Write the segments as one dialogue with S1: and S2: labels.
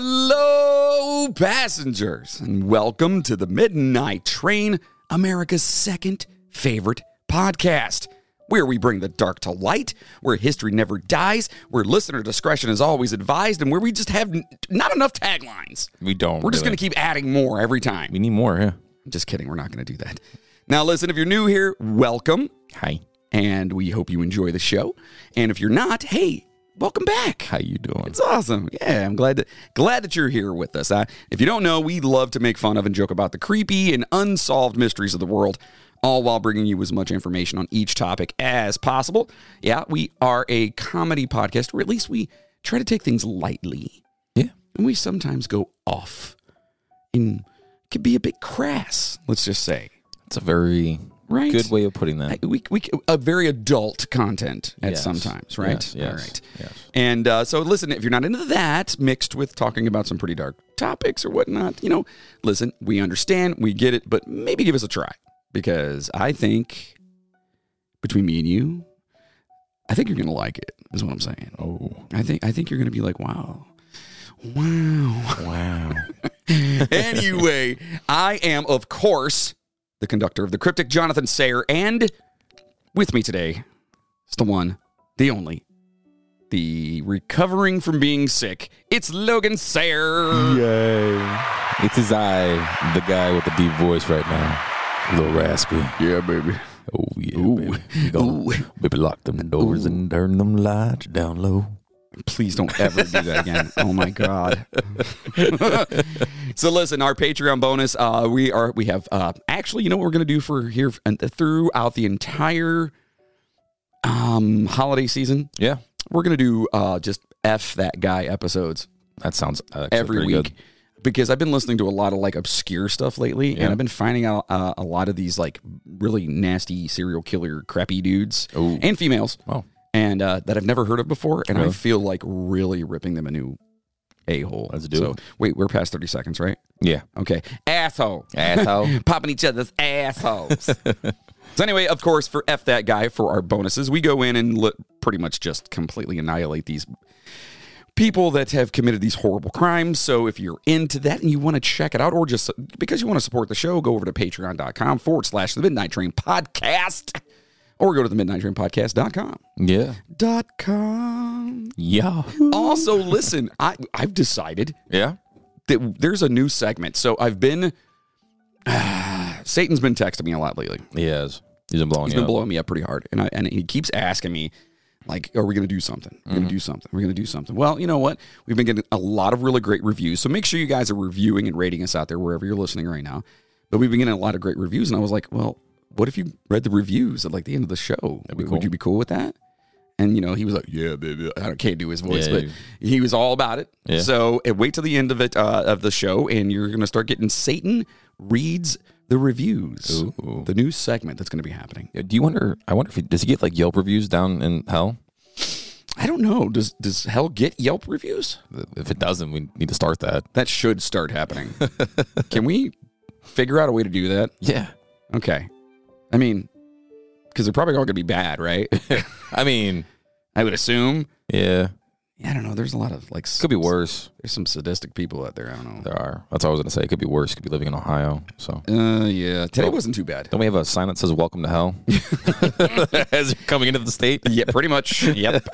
S1: Hello, passengers, and welcome to the Midnight Train, America's second favorite podcast, where we bring the dark to light, where history never dies, where listener discretion is always advised, and where we just have n- not enough taglines.
S2: We don't.
S1: We're just going to keep adding more every time.
S2: We need more. Yeah.
S1: I'm just kidding. We're not going to do that. Now, listen, if you're new here, welcome,
S2: Hi.
S1: and we hope you enjoy the show. And if you're not, hey, welcome back.
S2: How you doing?
S1: It's awesome. Yeah, I'm glad to, glad that you're here with us. Uh, if you don't know, we love to make fun of and joke about the creepy and unsolved mysteries of the world, all while bringing you as much information on each topic as possible. Yeah, we are a comedy podcast, or at least we try to take things lightly,
S2: Yeah.
S1: and we sometimes go off and can be a bit crass. Let's just say,
S2: It's a very
S1: right?
S2: good way of putting that.
S1: I- we, we a very adult content at
S2: Yes.
S1: sometimes, right?
S2: Yes, yes,
S1: All right.
S2: yes.
S1: And uh, so, listen, if you're not into that, mixed with talking about some pretty dark topics or whatnot, you know, listen, we understand, we get it, but maybe give us a try because I think between me and you, I think you're gonna like it. Is what I'm saying.
S2: Oh.
S1: I think I think you're gonna be like, wow, wow.
S2: Wow.
S1: anyway, I am, of course, the conductor of the cryptic, Jonathan Sayer, and with me today is the one, the only, the recovering from being sick. It's Logan Sayer.
S2: Yay. It is I, the guy with the deep voice right now. Little raspy.
S1: Yeah, baby.
S2: Oh yeah.
S1: Ooh.
S2: Baby. We gonna-
S1: Ooh.
S2: baby, lock them doors and turn them lights down low.
S1: Please don't ever do that again. Oh my god. so listen, our Patreon bonus. Uh, we are we have uh, actually, you know what we're gonna do for here and throughout the entire um holiday season.
S2: Yeah.
S1: we're gonna do uh, just f that guy episodes
S2: That sounds actually
S1: every
S2: pretty
S1: week
S2: good.
S1: because I've been listening to a lot of like obscure stuff lately,
S2: Yeah.
S1: and I've been finding out uh, a lot of these like really nasty serial killer crappy dudes
S2: Ooh.
S1: and females,
S2: Wow. Uh-huh.
S1: and uh, that I've never heard of before, and I feel like really ripping them a new a hole.
S2: Let's do
S1: so,
S2: it.
S1: Wait, we're past thirty seconds, right?
S2: Yeah.
S1: Okay, asshole
S2: Asshole.
S1: popping each other's assholes. so anyway, of course, for f that guy for our bonuses, we go in and li- pretty much just completely annihilate these people that have committed these horrible crimes. So if you're into that and you want to check it out, or just because you want to support the show, go over to patreon.com forward slash the midnight train podcast. Or go to the midnight train podcast.com.
S2: yeah.
S1: Dot com.
S2: Yeah.
S1: Also, listen, I, I've decided
S2: Yeah.
S1: that there's a new segment. So I've been, Satan's been texting me a lot lately.
S2: He has. He's been blowing
S1: He's
S2: you
S1: been
S2: up.
S1: blowing me up pretty hard, and I, and he keeps asking me, like, "Are we going to do something? We're
S2: Mm-hmm.
S1: going to do something. We're going to do something." Well, you know what? We've been getting a lot of really great reviews, so make sure you guys are reviewing and rating us out there wherever you're listening right now. But we've been getting a lot of great reviews, and I was like, "Well, what if you read the reviews at like the end of the show? Would-
S2: cool.
S1: Would you be cool with that?" And you know, he was like, "Yeah, baby." I don't- can't do his voice,
S2: Yeah,
S1: but
S2: you-
S1: he was all about it.
S2: Yeah.
S1: So eh, wait till the end of it uh, of the show, and you're going to start getting Satan reads the reviews,
S2: Ooh.
S1: the new segment that's going to be happening.
S2: Yeah, Do you wonder? I wonder if he does he get like Yelp reviews down in hell?
S1: I don't know. Does does hell get Yelp reviews?
S2: If it doesn't, we need to start that.
S1: That should start happening. Can we figure out a way to do that?
S2: Yeah.
S1: Okay. I mean, because they're probably all going to be bad, right?
S2: I mean,
S1: I would assume.
S2: yeah,
S1: Yeah, I don't know. There's a lot of like. s-
S2: could be worse.
S1: There's some sadistic people out there. I don't know.
S2: There are. That's what I was gonna say. It could be worse. Could be living in Ohio. So
S1: Uh, yeah. Today wasn't too bad.
S2: don't we have a sign that says "Welcome to Hell" as you're coming into the state?
S1: yeah, pretty much. Yep.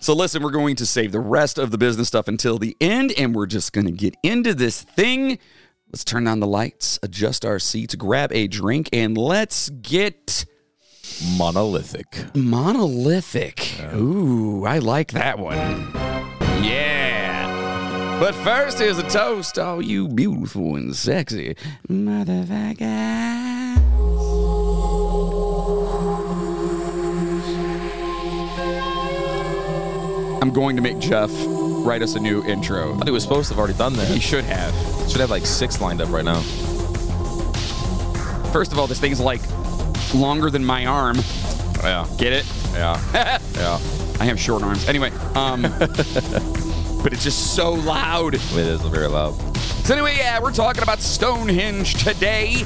S1: so listen, we're going to save the rest of the business stuff until the end, and we're just going to get into this thing. Let's turn on the lights, adjust our seats, grab a drink, and let's get
S2: Monolithic.
S1: monolithic. Ooh, I like that one. Yeah. But first, here's a toast, all you beautiful and sexy motherfuckers. I'm going to make Jeff write us a new intro.
S2: I thought he was supposed to have already done
S1: He
S2: that.
S1: should have.
S2: Should have like six lined up right now.
S1: First of all, this thing's like longer than my arm.
S2: Yeah.
S1: Get it?
S2: Yeah. yeah.
S1: I have short arms. Anyway, um, but it's just so loud.
S2: It is very loud.
S1: So anyway, yeah, we're talking about Stonehenge
S2: Oh.
S1: today.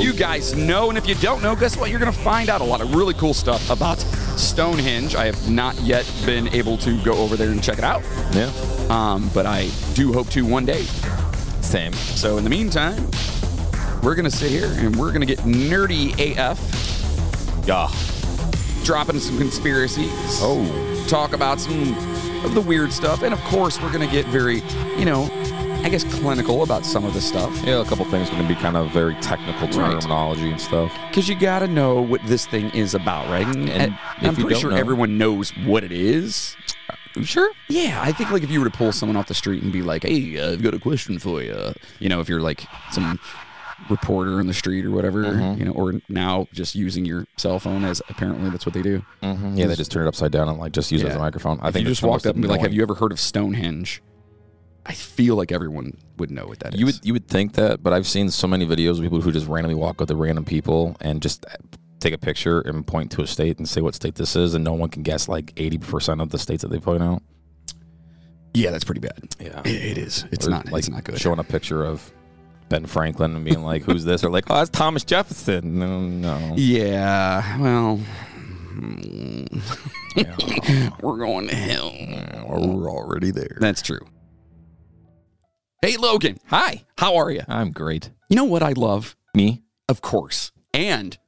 S1: You guys know, and if you don't know, guess what? You're gonna find out a lot of really cool stuff about Stonehenge. I have not yet been able to go over there and check it out,
S2: Yeah.
S1: um, but I do hope to one day.
S2: Same.
S1: So in the meantime, we're gonna sit here and we're gonna get nerdy AF,
S2: Yeah.
S1: dropping some conspiracies.
S2: Oh.
S1: talk about some of the weird stuff. And of course, we're going to get very, you know, I guess clinical about some of this stuff.
S2: Yeah, a couple things going to be kind of very technical
S1: Right.
S2: terminology and stuff.
S1: Because you got to know what this thing is about, right? And,
S2: And
S1: I- I'm
S2: if you
S1: pretty
S2: don't
S1: sure
S2: know-
S1: everyone knows what it is.
S2: You sure?
S1: Yeah, I think like if you were to pull someone off the street and be like, "Hey, I've got a question for you," you know, if you're like some reporter on the street or whatever, you know, or now just using your cell phone as apparently that's what they do.
S2: hmm Yeah, they just turn it upside down and like just use it as a
S1: Yeah.
S2: microphone. I
S1: If
S2: think
S1: Mm-hmm. you
S2: it's
S1: just
S2: the
S1: walked
S2: most
S1: up and be like,
S2: annoying-
S1: "Have you ever heard of Stonehenge?" I feel like everyone would know what that is.
S2: You would you would think that, but I've seen so many videos of people who just randomly walk up to random people and just take a picture and point to a state and say what state this is, and no one can guess like eighty percent of the states that they point out.
S1: Yeah, that's pretty bad.
S2: Yeah,
S1: It is. It's
S2: Or,
S1: not.
S2: like
S1: it's not good.
S2: Showing a picture of Ben Franklin and being like, "Who's this?" Or like, "Oh, that's Thomas Jefferson." No, no.
S1: Yeah. Well,
S2: Yeah.
S1: we're going to hell.
S2: We're already there.
S1: That's true. Hey, Logan.
S2: Hi,
S1: How are you?
S2: I'm great.
S1: You know what I love?
S2: Me?
S1: Of course. And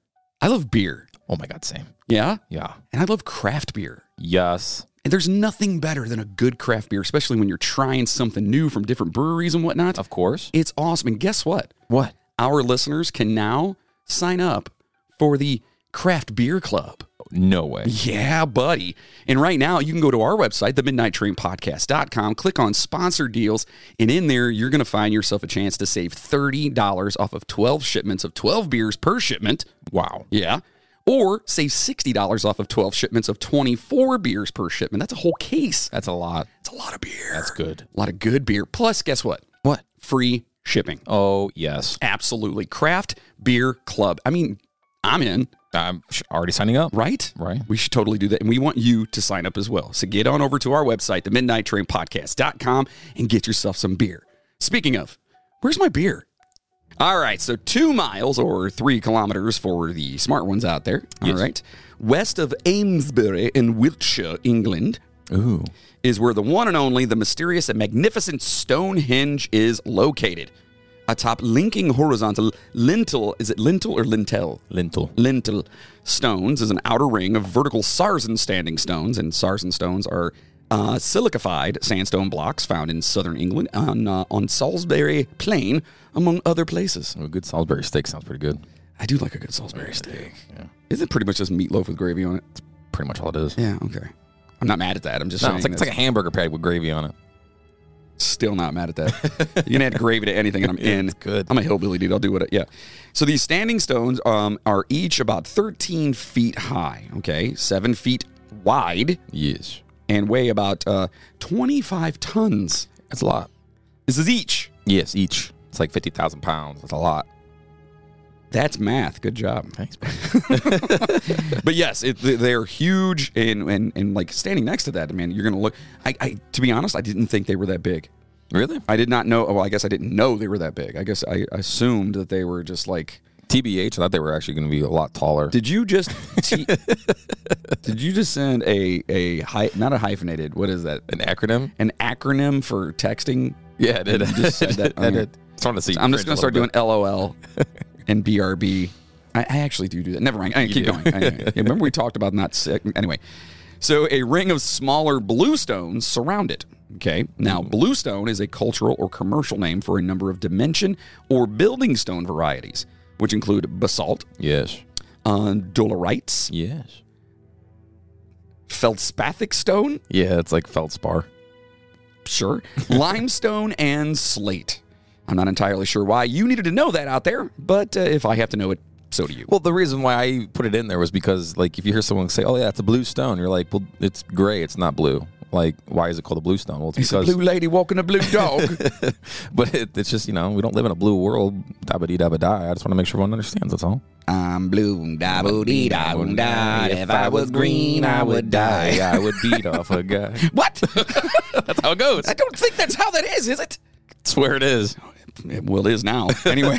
S1: I love beer.
S2: Oh my God, same.
S1: Yeah.
S2: Yeah.
S1: And I love craft beer.
S2: Yes.
S1: And there's nothing better than a good craft beer, especially when you're trying something new from different breweries and whatnot.
S2: Of course.
S1: It's awesome. And guess what?
S2: What?
S1: Our listeners can now sign up for the Craft Beer Club.
S2: No way.
S1: Yeah, buddy. And right now, you can go to our website, themidnighttrainpodcast.com, click on sponsor deals, and in there, you're going to find yourself a chance to save $30 off of 12 shipments of 12 beers per shipment.
S2: Wow.
S1: Yeah. Or save $60 off of 12 shipments of 24 beers per shipment. That's a whole case.
S2: That's a lot.
S1: That's a lot of beer.
S2: That's good.
S1: a lot of good beer. Plus, guess what?
S2: What?
S1: Free shipping.
S2: Oh yes.
S1: Absolutely. Craft Beer Club. I mean, I'm in,
S2: I'm sh- already signing up.
S1: right?
S2: Right.
S1: We should totally do that. And we want you to sign up as well. So get on over to our website, the midnight train podcast.com, and get yourself some beer. Speaking of, where's my beer? All right, so two miles or three kilometers for the smart ones out there. All right. West of Amesbury in Wiltshire, England,
S2: Ooh.
S1: is where the one and only, the mysterious and magnificent Stonehenge is located. Atop linking horizontal lintel, is it lintel or lintel?
S2: Lintel.
S1: lintel stones is an outer ring of vertical sarsen standing stones, and sarsen stones are uh, silicafied sandstone blocks found in southern England on uh, on Salisbury Plain, among other places.
S2: A good Salisbury steak sounds pretty good.
S1: I do like a good Salisbury steak.
S2: Yeah.
S1: Is it pretty much just meatloaf with gravy on it?
S2: Pretty much all it is.
S1: Yeah, okay. I'm not mad at that. I'm just
S2: No,
S1: saying
S2: it's like, it's like a hamburger patty with gravy on it.
S1: that's still not mad at that. you can add gravy to anything, and I'm in.
S2: good.
S1: I'm a hillbilly dude. I'll do what. I, yeah. So these standing stones um, are each about 13 feet high. Okay, seven feet wide.
S2: Yes.
S1: and weigh about uh, 25 tons.
S2: That's a lot.
S1: This is each.
S2: Yes, each. It's like 50,000 pounds. That's a lot.
S1: That's math. Good job.
S2: Thanks,
S1: But yes, it, they- they're huge, and, and and like standing next to that, man, you're gonna look. I, I to be honest, I didn't think they were that big.
S2: Really?
S1: I did not know. Well, I guess I didn't know they were that big. I guess I assumed that they were just like.
S2: TBH, I thought they were actually going to be a lot taller.
S1: Did you just? T- did you just send a a hy- not a hyphenated? What is that?
S2: An acronym?
S1: An acronym for texting?
S2: Yeah, I did.
S1: You just said that.
S2: I did. It's fun to see.
S1: I'm just gonna
S2: you cringe a
S1: start
S2: little
S1: doing LOL and BRB. I, I actually do do that. Never mind. I, keep
S2: do.
S1: going. I- I- remember we talked about not sick. Anyway, so a ring of smaller bluestones surround it. Okay. Now,
S2: Mm.
S1: bluestone is a cultural or commercial name for a number of dimension or building stone varieties, which include basalt,
S2: bit. Yes.
S1: uh, dolerites,
S2: Yes.
S1: feldspathic stone,
S2: Yeah, it's like feldspar.
S1: sure, limestone, and slate. I'm not entirely sure why you needed to know that out there, but uh, if I have to know it, so do you.
S2: Well, the reason why I put it in there was because, like, if you hear someone say, "Oh yeah, it's a blue stone," you're like, "Well, it's gray. It's not blue. Like, why is it called a blue stone?" Well, it's,
S1: It's a
S2: because,
S1: blue lady walking a blue dog.
S2: but it, it's just you know we don't live in a blue world. Dabba dee dabba die. I just want to make sure everyone understands. That's all.
S1: I'm blue, dabble dee dabble da.
S2: I would beat off a guy.
S1: What?
S2: That's how it goes.
S1: I don't think that's how that is, is it?
S2: That's where it is.
S1: Well, it is now. Anyway,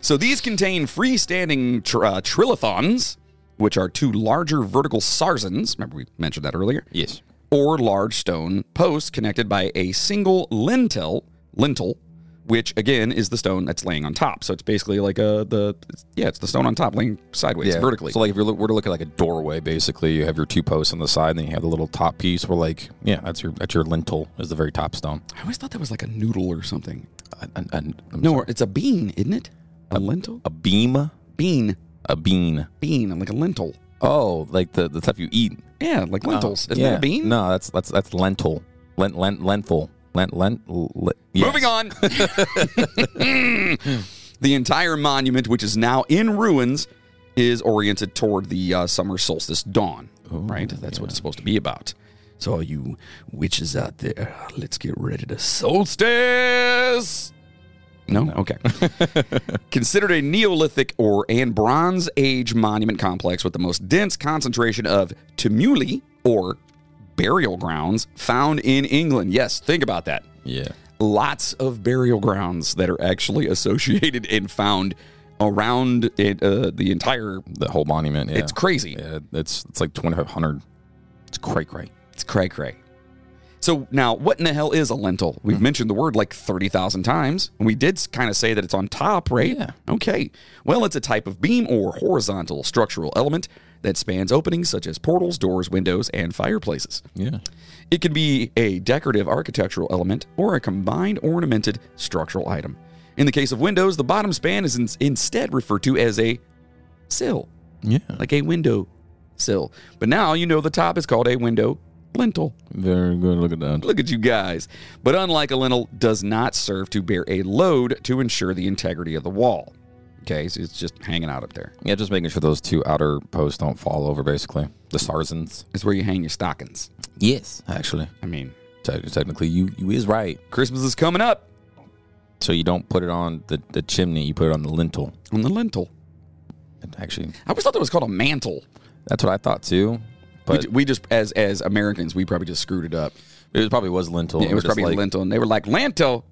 S1: so these contain freestanding tr- uh, trilithons, which are two larger vertical sarsens. Remember, we mentioned that earlier.
S2: Yes.
S1: or large stone posts connected by a single lintel, lintel, which again is the stone that's laying on top. So it's basically like a the yeah, it's the stone on top laying sideways vertically.
S2: So like if you look, were to look at like a doorway, basically you have your two posts on the side, and then you have the little top piece where like yeah, that's your that's your lintel is the very top stone.
S1: I always thought that was like a noodle or something.
S2: A, a, a-
S1: No, or it's a bean, isn't it? A lentil?
S2: a beam,
S1: Bean,
S2: a bean.
S1: bean, like a lentil.
S2: Oh, like the the stuff you eat.
S1: Oh, Yeah, like lentils. Isn't
S2: yeah.
S1: that a bean?
S2: No, that's that's that's lentil. Lent lent lentil. Lent lent. lent yes.
S1: Moving on. the entire monument, which is now in ruins, is oriented toward the uh, summer solstice dawn. right? That's what it's supposed to be about. So, all you witches out there, let's get ready to solstice. No? Okay. Considered a Neolithic or and Bronze Age monument complex with the most dense concentration of tumuli or burial grounds found in England. Yes, think about that
S2: Yeah.
S1: lots of burial grounds that are actually associated and found around it, uh, the entire.
S2: The whole monument. Yeah.
S1: It's crazy.
S2: yeah, it's it's like twenty five hundred. It's cray cray.
S1: It's cray cray. So now, what in the hell is a lentil? We've
S2: Hmm.
S1: mentioned the word like thirty thousand times, and we did kind of say that it's on top, right?
S2: Yeah.
S1: Okay. Well, it's a type of beam or horizontal structural element that spans openings such as portals, doors, windows, and fireplaces.
S2: Yeah.
S1: It can be a decorative architectural element or a combined ornamented structural item. In the case of windows, the bottom span is in- instead referred to as a sill,
S2: Yeah.
S1: like a window sill. But now you know the top is called a window lintel.
S2: Very good. Look at that.
S1: Look at you guys. But unlike a lintel, does not serve to bear a load to ensure the integrity of the wall. Okay, so it's just hanging out up there.
S2: Yeah, just making sure those two outer posts don't fall over, basically. The sarzens.
S1: It's where you hang your stockings.
S2: Yes, actually,
S1: I mean,
S2: Te- technically, you you is right.
S1: Christmas is coming up
S2: So you don't put it on the, the chimney; you put it on the lintel.
S1: on the lintel.
S2: And Actually,
S1: I always thought that was called a mantle.
S2: that's what I thought too.
S1: We
S2: But
S1: ju- we just as as Americans, we probably just screwed it up.
S2: it was, probably was lintel.
S1: Yeah, it was
S2: We're just
S1: probably
S2: like-
S1: lentil, and they were like lentil.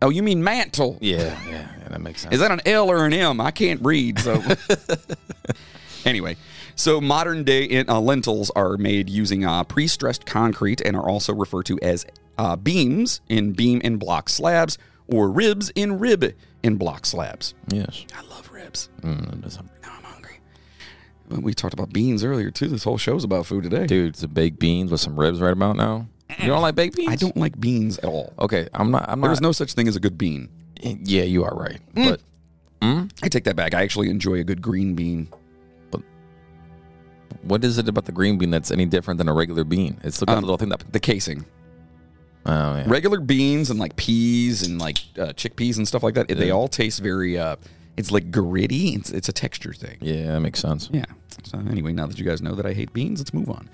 S1: Oh, you mean mantle?
S2: Yeah, yeah, yeah, that makes sense.
S1: Is that an L or an M? I can't read. So anyway, so modern day in, uh, lentils are made using uh, pre-stressed concrete and are also referred to as uh, beams in beam and block slabs or ribs in rib in block slabs.
S2: yes.
S1: I love ribs.
S2: Mm, that's-
S1: Now I'm hungry. Well, We talked about beans earlier too. This whole show's about food today.
S2: Dude, some baked beans with some ribs right about now. You don't like baked beans?
S1: I don't like beans at all.
S2: Okay, I'm not. I'm
S1: There
S2: not.
S1: is no such thing as a good bean.
S2: yeah, you are right.
S1: Mm.
S2: But
S1: I take that back. I actually enjoy a good green bean.
S2: what is it about the green bean that's any different than a regular bean? It's look at
S1: Um,
S2: the little thing that.
S1: The casing,
S2: Oh yeah.
S1: regular beans and like peas and like uh, chickpeas and stuff like that. They all taste very. Uh, it's like gritty. It's it's a texture thing.
S2: yeah, that makes sense.
S1: Yeah. So anyway, now that you guys know that I hate beans, let's move on.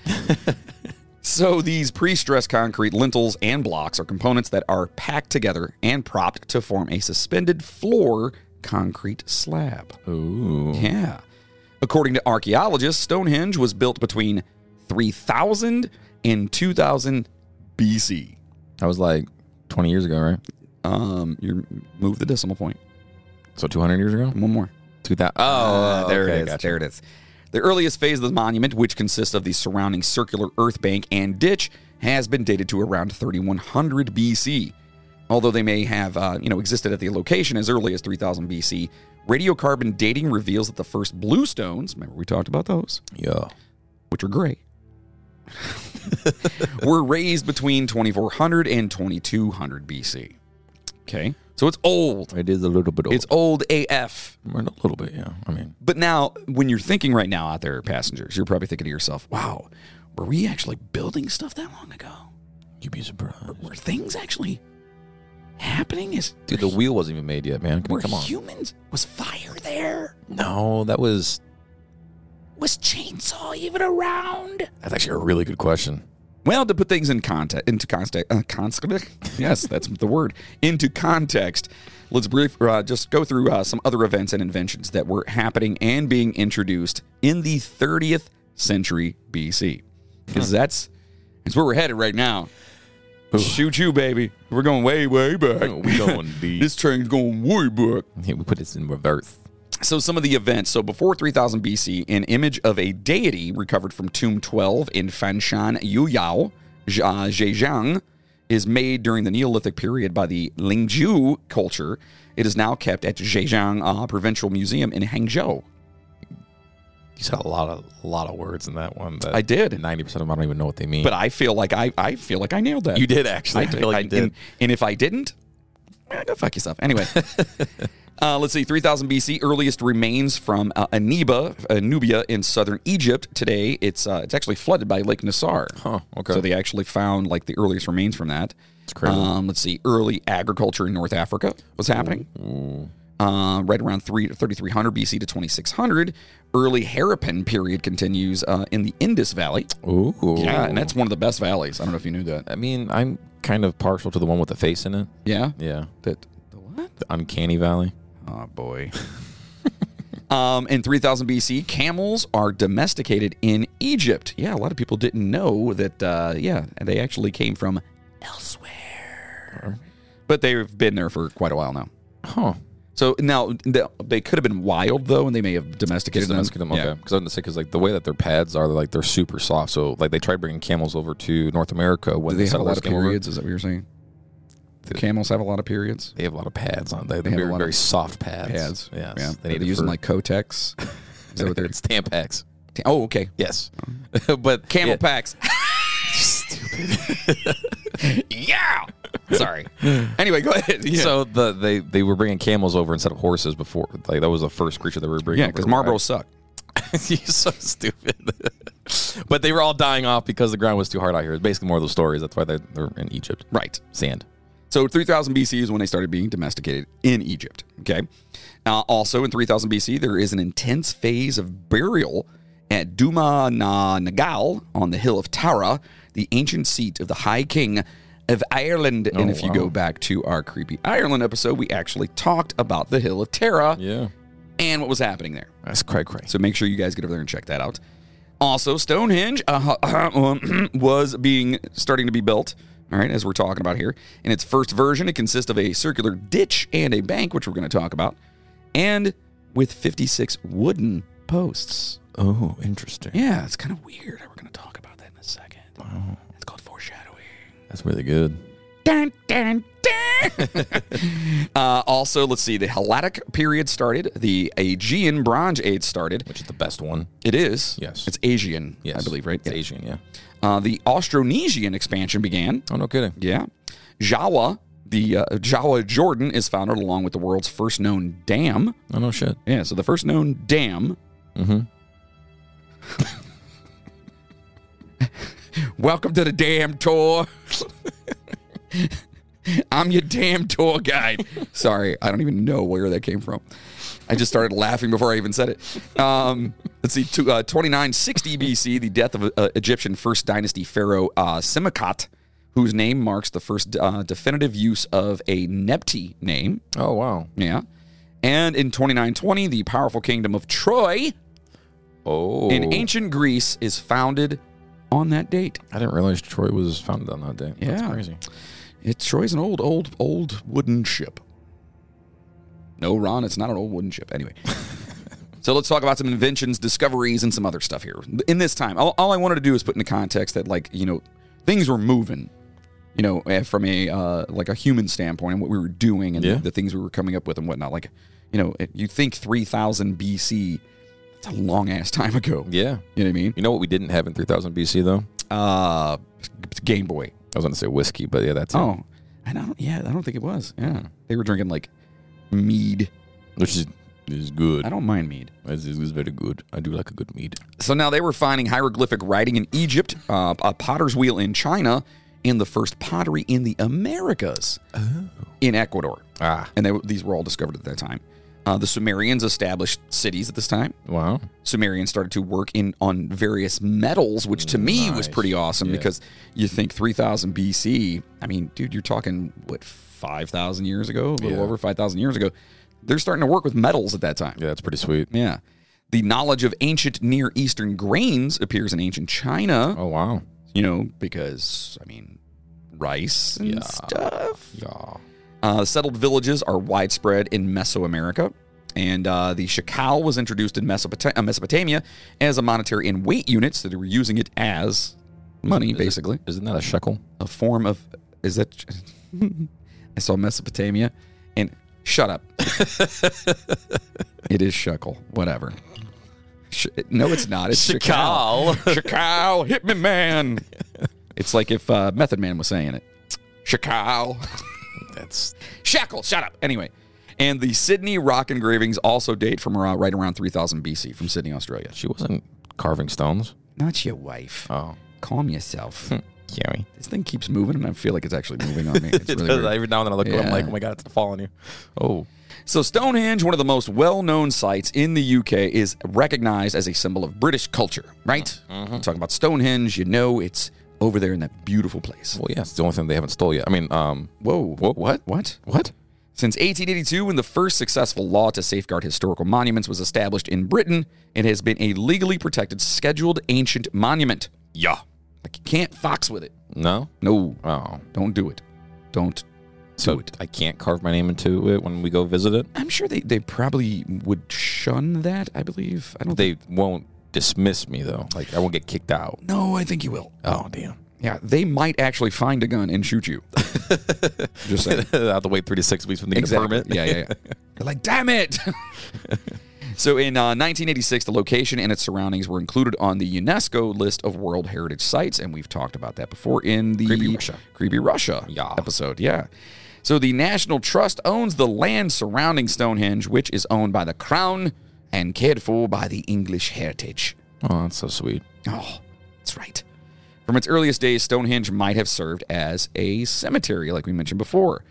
S1: so these pre-stressed concrete lintels and blocks are components that are packed together and propped to form a suspended floor concrete slab.
S2: Ooh.
S1: Yeah. According to archaeologists, Stonehenge was built between 3000 and 2000 BC.
S2: That was like 20 years ago, right?
S1: Um, you move the decimal point.
S2: So 200 years ago?
S1: One more.
S2: 2000. Oh,
S1: Ah, there
S2: okay,
S1: it is.
S2: gotcha.
S1: There it is. The earliest phase of the monument, which consists of the surrounding circular earth bank and ditch, has been dated to around 3100 BC. Although they may have, uh, you know, existed at the location as early as 3000 BC, radiocarbon dating reveals that the first bluestones, remember we talked about those,
S2: Yeah.
S1: which are gray, were raised between 2400 and 2200 BC. Okay. So it's old.
S2: It is a little bit old.
S1: It's old AF.
S2: a little bit, yeah. I mean,
S1: But now, when you're thinking right now out there, passengers, you're probably thinking to yourself, wow, were we actually building stuff that long ago?
S2: you'd be surprised.
S1: Were things actually happening? Is
S2: Dude, the wheel wasn't even made yet, man. Come,
S1: were
S2: on, come on.
S1: humans? Was fire there?
S2: No, that was.
S1: Was chainsaw even around?
S2: That's actually a really good question.
S1: Well, to put things in context, into context, uh, context yes, that's the word. Into context, let's brief, uh, just go through uh, some other events and inventions that were happening and being introduced in the 30th century BC, because that's that's where we're headed right now. Shoot you, baby. We're going way, way back.
S2: we going deep.
S1: This train's going way back.
S2: Yeah, we put this in reverse.
S1: So some of the events. So before 3000 BC, an image of a deity recovered from tomb 12 in Fanshan Yuyao, Zha- Zhejiang, is made during the Neolithic period by the Lingzhu culture. It is now kept at Zhejiang uh, Provincial Museum in Hangzhou.
S2: You said a lot of a lot of words in that one. That
S1: I did,
S2: Ninety percent of them I don't even know what they mean.
S1: but I feel like I I feel like I nailed that.
S2: you did actually.
S1: I did. I- And, and if I didn't, eh, go fuck yourself. Anyway, uh, let's see. 3000 BC, earliest remains from uh, Aniba, uh, Nubia in southern Egypt. Today, it's uh, it's actually flooded by Lake Nassar.
S2: Huh, Oh, okay.
S1: So they actually found like the earliest remains from that. It's
S2: crazy.
S1: Um, let's see. Early agriculture in North Africa was happening. Uh, right around 3, 3300 BC to 2600, early Harappan period continues uh, in the Indus Valley.
S2: Ooh.
S1: Yeah, and that's one of the best valleys. I don't know if you knew that.
S2: I mean, I'm kind of partial to the one with the face in it.
S1: Yeah.
S2: Yeah.
S1: That the what?
S2: The uncanny valley.
S1: Oh boy. um, in 3000 BC, camels are domesticated in Egypt. Yeah, a lot of people didn't know that. Uh, yeah, they actually came from elsewhere, but they've been there for quite a while now.
S2: Huh.
S1: So now th- they could have been wild though, and they may have domesticated
S2: Just domestic them.
S1: them.
S2: Okay. Because I'm gonna say, because like the way that their pads are, they're like they're super soft. So like they tried bringing camels over to North America
S1: Yeah.
S2: when
S1: Do they
S2: the
S1: have a lot
S2: settlers
S1: of
S2: came over.
S1: periods? Is that what you're saying? The camels have a lot of periods.
S2: They have a lot of pads on. They, they
S1: have
S2: have
S1: a
S2: very,
S1: lot
S2: very
S1: of
S2: soft pads.
S1: Pads.
S2: Yes.
S1: Yeah.
S2: They need
S1: are
S2: it
S1: using
S2: for-
S1: like Kotex. Is that what they're?
S2: it's Tampax.
S1: Oh, okay.
S2: Yes. but
S1: Oh. Camel
S2: yeah.
S1: packs. yeah. Sorry. Anyway, go ahead. Yeah.
S2: So the they they were bringing camels over instead of horses before. Like that was the first creature they were bringing.
S1: yeah,
S2: over,
S1: because
S2: right?
S1: Marlboro suck.
S2: You're so stupid. but they were all dying off because the ground was too hard out here. It's basically more of the stories. That's why they're, they're in Egypt.
S1: Right.
S2: Sand.
S1: So 3000 BC is when they started being domesticated in Egypt. Okay. Uh, also in 3000 BC, there is an intense phase of burial at Duma na Nagal on the hill of Tara, the ancient seat of the High King of Ireland. and if you go back to our creepy Ireland episode, we actually talked about the hill of Tara
S2: Yeah.
S1: and what was happening there.
S2: That's cray cray.
S1: So make sure you guys get over there and check that out. Also, Stonehenge uh, um, was being starting to be built. All right, as we're talking about here, in its first version, it consists of a circular ditch and a bank, which we're going to talk about, and with 56 wooden posts.
S2: Oh, interesting.
S1: Yeah, it's kind of weird. We're going to talk about that in a second. It's called foreshadowing.
S2: That's really good.
S1: Dun, dun, dun. uh, also, let's see. The Helladic period started. The Aegean Bronze Age started.
S2: Which is the best one.
S1: It is.
S2: Yes.
S1: It's Asian,
S2: Yes.
S1: I believe, right?
S2: It's Asian, yeah.
S1: Uh, the Austronesian expansion began.
S2: Oh, no kidding.
S1: Yeah. Jawa, the uh, Jawa Jordan is founded along with the world's first known dam.
S2: Oh, no shit.
S1: Yeah, so the first known dam.
S2: Mm-hmm.
S1: Welcome to the dam tour. I'm your damn tour guide. Sorry, I don't even know where that came from. I just started laughing before I even said it. Um, let's see, to, uh, 2960 BC, the death of uh, Egyptian first dynasty pharaoh uh, Semekat, whose name marks the first uh, definitive use of a Nepti name.
S2: Oh, wow.
S1: Yeah. And in 2920, the powerful kingdom of Troy
S2: Oh.
S1: in ancient Greece is founded on that date.
S2: I didn't realize Troy was founded on that day.
S1: Yeah.
S2: That's crazy.
S1: It Troy's an old, old, old wooden ship. No, Ron, it's not an old wooden ship. Anyway. so let's talk about some inventions, discoveries, and some other stuff here. In this time, all, all I wanted to do is put into context that, like, you know, things were moving, you know, eh, from a, uh, like a human standpoint and what we were doing and
S2: Yeah.
S1: the, things we were coming up with and whatnot. Like, you know, eh, you think 3000 BC, that's a long ass time ago.
S2: Yeah.
S1: You know what I mean?
S2: You know what we didn't have in 3000 BC, though?
S1: Uh, Game Boy.
S2: I was going to say whiskey, but yeah, that's it.
S1: Oh, and I don't. Yeah, I don't think it was. Yeah, they were drinking like mead.
S2: Which is, is good.
S1: I don't mind mead.
S2: It's, it's very good. I do like a good meat.
S1: So now they were finding hieroglyphic writing in Egypt, uh, a potter's wheel in China, and the first pottery in the Americas, in Ecuador,
S2: Ah.
S1: and they, were- these were all discovered at that time. Uh, the Sumerians established cities at this time.
S2: Wow.
S1: Sumerians started to work in on various metals, which to me was
S2: Nice.
S1: pretty awesome because you think 3000 BC. I mean, dude, you're talking what 5,000 years ago, a little
S2: Yeah.
S1: over 5,000 years ago. They're starting to work with metals at that time.
S2: Yeah, that's pretty sweet.
S1: Yeah. The knowledge of ancient Near Eastern grains appears in ancient China,
S2: Oh, wow.
S1: you know, because, I mean, rice and
S2: Yeah.
S1: stuff.
S2: Yeah.
S1: Uh, settled villages are widespread in Mesoamerica. And uh, the shekel was introduced in Mesopota- uh, Mesopotamia as a monetary and weight unit, so they were using it as money, basically.
S2: Isn't that a shekel?
S1: A form of. Is that. I saw Mesopotamia and. Shut up. it is shekel. Whatever. Sh- no, it's not. It's shekel. Shakal, hit me, man. It's like if uh, Method Man was saying it. Shakal.
S2: That's
S1: Shackle, shut up. Anyway. And the Sydney rock engravings also date from around, right around 3000 BC from Sydney, Australia.
S2: she wasn't carving stones.
S1: Not your wife.
S2: Oh, Hmm.
S1: Calm yourself.
S2: Yummy.
S1: this thing keeps moving, and I feel like it's actually moving on me. It's really weird.
S2: Every now and then I look at it, I'm like,
S1: Yeah.
S2: oh my god, it's falling you. Oh,
S1: So Stonehenge, one of the most well-known sites in the UK, is recognized as a symbol of British culture, right? I'm talking about Stonehenge, you know it's over there in that beautiful place.
S2: well, yeah. It's the only thing they haven't stole yet. I mean, um,
S1: Whoa.
S2: wha- what?
S1: What?
S2: What?
S1: Since 1882, when the first successful law to safeguard historical monuments was established in Britain, it has been a legally protected scheduled ancient monument.
S2: Yeah.
S1: Like you can't fox with it.
S2: No.
S1: No,
S2: Oh,
S1: don't do it. Don't.
S2: so
S1: it.
S2: I can't carve my name into it when we go visit it.
S1: I'm sure they, they probably would shun that, I believe. I don't
S2: They won't dismiss me though. Like I won't get kicked out.
S1: No, I think you will.
S2: Oh damn.
S1: Yeah, they might actually find a gun and shoot you. Just saying.
S2: I have to wait three to six weeks when they get a permit.
S1: Yeah, yeah, yeah. They're like, damn it. so in uh, 1986, the location and its surroundings were included on the UNESCO list of World Heritage Sites, and we've talked about that before in the
S2: Creepy Russia.
S1: Creepy Russia
S2: Yeah.
S1: episode. Yeah. So the National Trust owns the land surrounding Stonehenge, which is owned by the Crown and cared for by the English Heritage.
S2: Oh, that's so sweet.
S1: Oh, that's right. From its earliest days, Stonehenge might have served as a cemetery, like we mentioned before.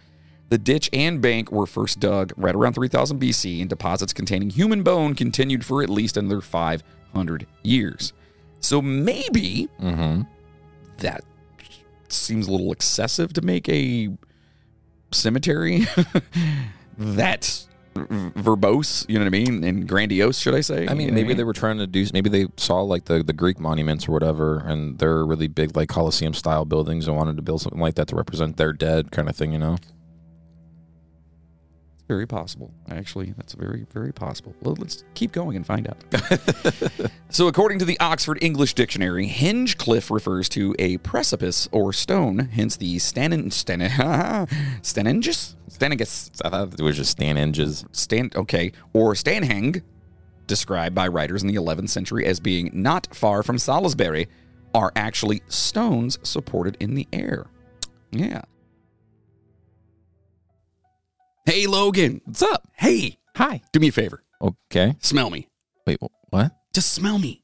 S1: The ditch and bank were first dug right around 3000 BC, and deposits containing human bone continued for at least another 500 years. So maybe
S2: Mm-hmm.
S1: that seems a little excessive to make a cemetery that v- verbose, you know what I mean, and grandiose, should I say?
S2: I
S1: You
S2: mean,
S1: know what
S2: maybe they were trying to do. Maybe they saw like the, the Greek monuments or whatever, and they're really big, like Colosseum style buildings, and wanted to build something like that to represent their dead kind of thing. You know?
S1: Very possible. Actually, that's very, very possible. Well, let's keep going and find out. so, according to the Oxford English Dictionary, hinge cliff refers to a precipice or stone, hence the stanin, stanin, staningus, staningus,
S2: I thought it was just stand hinges.
S1: stan, okay, or stanhang, described by writers in the 11th century as being not far from Salisbury, are actually stones supported in the air. Yeah. Hey, Logan.
S2: What's up?
S1: Hey,
S2: Hi.
S1: do me a favor.
S2: Okay.
S1: Smell me.
S2: Wait. wh- What?
S1: Just smell me.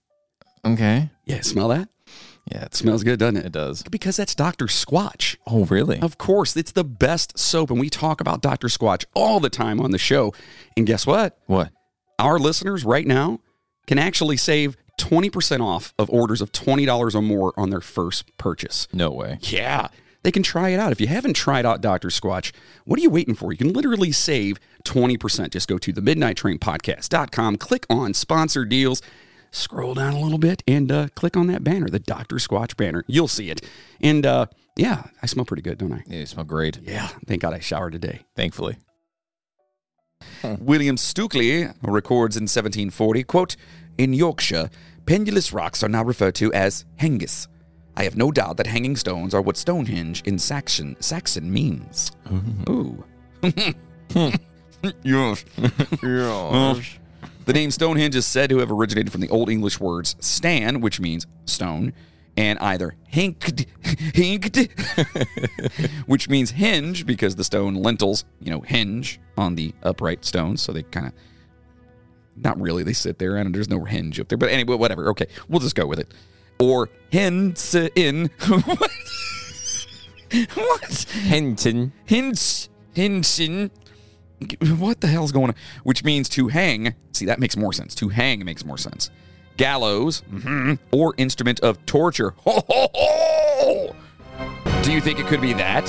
S2: Okay.
S1: Yeah, smell that?
S2: Yeah, it's,
S1: Smells good, doesn't
S2: it
S1: it?
S2: does.
S1: Because that's Dr. Squatch.
S2: Oh, really?
S1: Of course, it's the best soap, and we talk about Dr. Squatch all the time on the show. And guess what?
S2: What?
S1: Our listeners right now can actually save 20% off of orders of $20 or more on their first purchase.
S2: No way.
S1: Yeah. They can try it out. If you haven't tried out Dr. Squatch, what are you waiting for? You can literally save 20%. Just go to the midnight train podcast.com, click on sponsor deals, scroll down a little bit, and uh, click on that banner, the Dr. Squatch banner. You'll see it. And uh, yeah, I smell pretty good, don't I?
S2: Yeah, you smell great.
S1: Yeah. Thank God I showered today.
S2: Thankfully.
S1: William Stukely records in 1740, quote, In Yorkshire, pendulous rocks are now referred to as hengis. I have no doubt that hanging stones are what Stonehenge in Saxon, Saxon means. Ooh. Yes. The name Stonehenge is said to have originated from the Old English words stan, which means stone, and either hinked, hinked, which means hinge, because the stone lintels, you know, hinge on the upright stones, so they kind of not really. They sit there, and there's no hinge up there. But anyway, whatever. Okay, we'll just go with it. Or hints in what? what?
S2: Henton.
S1: Hints hinsin. What the hell's going on? Which means to hang. See, that makes more sense. To hang makes more sense. Gallows mhm, or instrument of torture. Ho, ho, ho! Do you think it could be that?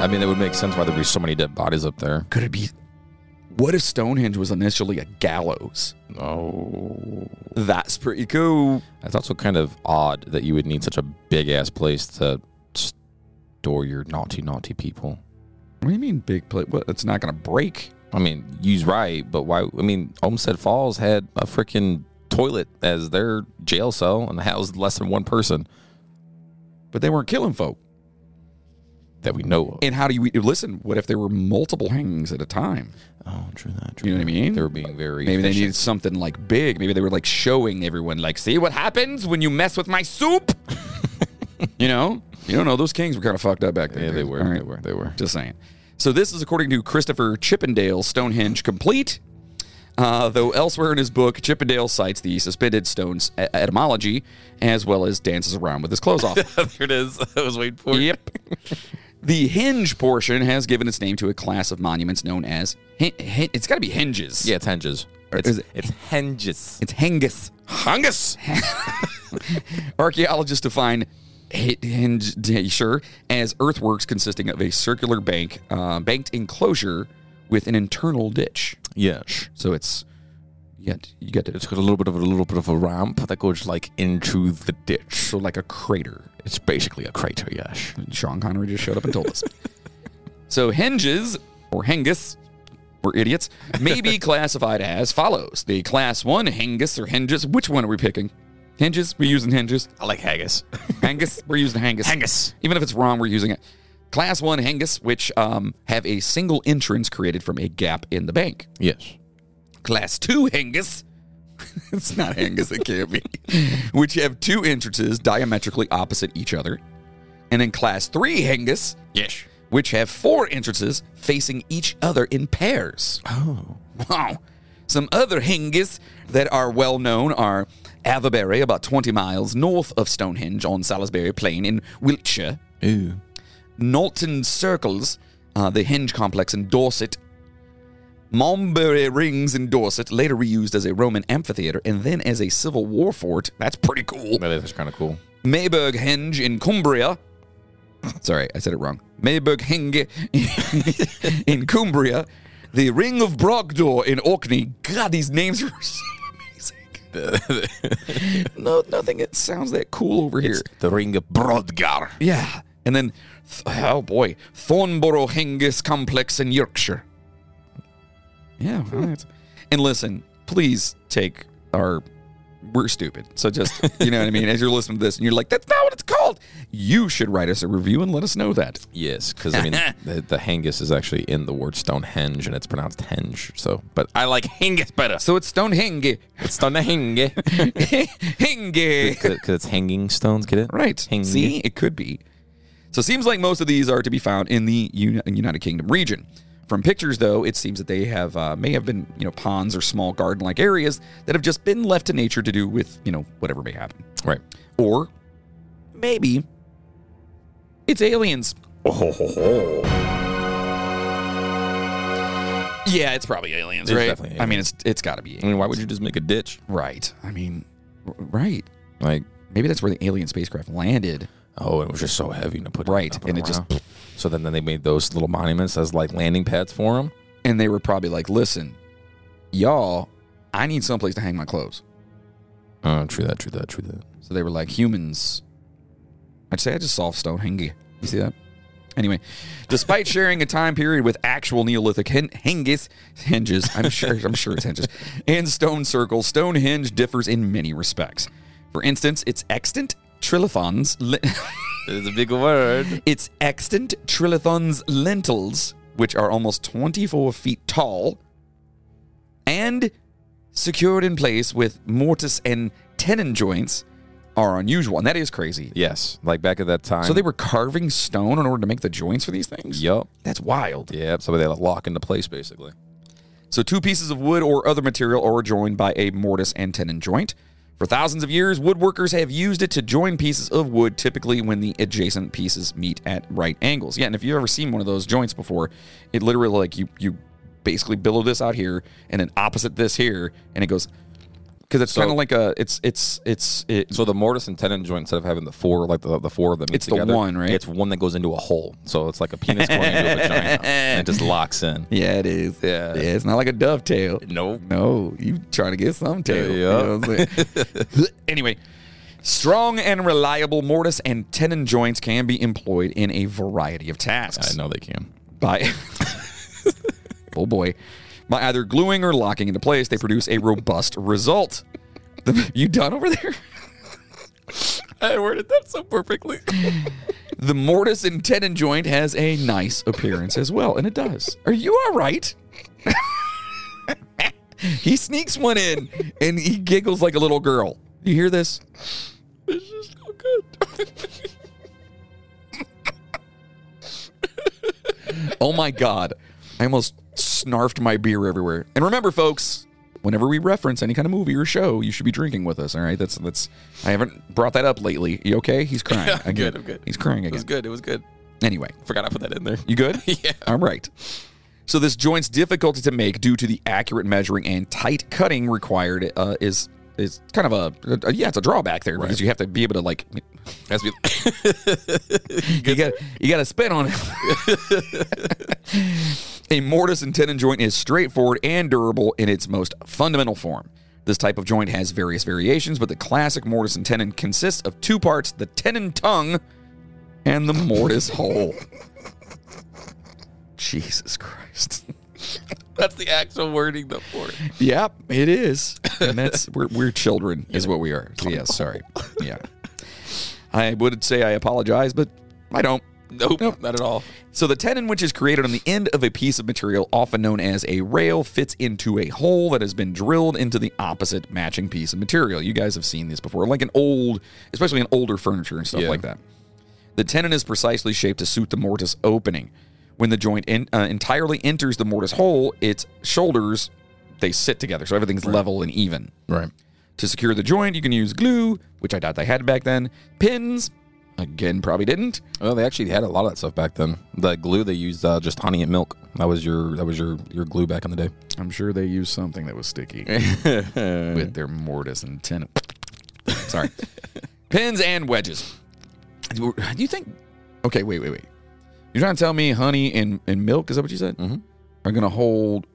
S2: I mean, it would make sense why there'd be so many dead bodies up there.
S1: Could it be? What if Stonehenge was initially a gallows?
S2: Oh.
S1: That's pretty cool.
S2: That's also kind of odd that you would need such a big ass place to store your naughty, naughty people.
S1: What do you mean big plate? What, it's not going to break.
S2: I mean, you's right, but why? I mean, Olmsted Falls had a freaking toilet as their jail cell and housed less than one person
S1: But they weren't killing folk.
S2: that we know of.
S1: And how do you listen? What if there were multiple hangings at a time?
S2: oh, true that. True
S1: You know what I mean?
S2: They were being very.
S1: Maybe they
S2: efficient.
S1: needed something like big. Maybe they were like showing everyone, like, see what happens when you mess with my soup. you know, you don't know. Those kings were kind of fucked up back then.
S2: Yeah, they
S1: dude.
S2: were.
S1: All
S2: They were. They were.
S1: Just saying. So this is according to Christopher Chippendale, Stonehenge complete. Uh, though elsewhere in his book, Chippendale cites the suspended stone's e- etymology as well as dances around with his clothes off.
S2: there it is. I was waiting for it.
S1: Yep. The hinge portion has given its name to a class of monuments known as hin- hin- it's got to be hinges.
S2: Yeah, it's hinges.
S1: is
S2: It's,
S1: it-
S2: it's hinges.
S1: It's hengus.
S2: Hungus.
S1: Archaeologists define hi- hinge sure as earthworks consisting of a circular bank, uh, banked enclosure with an internal ditch.
S2: Yeah. sh-
S1: So it's you got you got to,
S2: It's got a little bit of a little bit of a ramp that goes like into the ditch.
S1: so like a crater.
S2: It's basically a crater. Yes.
S1: Sean Connery just showed up and told us. so hinges or hengus, we're idiots, may be classified as follows: the class one hengus or hinges. Which one are we picking? Hinges. We're using hinges.
S2: I like haggis.
S1: Hangus. We're using hangus.
S2: Hangus.
S1: Even if it's wrong, we're using it. Class one hangus, which um, have a single entrance created from a gap in the bank.
S2: Yes.
S1: Class two hangus. it's not hangus. It can't be. which have two entrances diametrically opposite each other. And then class three hangus,
S2: Yes.
S1: which have four entrances facing each other in pairs.
S2: Oh.
S1: Wow. Some other hinges that are well known are Avebury, about 20 miles north of Stonehenge on Salisbury Plain in Wiltshire,
S2: Ew.
S1: Knowlton Circles, uh, the hinge complex in Dorset, Mombury Rings in Dorset, later reused as a Roman amphitheater and then as a Civil War fort. That's pretty cool.
S2: That is kind of cool.
S1: Mayburg Henge in Cumbria. Sorry, I said it wrong. Mayburg Henge in Cumbria. The Ring of Brogdor in Orkney. God, these names are so amazing. no, nothing that sounds that cool over here.
S2: The ring of Brodgar.
S1: Yeah. And then, th- oh boy, Thornborough Hengis Complex in Yorkshire. Yeah.
S2: Hmm.
S1: all right. And listen, please take our. We're stupid. So just, you know what I mean? As you're listening to this and you're like, that's not what it's called. You should write us a review and let us know that.
S2: Yes, because I mean the, the Hengis is actually in the word Stonehenge and it's pronounced henge. So, but I like Hengis better.
S1: So it's Stonehenge.
S2: It's Stonehenge
S1: Henge.
S2: because it's hanging stones. Get it
S1: Right.
S2: Henge.
S1: See, it could be. So it seems like most of these are to be found in the Uni- United Kingdom region. From pictures, though, it seems that they have uh, may have been you know ponds or small garden-like areas that have just been left to nature to do with you know whatever may happen,
S2: Right.
S1: or maybe it's aliens. Yeah, it's probably aliens,
S2: It's
S1: right?
S2: definitely
S1: I mean, it's it's got to be
S2: I mean, why would you just make a ditch?
S1: right. I mean, r- right?
S2: Like,
S1: Maybe that's where the alien spacecraft landed.
S2: oh, it was just so heavy to put
S1: Right,
S2: up
S1: and it just-
S2: around. so then then they made those little monuments as like landing pads for them.
S1: and they were probably like, "Listen, y'all, I need someplace to hang my clothes."
S2: Oh, true that. True that. True that.
S1: So they were like, "Humans." I'd say I just solved Stonehenge. You see that? Anyway, despite sharing a time period with actual Neolithic hen- henges, hinges, I'm sure, I'm sure it's hinges, and stone circles, Stonehenge differs in many respects. For instance, its extant trilithons, li-
S2: It's a big word.
S1: its extant trilithons lintels, which are almost 24 feet tall, and secured in place with mortise and tenon joints, are unusual, and that is crazy.
S2: Yes, like back at that time.
S1: So they were carving stone in order to make the joints for these things.
S2: Yup.
S1: That's wild.
S2: Yep. So they lock into place basically.
S1: So, two pieces of wood or other material are joined by a mortise and tenon joint. For thousands of years, woodworkers have used it to join pieces of wood, typically when the adjacent pieces meet at right angles. Yeah, and if you've ever seen one of those joints before, it literally like you you basically billow this out here and then opposite this here, and it goes because it's kind of like a it's it's it's it,
S2: So the mortise and tenon joint, instead of having the four, like the, the four of them,
S1: It's the one, right?
S2: It's one that goes into a hole. So it's like a penis going into a vagina, and it just locks in.
S1: yeah it is
S2: Yeah.
S1: yeah it's not like a dovetail
S2: Nope.
S1: No, you trying to get some tail.
S2: Yeah.
S1: You know what I'm saying? anyway, strong and reliable mortise and tenon joints can be employed in a variety of tasks.
S2: I know they can.
S1: By oh boy, by either gluing or locking into place, they produce a robust result. The- you done over there?
S2: I worded that so perfectly.
S1: The mortise and tendon joint has a nice appearance as well, and it does. Are you all right? he sneaks one in and he giggles like a little girl. You hear this?
S2: This is so good.
S1: Oh my God. I almost snarfed my beer everywhere. And remember, folks, whenever we reference any kind of movie or show, you should be drinking with us. All right. That's, that's, I haven't brought that up lately. You okay? He's crying.
S2: Yeah, I'm
S1: again.
S2: good, I'm good.
S1: He's crying
S2: It
S1: again.
S2: was good. It was good.
S1: Anyway,
S2: Forgot I put that in there.
S1: you good?
S2: Yeah.
S1: All right. So this joint's difficulty to make due to the accurate measuring and tight cutting required uh, is is kind of a, a- yeah, it's a drawback there because you have to be able to like
S2: That's me.
S1: you got you got to spin on it. a mortise and tendon joint is straightforward and durable in its most fundamental form. This type of joint has various variations, but the classic mortise and tendon consists of two parts: the tendon tongue and the mortise hole. Jesus Christ.
S2: That's the actual wording though for it.
S1: Yep, it is. And that's we're, we're children, is what we are. Yeah, sorry. Yeah, I would say I apologize, but I don't.
S2: Nope, not at all.
S1: So the tendon, which is created on the end of a piece of material, often known as a rail, fits into a hole that has been drilled into the opposite matching piece of material. You guys have seen this before, like an old, especially in older furniture and stuff
S2: Yeah.
S1: like that. The tendon is precisely shaped to suit the mortise opening. When the joint en- uh, entirely enters the mortise hole, its shoulders they sit together, so everything's level and even.
S2: Right.
S1: To secure the joint, you can use glue, which I doubt they had back then. Pins, again, probably didn't.
S2: Well, they actually had a lot of that stuff back then. The glue they used uh, just honey and milk. That was your that was your your glue back in the day.
S1: I'm sure they used something that was sticky with their mortise and tenon. Sorry. Pins and wedges. Do you think. Okay, wait, wait, wait. You're trying to tell me honey and, and milk, is that what you said?
S2: Mhm.
S1: Are going to hold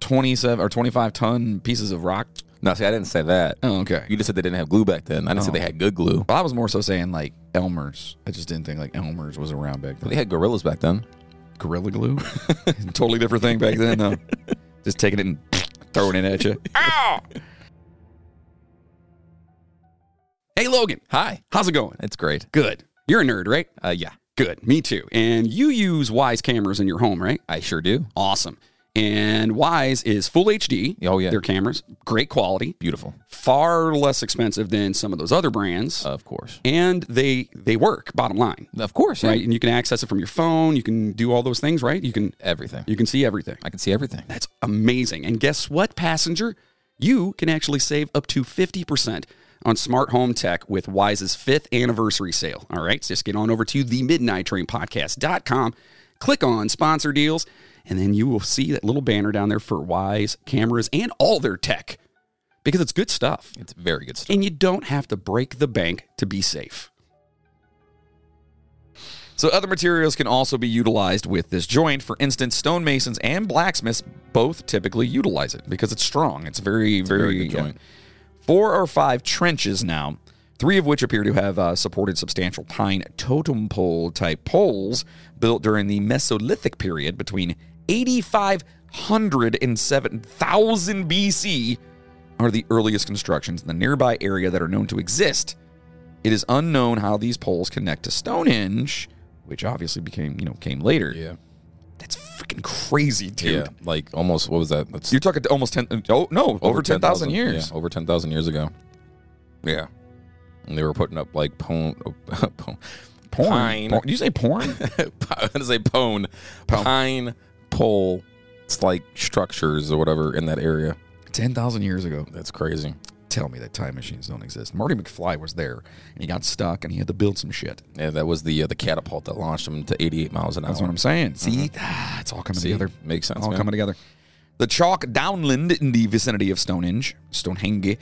S1: 27 or 25 ton pieces of rock?
S2: No, see, I didn't say that.
S1: Oh, okay.
S2: You just said they didn't have glue back then. I didn't say they had good glue.
S1: Well, I was more so saying like Elmer's. I just didn't think like Elmer's was around back then.
S2: They had gorillas back then.
S1: Gorilla glue. totally different thing back then, though. Just taking it and throwing it at you. Ow! Hey, Logan,
S2: Hi.
S1: how's it going?
S2: It's great.
S1: Good. You're a nerd, right?
S2: Uh, yeah,
S1: Good. Me too. And you use Wise cameras in your home, right?
S2: I sure do.
S1: Awesome. And Wise is full HD.
S2: Oh, yeah.
S1: Their cameras, great quality,
S2: Beautiful.
S1: far less expensive than some of those other brands.
S2: Of course.
S1: and they they work, bottom line.
S2: Of course. yeah.
S1: Right? And you can access it from your phone, you can do all those things, right? You can
S2: Everything.
S1: you can see everything.
S2: I can see everything.
S1: That's amazing. And guess what, passenger? You can actually save up to 50% on smart home tech with Wise's fifth anniversary sale. All right, just get on over to the midnight train podcast.com, click on sponsor deals, and then you will see that little banner down there for Wise cameras and all their tech because it's good stuff.
S2: It's very good stuff.
S1: And you don't have to break the bank to be safe. So, other materials can also be utilized with this joint. For instance, stonemasons and blacksmiths both typically utilize it because it's strong. It's very, very,
S2: very good
S1: yeah.
S2: joint.
S1: Four or five trenches now, three of which appear to have uh, supported substantial pine totem pole type poles built during the Mesolithic period between 8500 and 7000 BC are the earliest constructions in the nearby area that are known to exist. It is unknown how these poles connect to Stonehenge, which obviously became, you know, came later.
S2: Yeah.
S1: That's freaking crazy, dude.
S2: Yeah. Like almost. What was that? That's
S1: You're talking to almost 10 oh no, over, 10,000 years.
S2: Yeah, over 10,000 years ago. Yeah. And they were putting up like pone. oh, pone
S1: Porn.
S2: Pine.
S1: Porn. Did you say porn?
S2: I was gonna say pone. Pine pole. It's like structures or whatever in that area.
S1: 10,000 years ago.
S2: That's crazy.
S1: Tell me that time machines don't exist. Marty McFly was there and he got stuck and he had to build some shit.
S2: Yeah, that was the uh, the catapult that launched them to 88 miles an hour.
S1: That's what I'm saying. See, Ah, it's all coming together.
S2: Makes sense.
S1: all
S2: man.
S1: coming together. The chalk downland in the vicinity of Stonehenge, Stonehenge,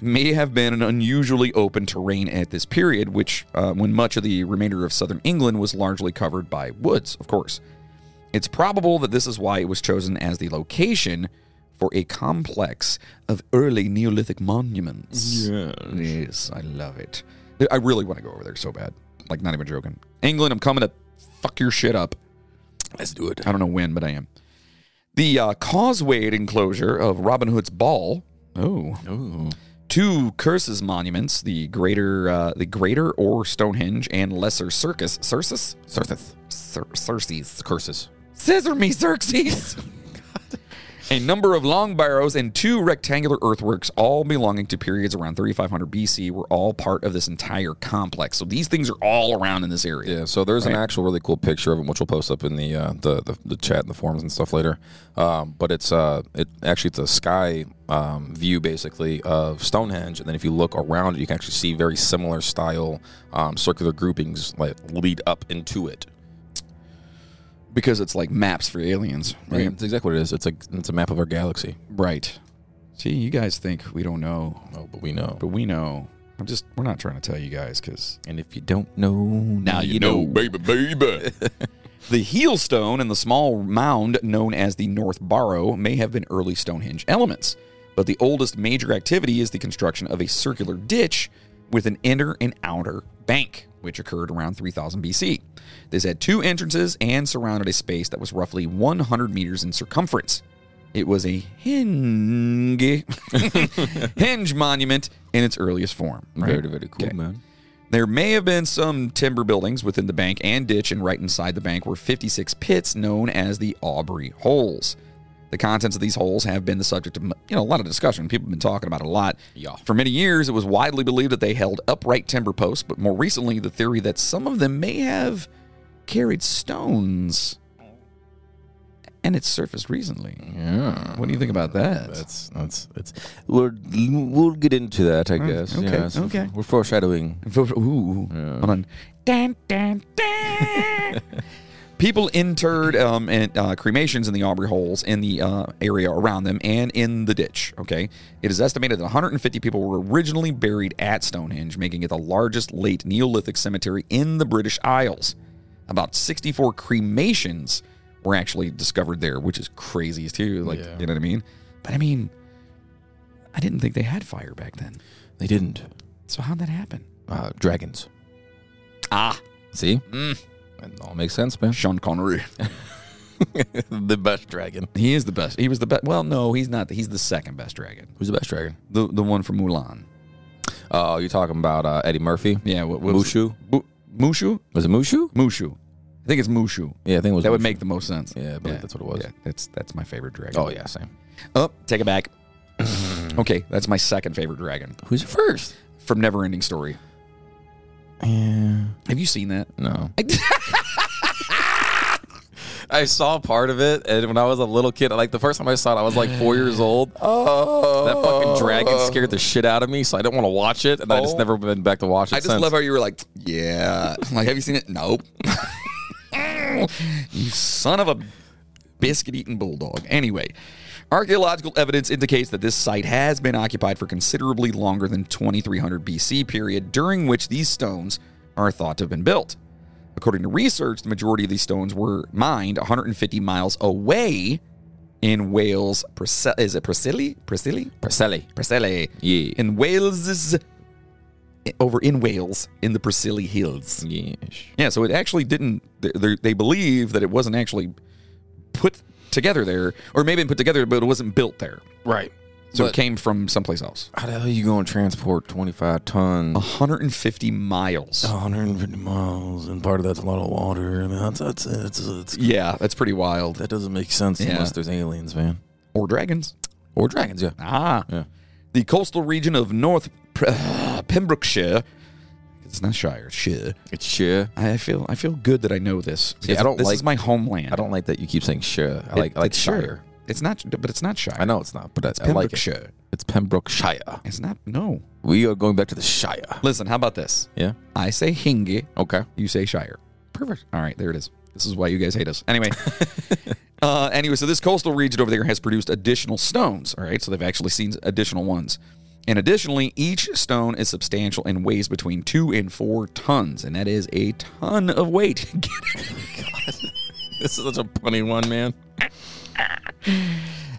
S1: may have been an unusually open terrain at this period, which, uh, when much of the remainder of southern England was largely covered by woods, of course. It's probable that this is why it was chosen as the location for a complex of early Neolithic monuments.
S2: Yes.
S1: Yes, I love it. I really want to go over there so bad. Like, not even joking. England, I'm coming to fuck your shit up.
S2: Let's do it.
S1: I don't know when, but I am. The uh, causeway enclosure of Robin Hood's Ball. Oh.
S2: Ooh.
S1: Two curses monuments, the greater uh, the greater or Stonehenge and lesser circus Circus?
S2: Cirtheth.
S1: Cer- Circes.
S2: Curses.
S1: Scissor me, Xerxes! A number of long barrows and two rectangular earthworks, all belonging to periods around 3500 BC, were all part of this entire complex. So these things are all around in this area.
S2: Yeah, so there's an actual really cool picture of it, which we'll post up in the uh, the, the the chat and the forums and stuff later. Um, but it's uh, it actually it's a sky um, view basically of Stonehenge, and then if you look around it, you can actually see very similar style um, circular groupings like lead up into it.
S1: Because it's like maps for aliens,
S2: Right, That's exactly what it is. It's a it's a map of our galaxy.
S1: Right. See, you guys think we don't know,
S2: Oh, but we know.
S1: but we know. I'm just, we're not trying to tell you guys because
S2: And if you don't know, now,
S1: baby, baby. the heel stone and the small mound known as the North Barrow may have been early Stonehenge elements, but the oldest major activity is the construction of a circular ditch with an inner and outer bank, which occurred around 3000 BC. This had two entrances and surrounded a space that was roughly 100 meters in circumference. It was a hinge, hinge monument in its earliest form. right?
S2: Very very cool, man.
S1: There may have been some timber buildings within the bank and ditch, and right inside the bank were 56 pits known as the Aubrey Holes. The contents of these holes have been the subject of you know a lot of discussion. People have been talking about it a lot.
S2: Yeah.
S1: For many years, it was widely believed that they held upright timber posts, but more recently, the theory that some of them may have carried stones, and it surfaced recently.
S2: Yeah.
S1: What do you think about that?
S2: That's that's it's. We're, we'll get into that, I guess.
S1: okay,
S2: yes.
S1: okay.
S2: We're foreshadowing.
S1: Ooh. Hold on. Dun, dun, dun. People interred um, and, uh, cremations in the Aubrey holes in the uh, area around them and in the ditch. Okay, it is estimated that 150 people were originally buried at Stonehenge, making it the largest late Neolithic cemetery in the British Isles. About 64 cremations were actually discovered there, which is crazy too. Like,
S2: Yeah.
S1: you know what I mean? But I mean, I didn't think they had fire back then.
S2: They didn't.
S1: So how'd that happen?
S2: Uh, dragons.
S1: Ah,
S2: See? It all makes sense, man.
S1: Sean Connery.
S2: the best dragon.
S1: He is the best. He was the best. Well, no, he's not. He's the second best dragon.
S2: Who's the best dragon?
S1: The the one from Mulan.
S2: Oh, you're talking about uh, Eddie Murphy?
S1: Yeah. What, what was it?
S2: Mushu?
S1: Bu- Mushu?
S2: Was it Mushu?
S1: Mushu. I think it's Mushu.
S2: Yeah, I think it was
S1: That would
S2: Mushu.
S1: make the most sense.
S2: Yeah, I believe that's what it was.
S1: Yeah, that's that's my favorite dragon.
S2: Oh, yeah, same.
S1: Oh, take it back. okay, that's my second favorite dragon
S2: Who's your first?
S1: from Neverending Story.
S2: Yeah.
S1: Have you seen that?
S2: No. I saw part of it, and when I was a little kid, like the first time I saw it, I was like four years old.
S1: Oh,
S2: That fucking dragon scared the shit out of me, so I didn't want to watch it, and I
S1: Oh.
S2: just never been back to watch it
S1: I just
S2: since.
S1: love how you were like, yeah. like, have you seen it? Nope. you son of a biscuit eating bulldog. Anyway, archaeological evidence indicates that this site has been occupied for considerably longer than 2300 BC period, during which these stones are thought to have been built. According to research, the majority of these stones were mined 150 miles away in Wales. Prisce- is it Priscilla? Priscilla?
S2: Priscelli.
S1: Priscilla.
S2: Yeah.
S1: In Wales, over in Wales, in the Priscilla Hills.
S2: Yes.
S1: Yeah, so it actually didn't. They, they- they believe that it wasn't actually put together there, or maybe put together, but it wasn't built there.
S2: Right.
S1: So it
S2: But-
S1: came from someplace else.
S2: How the hell you going to transport 25 tons?
S1: 150 miles.
S2: 150 miles, and part of that's a lot of water. I mean, that's, that's, it's it's
S1: Yeah, that's pretty wild.
S2: that doesn't make sense
S1: unless
S2: unless there's aliens, man.
S1: Or dragons.
S2: Or dragons, yeah.
S1: Ah.
S2: Yeah.
S1: The coastal region of North P- Pembrokeshire. It's not Shire, it's Shire.
S2: It's sure.
S1: I feel I feel good that I know this.
S2: I don't
S1: this
S2: like-
S1: is my homeland.
S2: I don't like that you keep saying sure. I like I like
S1: it's
S2: shire.
S1: It's not, but it's not Shire.
S2: I know it's not, but I, I like it.
S1: Pembrokeshire.
S2: It's Pembrokeshire.
S1: It's not. No.
S2: We are going back to the Shire.
S1: Listen, how about this?
S2: Yeah.
S1: I say Hinge,
S2: Okay.
S1: you say Shire.
S2: Perfect.
S1: All right, there it is. This is why you guys hate us. Anyway. uh, anyway, so this coastal region over there has produced additional stones. All right, so they've actually seen additional ones. And additionally, each stone is substantial and weighs between two and four tons, and that is a ton of weight. Get it?
S2: This is such a funny one, man.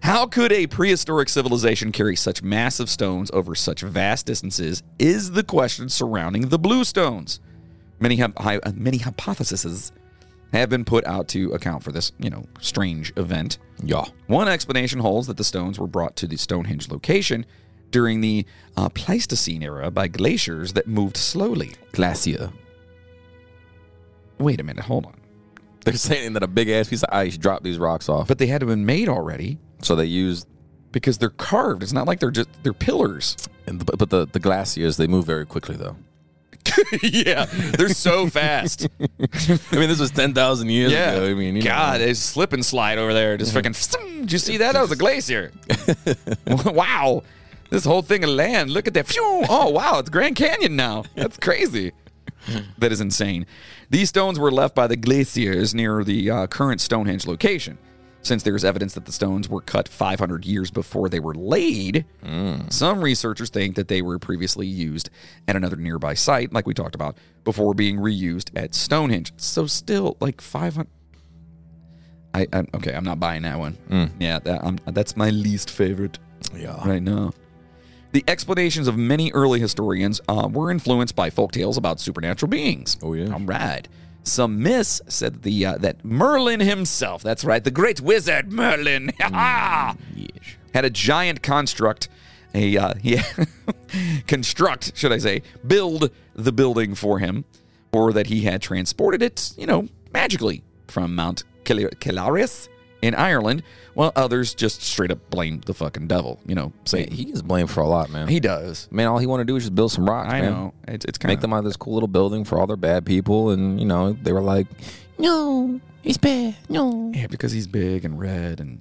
S1: How could a prehistoric civilization carry such massive stones over such vast distances? Is the question surrounding the blue stones. Many, hy- hy- uh, many hypotheses have been put out to account for this, you know, strange event.
S2: Yeah.
S1: One explanation holds that the stones were brought to the Stonehenge location during the uh, Pleistocene era by glaciers that moved slowly.
S2: Glacier.
S1: Wait a minute, hold on.
S2: They're saying that a big ass piece of ice dropped these rocks off.
S1: But they had to have been made already
S2: So they used,
S1: because they're carved. It's not like they're just they're pillars.
S2: and the- but the, the glaciers, they move very quickly though.
S1: yeah, they're so fast.
S2: I mean, this was 10,000 years
S1: yeah,
S2: ago. I mean, you know.
S1: God, it's slip and slide over there. Just freaking. Did you see that? That was a glacier. wow, this whole thing of land. Look at that. Phew. Oh wow, it's Grand Canyon now. That's crazy. that is insane. These stones were left by the glaciers near the uh, current Stonehenge location. Since there is evidence that the stones were cut 500 years before they were laid,
S2: Hmm.
S1: some researchers think that they were previously used at another nearby site, like we talked about, before being reused at Stonehenge. So, still, like 500. I, I'm okay. I'm not buying that one. Yeah, that, I'm, that's my least favorite
S2: Mm. Yeah.
S1: right now. The explanations of many early historians uh, were influenced by folktales about supernatural beings.
S2: Oh, yeah.
S1: All right. Some myths said the uh, that Merlin himself, that's right, the great wizard Merlin, ha
S2: Yeesh.
S1: had a giant construct, a uh, yeah, construct, should I say, build the building for him, or that he had transported it, you know, magically from Mount Kil- Kilaris in Ireland, while others just straight up blame the fucking devil, you know, say
S2: Man, He gets blamed for a lot, man.
S1: he does.
S2: man, all he wanted to do is just build some rocks,
S1: I
S2: man.
S1: know it's it's kind
S2: Make
S1: of
S2: them out of this cool little building for all their bad people. And, you know, they were like, no, he's bad. No.
S1: yeah because he's big and red and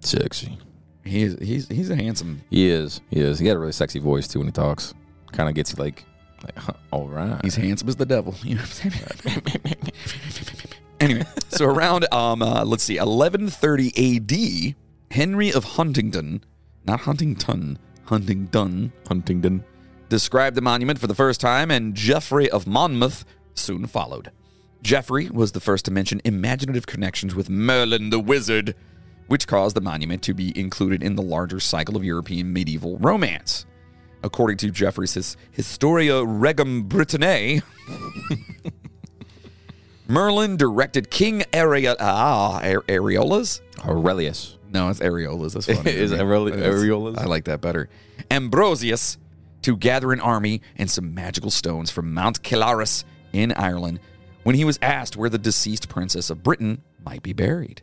S2: Sexy.
S1: he is he's he's a handsome
S2: He is. He is. He got a really sexy voice, too, when he talks. Kind of gets you like, like huh, all right.
S1: He's handsome as the devil. You know what I'm saying? anyway, so around um, uh, let's see, 1130 A.D., Henry of Huntingdon, not Huntington, Huntingdon,
S2: Huntington.
S1: described the monument for the first time, and Geoffrey of Monmouth soon followed. Geoffrey was the first to mention imaginative connections with Merlin the Wizard, which caused the monument to be included in the larger cycle of European medieval romance. According to Geoffrey's his- Historia Regum Britanniae, Merlin directed King Aria- ah, Ar- Areolas?
S2: Aurelius.
S1: No, it's areolas. That's funny.
S2: Is
S1: It
S2: areoli-
S1: is.
S2: areolas?
S1: I like that better. Ambrosius to gather an army and some magical stones from Mount Kilaris in Ireland when he was asked where the deceased princess of Britain might be buried.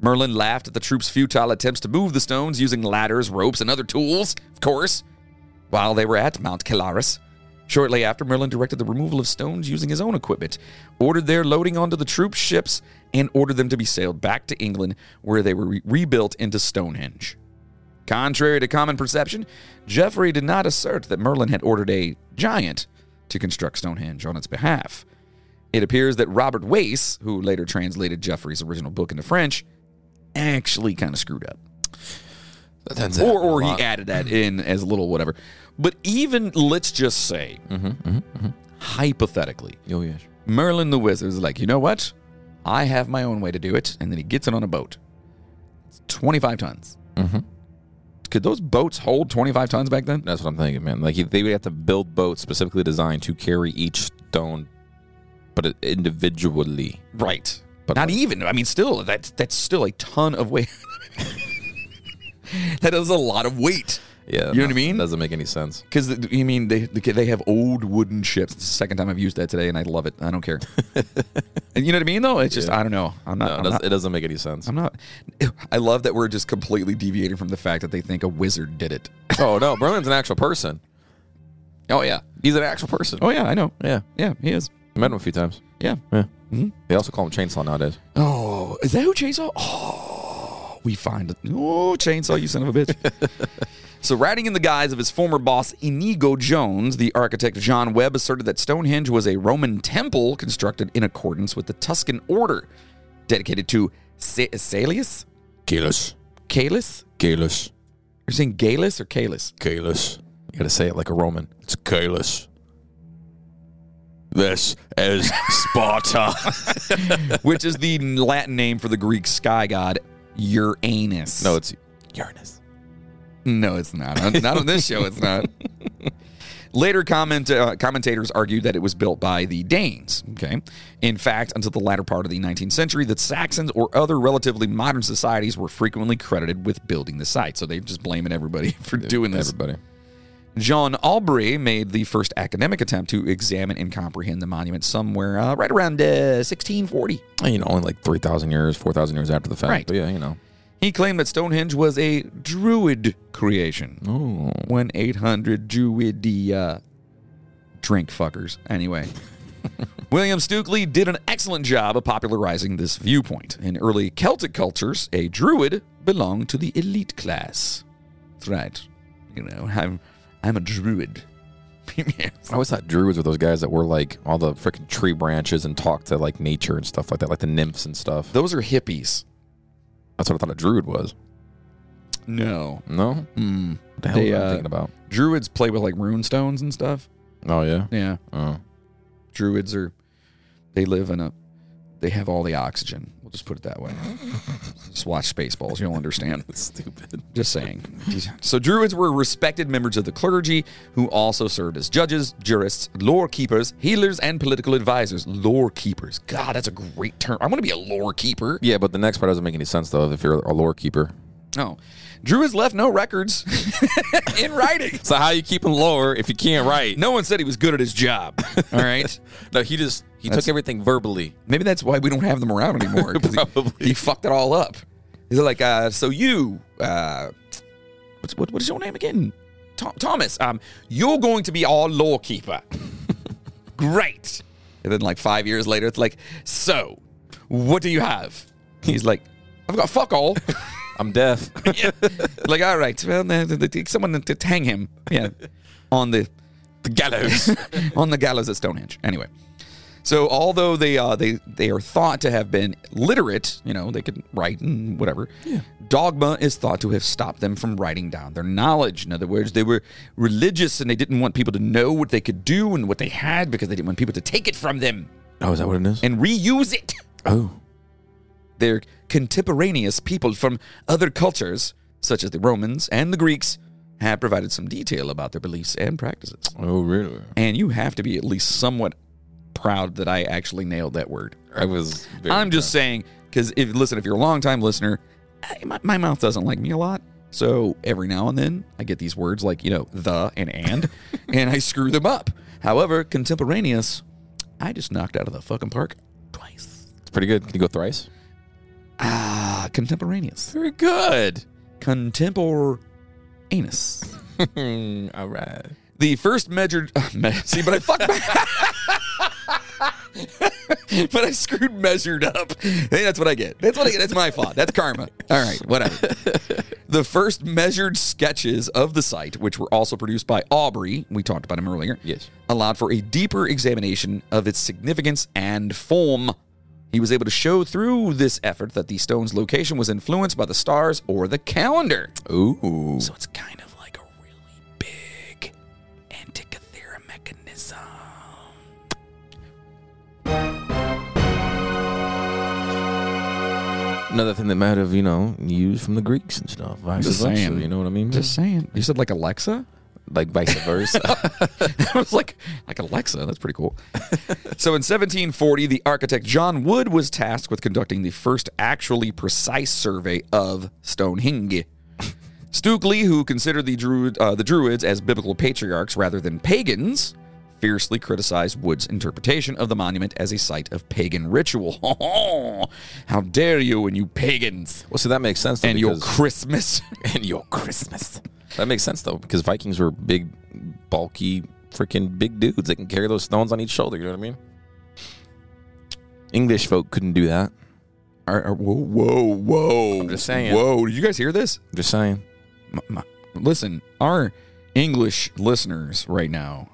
S1: Merlin laughed at the troops' futile attempts to move the stones using ladders, ropes, and other tools, of course, while they were at Mount Kilaris. Shortly after, Merlin directed the removal of stones using his own equipment, ordered their loading onto the troop ships, and ordered them to be sailed back to England, where they were re- rebuilt into Stonehenge. Contrary to common perception, Geoffrey did not assert that Merlin had ordered a giant to construct Stonehenge on its behalf. It appears that Robert Wace, who later translated Geoffrey's original book into French, actually kind of screwed up.
S2: That tends to
S1: Or,
S2: happen a
S1: or he
S2: lot.
S1: added that in as a little whatever. But even, let's just say, hypothetically,
S2: Oh, yes.
S1: Merlin the Wizard is like, you know what? I have my own way to do it. And then he gets it on a boat. It's 25 tons. Could those boats hold 25 tons back then?
S2: That's what I'm thinking, man. Like they would have to build boats specifically designed to carry each stone, but it- individually.
S1: Right. But
S2: But
S1: not even. I mean, still, that's, that's still a ton of weight. that is a lot of weight. You
S2: Yeah,
S1: know
S2: no,
S1: what I mean?
S2: Doesn't make any sense.
S1: Because you mean they they have old wooden ships. It's the second time I've used that today, and I love it. I don't care. and you know what I mean, though. It's just I don't know. I'm not.
S2: No, it
S1: I'm,
S2: doesn't,
S1: not
S2: it doesn't make any sense.
S1: I'm not. I love that we're just completely deviating from the fact that they think a wizard did it.
S2: oh no, Merlin's an actual person.
S1: Oh yeah.
S2: He's an actual person.
S1: Oh yeah. I know.
S2: Yeah,
S1: Yeah, he is.
S2: I met him a few times.
S1: Yeah.
S2: Yeah, they also call him Chainsaw nowadays.
S1: Oh, is that who Chainsaw? Oh, we find it. Oh, Chainsaw, you son of a bitch. so, writing in the guise of his former boss, Inigo Jones, the architect John Webb asserted that Stonehenge was a Roman temple constructed in accordance with the Tuscan order, dedicated to Sa- Salius?
S2: Kalis,
S1: Calus?
S2: Kalis,
S1: You're saying Galus or Calus?
S2: Kalis. You gotta say it like a Roman. It's Kalis. This is Sparta.
S1: Which is the Latin name for the Greek sky god Uranus.
S2: no, it's Uranus.
S1: No, it's not. On- Not on this show, it's not. Later comment, uh, commentators argued that it was built by the Danes. Okay. In fact, until the latter part of the 19th century, the Saxons or other relatively modern societies were frequently credited with building the site. So they're just blaming everybody for doing this.
S2: Everybody.
S1: Jean Aubrey made the first academic attempt to examine and comprehend the monument somewhere uh, right around uh, 1640.
S2: You know, only like 3,000 years, 4,000 years after the fact.
S1: Right.
S2: But yeah, you know.
S1: He claimed that Stonehenge was a druid creation.
S2: Oh.
S1: 1 800 Druidia. Drink fuckers. Anyway. William Stukely did an excellent job of popularizing this viewpoint. In early Celtic cultures, a druid belonged to the elite class. That's right. You know, I'm I'm a druid.
S2: I always thought druids were those guys that were like all the freaking tree branches and talk to like nature and stuff like that, like the nymphs and stuff.
S1: Those are hippies.
S2: That's what I thought a druid was.
S1: No.
S2: No?
S1: Mm.
S2: What the hell
S1: They,
S2: was I
S1: uh,
S2: thinking about?
S1: Druids play with like rune stones and stuff.
S2: Oh, yeah?
S1: Yeah.
S2: Oh.
S1: Druids are they live in a they have all the oxygen. We'll just put it that way. just watch Spaceballs, you'll understand.
S2: Stupid.
S1: Just saying. So druids were respected members of the clergy who also served as judges, jurists, lore keepers, healers, and political advisors. Lore keepers. God, that's a great term. I want to be a lore keeper.
S2: Yeah, but the next part doesn't make any sense, though, if you're a lore keeper.
S1: No. Druids left no records in writing.
S2: So, how you keeping lore if you can't write?
S1: No one said he was good at his job. All right.
S2: No, he just, he took everything verbally.
S1: Maybe that's why we don't have them around anymore. 'cause he-
S2: Probably.
S1: He, fucked it all up. He's like, uh, so you, uh, what's, what, what is your name again? Tho- Thomas, um, you're going to be our law keeper. Great. And then, like, five years later, it's like, so what do you have? He's like, I've got fuck all.
S2: I'm deaf.
S1: Yeah. like, all right, well, then, th- th- someone to to hang him. Yeah. On the
S2: the gallows.
S1: on the gallows at Stonehenge. Anyway, so although they uh, they they are thought to have been literate, you know, they could write and whatever. Dogma is thought to have stopped them from writing down their knowledge. In other words, they were religious and they didn't want people to know what they could do and what they had because they didn't want people to take it from them
S2: oh, is that what it is?
S1: and reuse it.
S2: Oh.
S1: Their contemporaneous people from other cultures, such as the Romans and the Greeks, have provided some detail about their beliefs and practices.
S2: Oh, really?
S1: And you have to be at least somewhat proud that I actually nailed that word.
S2: I was. Very
S1: I'm just saying, because if listen, if you're a longtime listener, I, my, my mouth doesn't like me a lot. So every now and then I get these words like, you know, the and and, and I screw them up. However, contemporaneous, I just knocked out of the fucking park twice.
S2: It's pretty good. Can you go thrice?
S1: Ah, contemporaneous.
S2: Very good.
S1: Contemporaneous.
S2: All right.
S1: The first measured. Uh, me- see, but I fucked back. but I screwed measured up. Hey, that's what I get. That's what I get. That's my fault. That's karma. All right, whatever. the first measured sketches of the site, which were also produced by Aubrey, we talked about him earlier,
S2: Yes.
S1: allowed for a deeper examination of its significance and form. He was able to show through this effort that the stone's location was influenced by the stars or the calendar.
S2: Ooh.
S1: So it's kind of like a really big antikythera mechanism.
S2: Another thing that might have, you know, used from the Greeks and stuff. Vice
S1: Just
S2: versa.
S1: saying.
S2: You know what I mean?
S1: Just saying. You said like Alexa?
S2: like vice versa.
S1: I was like, like Alexa, that's pretty cool. so in 1740, the architect John Wood was tasked with conducting the first actually precise survey of Stonehenge. Stukely, who considered the, Druid, uh, the Druids as biblical patriarchs rather than pagans, fiercely criticized Wood's interpretation of the monument as a site of pagan ritual. How dare you and you pagans
S2: well, so that makes sense. Though,
S1: and your
S2: because-
S1: Christmas.
S2: and your Christmas. That makes sense though, because Vikings were big, bulky, freaking big dudes. They can carry those stones on each shoulder. You know what I mean? English folk couldn't do that.
S1: Are- are- whoa, whoa, whoa. I'm
S2: just saying.
S1: Whoa, did you guys hear this?
S2: I'm just saying.
S1: my, my, listen, our English listeners right now,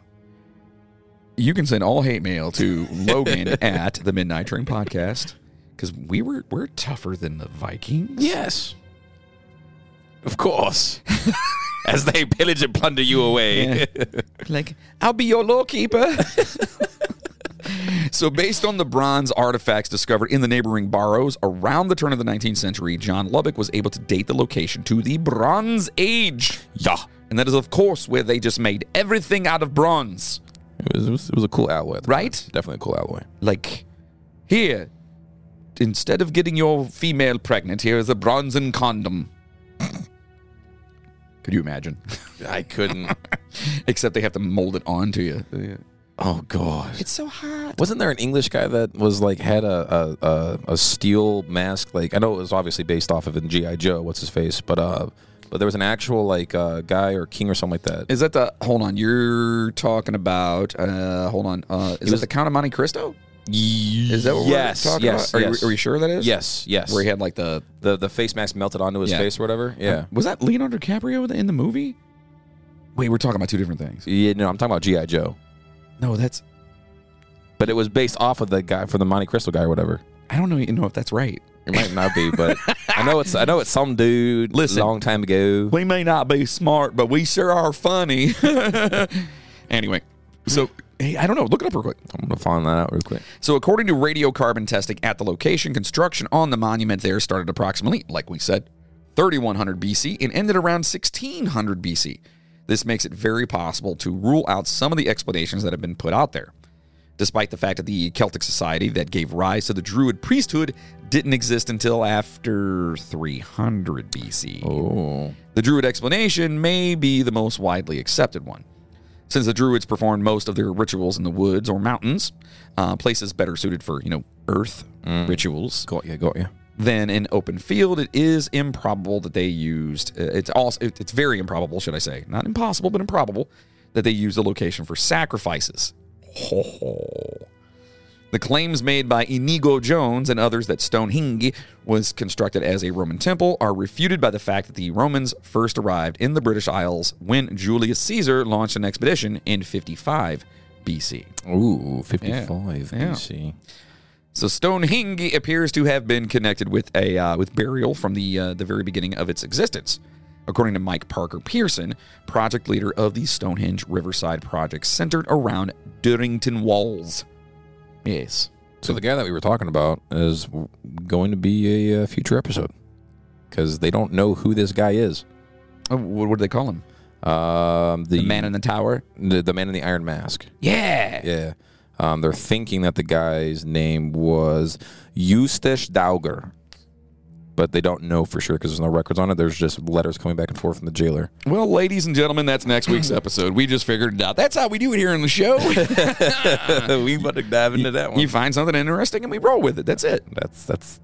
S1: you can send all hate mail to Logan at the Midnight Train Podcast because we were we're tougher than the Vikings.
S2: Yes. Of course. As they pillage and plunder you away.
S1: like I'll be your lawkeeper. so, based on the bronze artifacts discovered in the neighboring barrows around the turn of the 19th century, John Lubbock was able to date the location to the Bronze Age.
S2: Yeah.
S1: And that is, of course, where they just made everything out of bronze,
S2: It was, it was, it was a cool alloy. at the time.
S1: right?
S2: Definitely a cool alloy.
S1: Like, here, instead of getting your female pregnant, here is a bronzen condom. Could you imagine?
S2: I couldn't.
S1: Except they have to mold it onto you.
S2: oh god.
S1: It's so hot.
S2: Wasn't there an English guy that was like had a a, a a steel mask? Like I know it was obviously based off of in GI Joe. What's his face? But uh, but there was an actual like uh, guy or king or something like that.
S1: Is that the hold on? You're talking about uh hold on. Uh is
S2: was-
S1: that the Count of Monte Cristo?
S2: Is
S1: Is that what
S2: yes,
S1: we're talking
S2: yes,
S1: about? Are,
S2: yes.
S1: you, are you sure that is?
S2: Yes, yes.
S1: Where he had like the
S2: the the face mask melted onto his
S1: Yeah. Uh-huh.
S2: face or whatever. Yeah.
S1: was that Leonardo DiCaprio in the- in the movie? Wait, we're talking about two different things.
S2: Yeah, no, I'm talking about GI Joe.
S1: No, that's
S2: But it was based off of the guy from the Monte Cristo guy or whatever.
S1: I don't know, you know if that's right.
S2: It might not be, but I know it's I know it's some dude
S1: Listen.
S2: long time ago.
S1: We may not be smart, but we sure are funny. anyway, so hey, I don't know. Look it up real quick.
S2: I'm gonna find that out real quick.
S1: So, according to radiocarbon testing at the location, construction on the monument there started approximately, like we said, 3100 BC and ended around 1600 BC. This makes it very possible to rule out some of the explanations that have been put out there. Despite the fact that the Celtic society that gave rise to the Druid priesthood didn't exist until after 300 BC.
S2: Oh,
S1: The Druid explanation may be the most widely accepted one. Since the Druids performed most of their rituals in the woods or mountains, uh, places better suited for, you know, earth rituals,
S2: got you, got you.
S1: than in open field, it is improbable that they used, uh, it's also, it- it's very improbable, should I say, not impossible, but improbable, that they used the location for sacrifices. Ho, ho. The claims made by Inigo Jones and others that Stonehenge was constructed as a Roman temple are refuted by the fact that the Romans first arrived in the British Isles when Julius Caesar launched an expedition in 55 BC.
S2: Ooh, 55
S1: Yeah.
S2: BC.
S1: So Stonehenge appears to have been connected with a uh, with burial from the uh, the very beginning of its existence, according to Mike Parker Pearson, project leader of the Stonehenge Riverside project centered around Durrington Walls. Yes.
S2: So the guy that we were talking about is w- going to be a uh, future episode because they don't know who this guy is.
S1: Oh, what, what do they call him?
S2: Um, the,
S1: The man in the tower.
S2: the, the man in the iron mask.
S1: Yeah.
S2: Yeah. Um, they're thinking that the guy's name was Eustace Dauger, but they don't know for sure because there's no records on it. There's just letters coming back and forth from the jailer.
S1: Well, ladies and gentlemen, that's next week's episode. We just figured it out. That's how we do it here on the show.
S2: we about to dive into that
S1: you find something interesting and we roll with it. That's it.
S2: That's that's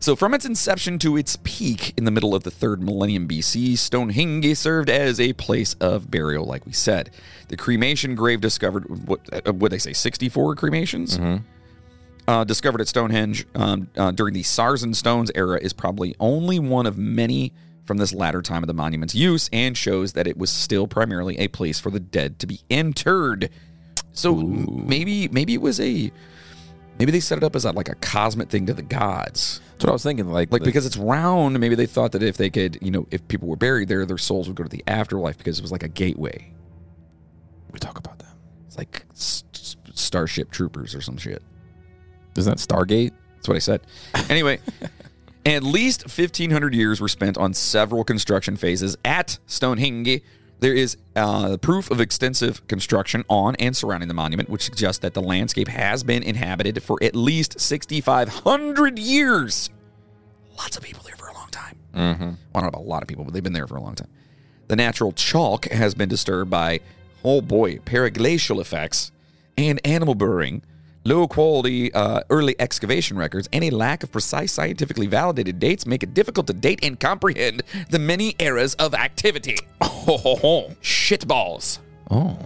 S1: So, from its inception to its peak in the middle of the third millennium BC, Stonehenge served as a place of burial, like we said. The cremation grave discovered, what uh, would they say, 64 cremations? Uh, discovered at Stonehenge um, uh, during the Sarsen Stones era is probably only one of many from this latter time of the monument's use and shows that it was still primarily a place for the dead to be interred. So m- maybe maybe it was a maybe they set it up as a, like a cosmic thing to the gods.
S2: that's what I was thinking. Like,
S1: Like
S2: the-
S1: because it's round, maybe they thought that if they could, you know, if people were buried there, their souls would go to the afterlife because it was like a gateway.
S2: we talk about that.
S1: It's like s- s- Starship Troopers or some shit.
S2: Isn't that Stargate?
S1: That's what I said. Anyway, at least 1,500 years were spent on several construction phases at Stonehenge. There is uh, proof of extensive construction on and surrounding the monument, which suggests that the landscape has been inhabited for at least 6,500 years. Lots of people there for a long time.
S2: Mm-hmm.
S1: well, not a lot of people, but they've been there for a long time. The natural chalk has been disturbed by, oh boy, periglacial effects and animal burrowing, low quality uh, early excavation records, and a lack of precise scientifically validated dates make it difficult to date and comprehend the many eras of activity. Shitballs.
S2: Oh,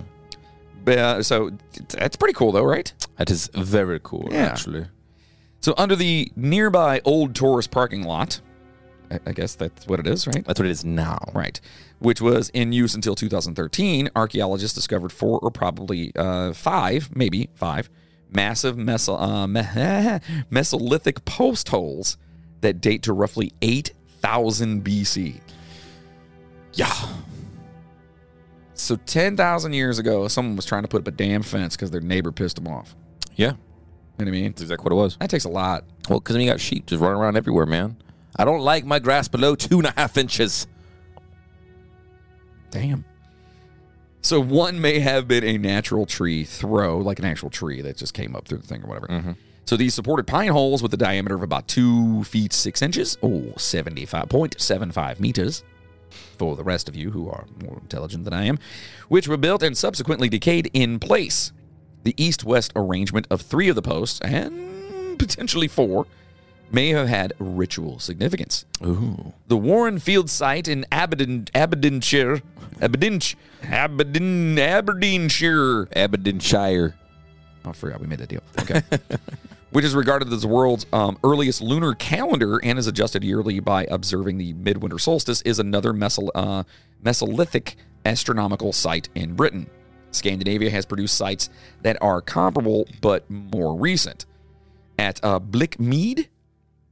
S1: Uh, so that's pretty cool, though, right?
S2: that is very cool.
S1: Yeah.
S2: Actually,
S1: So, under the nearby old tourist parking lot, I, I guess that's what it is, right?
S2: that's what it is now.
S1: Right. Which was in use until 2013. Archaeologists discovered four or probably uh, five, maybe five, massive meso- uh, me- Mesolithic post holes that date to roughly 8,000 BC.
S2: Yeah.
S1: So 10,000 years ago, someone was trying to put up a damn fence because their neighbor pissed them off.
S2: Yeah.
S1: You know what I mean?
S2: That's exactly what it was.
S1: That takes a lot.
S2: Well, because then you got sheep just running around everywhere, man. I don't like my grass below two and a half inches. Damn.
S1: So one may have been a natural tree throw, like an actual tree that just came up through the thing or whatever. So these supported pine holes with a diameter of about two feet six inches, oh, 75.75 meters for the rest of you who are more intelligent than I am, which were built and subsequently decayed in place. The east west arrangement of three of the posts, and potentially four, may have had ritual significance.
S2: Ooh.
S1: The Warren Field site in Aberdeen, Aberdeenshire, Aberdeenshire, Aberdeen, Aberdeenshire.
S2: Aberdeenshire.
S1: I forgot we made that deal. Okay. Which is regarded as the world's um, earliest lunar calendar and is adjusted yearly by observing the midwinter solstice, is another Mesol- uh, Mesolithic astronomical site in Britain. Scandinavia has produced sites that are comparable but more recent. At uh, Blickmead,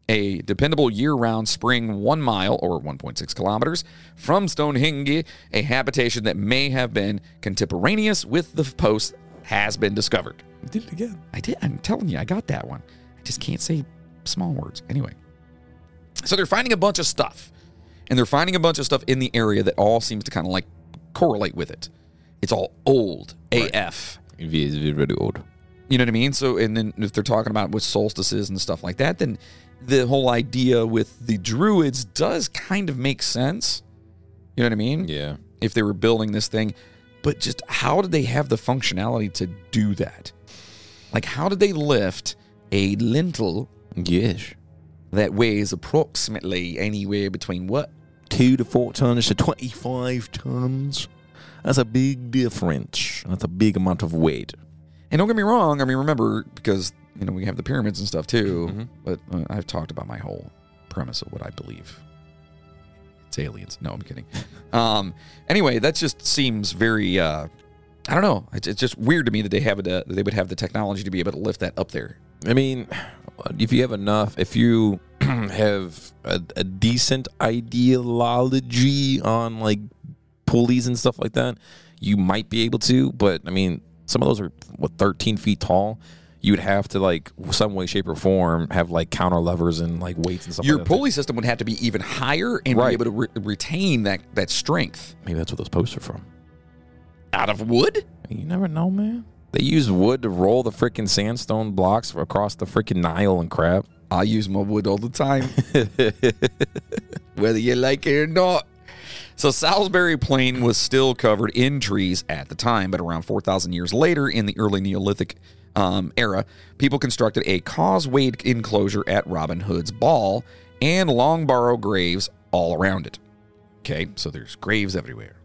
S1: a dependable year-round spring one mile or 1.6 kilometers from Stonehenge, a habitation that may have been contemporaneous with the post has been discovered.
S2: Did it again.
S1: I did. I'm telling you, I got that one. I just can't say small words. Anyway, so they're finding a bunch of stuff, and they're finding a bunch of stuff in the area that all seems to kind of like correlate with it. It's all old AF.
S2: V is very old.
S1: You know what I mean? So, and then if they're talking about what solstices and stuff like that, then the whole idea with the druids does kind of make sense. You know what I mean?
S2: Yeah.
S1: if they were building this thing, but just how did they have the functionality to do that? Like, how did they lift a lintel
S2: Yes.
S1: that weighs approximately anywhere between what?
S2: Two to four tons to 25 tons. That's a big difference. That's a big amount of weight.
S1: And don't get me wrong, I mean, remember, because, you know, we have the pyramids and stuff too, but uh, I've talked about my whole premise of what I believe. It's aliens. No, I'm kidding. um, anyway, that just seems very, uh, I don't know. It's, it's just weird to me that they have it, uh, that they would have the technology to be able to lift that up there.
S2: I mean, if you have enough, if you have a, a decent ideology on like pulleys and stuff like that, you might be able to. But I mean, some of those are what 13 feet tall. You would have to like some way, shape, or form have like counter levers and like weights and stuff.
S1: your
S2: like that.
S1: pulley system would have to be even higher and
S2: Right.
S1: be able to re- retain that that strength
S2: Maybe that's what those posts are from.
S1: out of wood.
S2: You never know, man. They use wood to roll the freaking sandstone blocks across the freaking Nile and crap.
S1: I use my wood all the time, whether you like it or not. So Salisbury Plain was still covered in trees at the time, but around 4,000 years later, in the early Neolithic um, era, people constructed a causewayed enclosure at Robin Hood's Ball and Longbarrow graves all around it. Okay, so there's graves everywhere.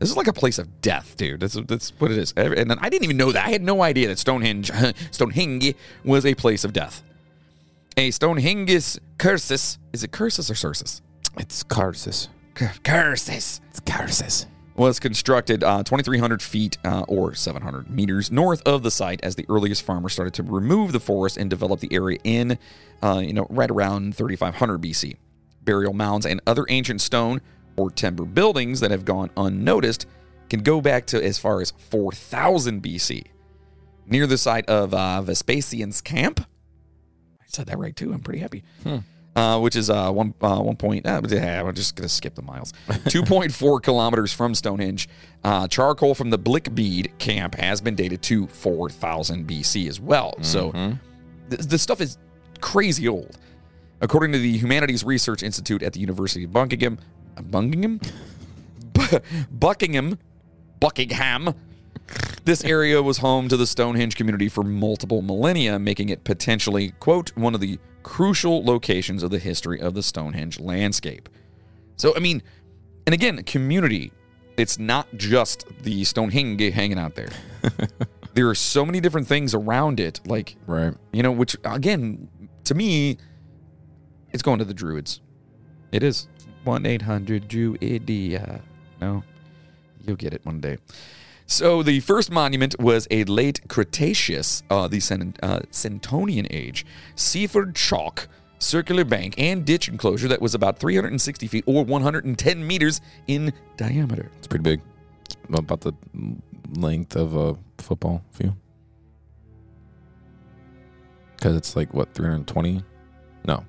S1: This is like a place of death, dude. That's that's what it is. Every- And then I didn't even know that. I had no idea that Stonehenge, Stonehenge, was a place of death. A Stonehenge's cursus is it cursus or sursus?
S2: It's curses.
S1: Cur- Cursus
S2: It's curses.
S1: was constructed uh, 2,300 feet uh, or 700 meters north of the site as the earliest farmers started to remove the forest and develop the area in, uh, you know, right around 3,500 BC. Burial mounds and other ancient stone or timber buildings that have gone unnoticed can go back to as far as 4,000 BC. Near the site of uh, Vespasian's camp, I said that right too. I'm pretty happy uh, which is uh, one uh, one point. Uh, yeah, I'm just gonna skip the miles. Two point four kilometers from Stonehenge. Uh, charcoal from the Blickbead camp has been dated to four thousand BC as well. So th- this stuff is crazy old. According to the Humanities Research Institute at the University of Buckingham, uh, Buckingham, Bu- Buckingham, Buckingham. This area was home to the Stonehenge community for multiple millennia, making it potentially, quote, one of the crucial locations of the history of the Stonehenge landscape. So, I mean, and again, community, it's not just the Stonehenge hanging out there. there are so many different things around it, like,
S2: Right.
S1: you know, which, again, to me, it's going to the Druids. It is. 1 800 Druidia. E. No, you'll get it one day. So the first monument was a late Cretaceous, uh, the Cen- uh, Centonian Age, Seaford chalk, circular bank, and ditch enclosure that was about 360 feet or 110 meters in diameter.
S2: It's pretty big. About the length of a football field. Because it's like, what, 320? No.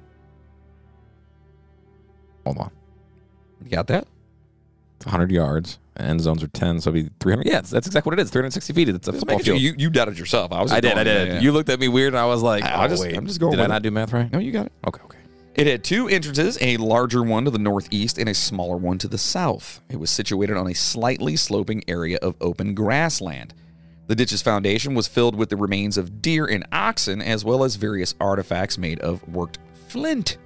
S2: Hold on.
S1: You got that?
S2: 100 yards. and End zones are 10, so it'd be 300. Yeah, that's, that's exactly what it is. 360 feet. It's a
S1: Just
S2: football
S1: making sure
S2: field.
S1: you, you doubted yourself. I was.
S2: I
S1: just
S2: did. I
S1: going,
S2: did.
S1: yeah, yeah.
S2: You looked at me weird, and I was like,
S1: I- I
S2: oh,
S1: just-
S2: wait.
S1: I'm just going
S2: Did I
S1: with
S2: not do math right?
S1: no, you got it.
S2: Okay. Okay.
S1: It had two entrances, a larger one to the northeast and a smaller one to the south. It was situated on a slightly sloping area of open grassland. The ditch's foundation was filled with the remains of deer and oxen, as well as various artifacts made of worked flint.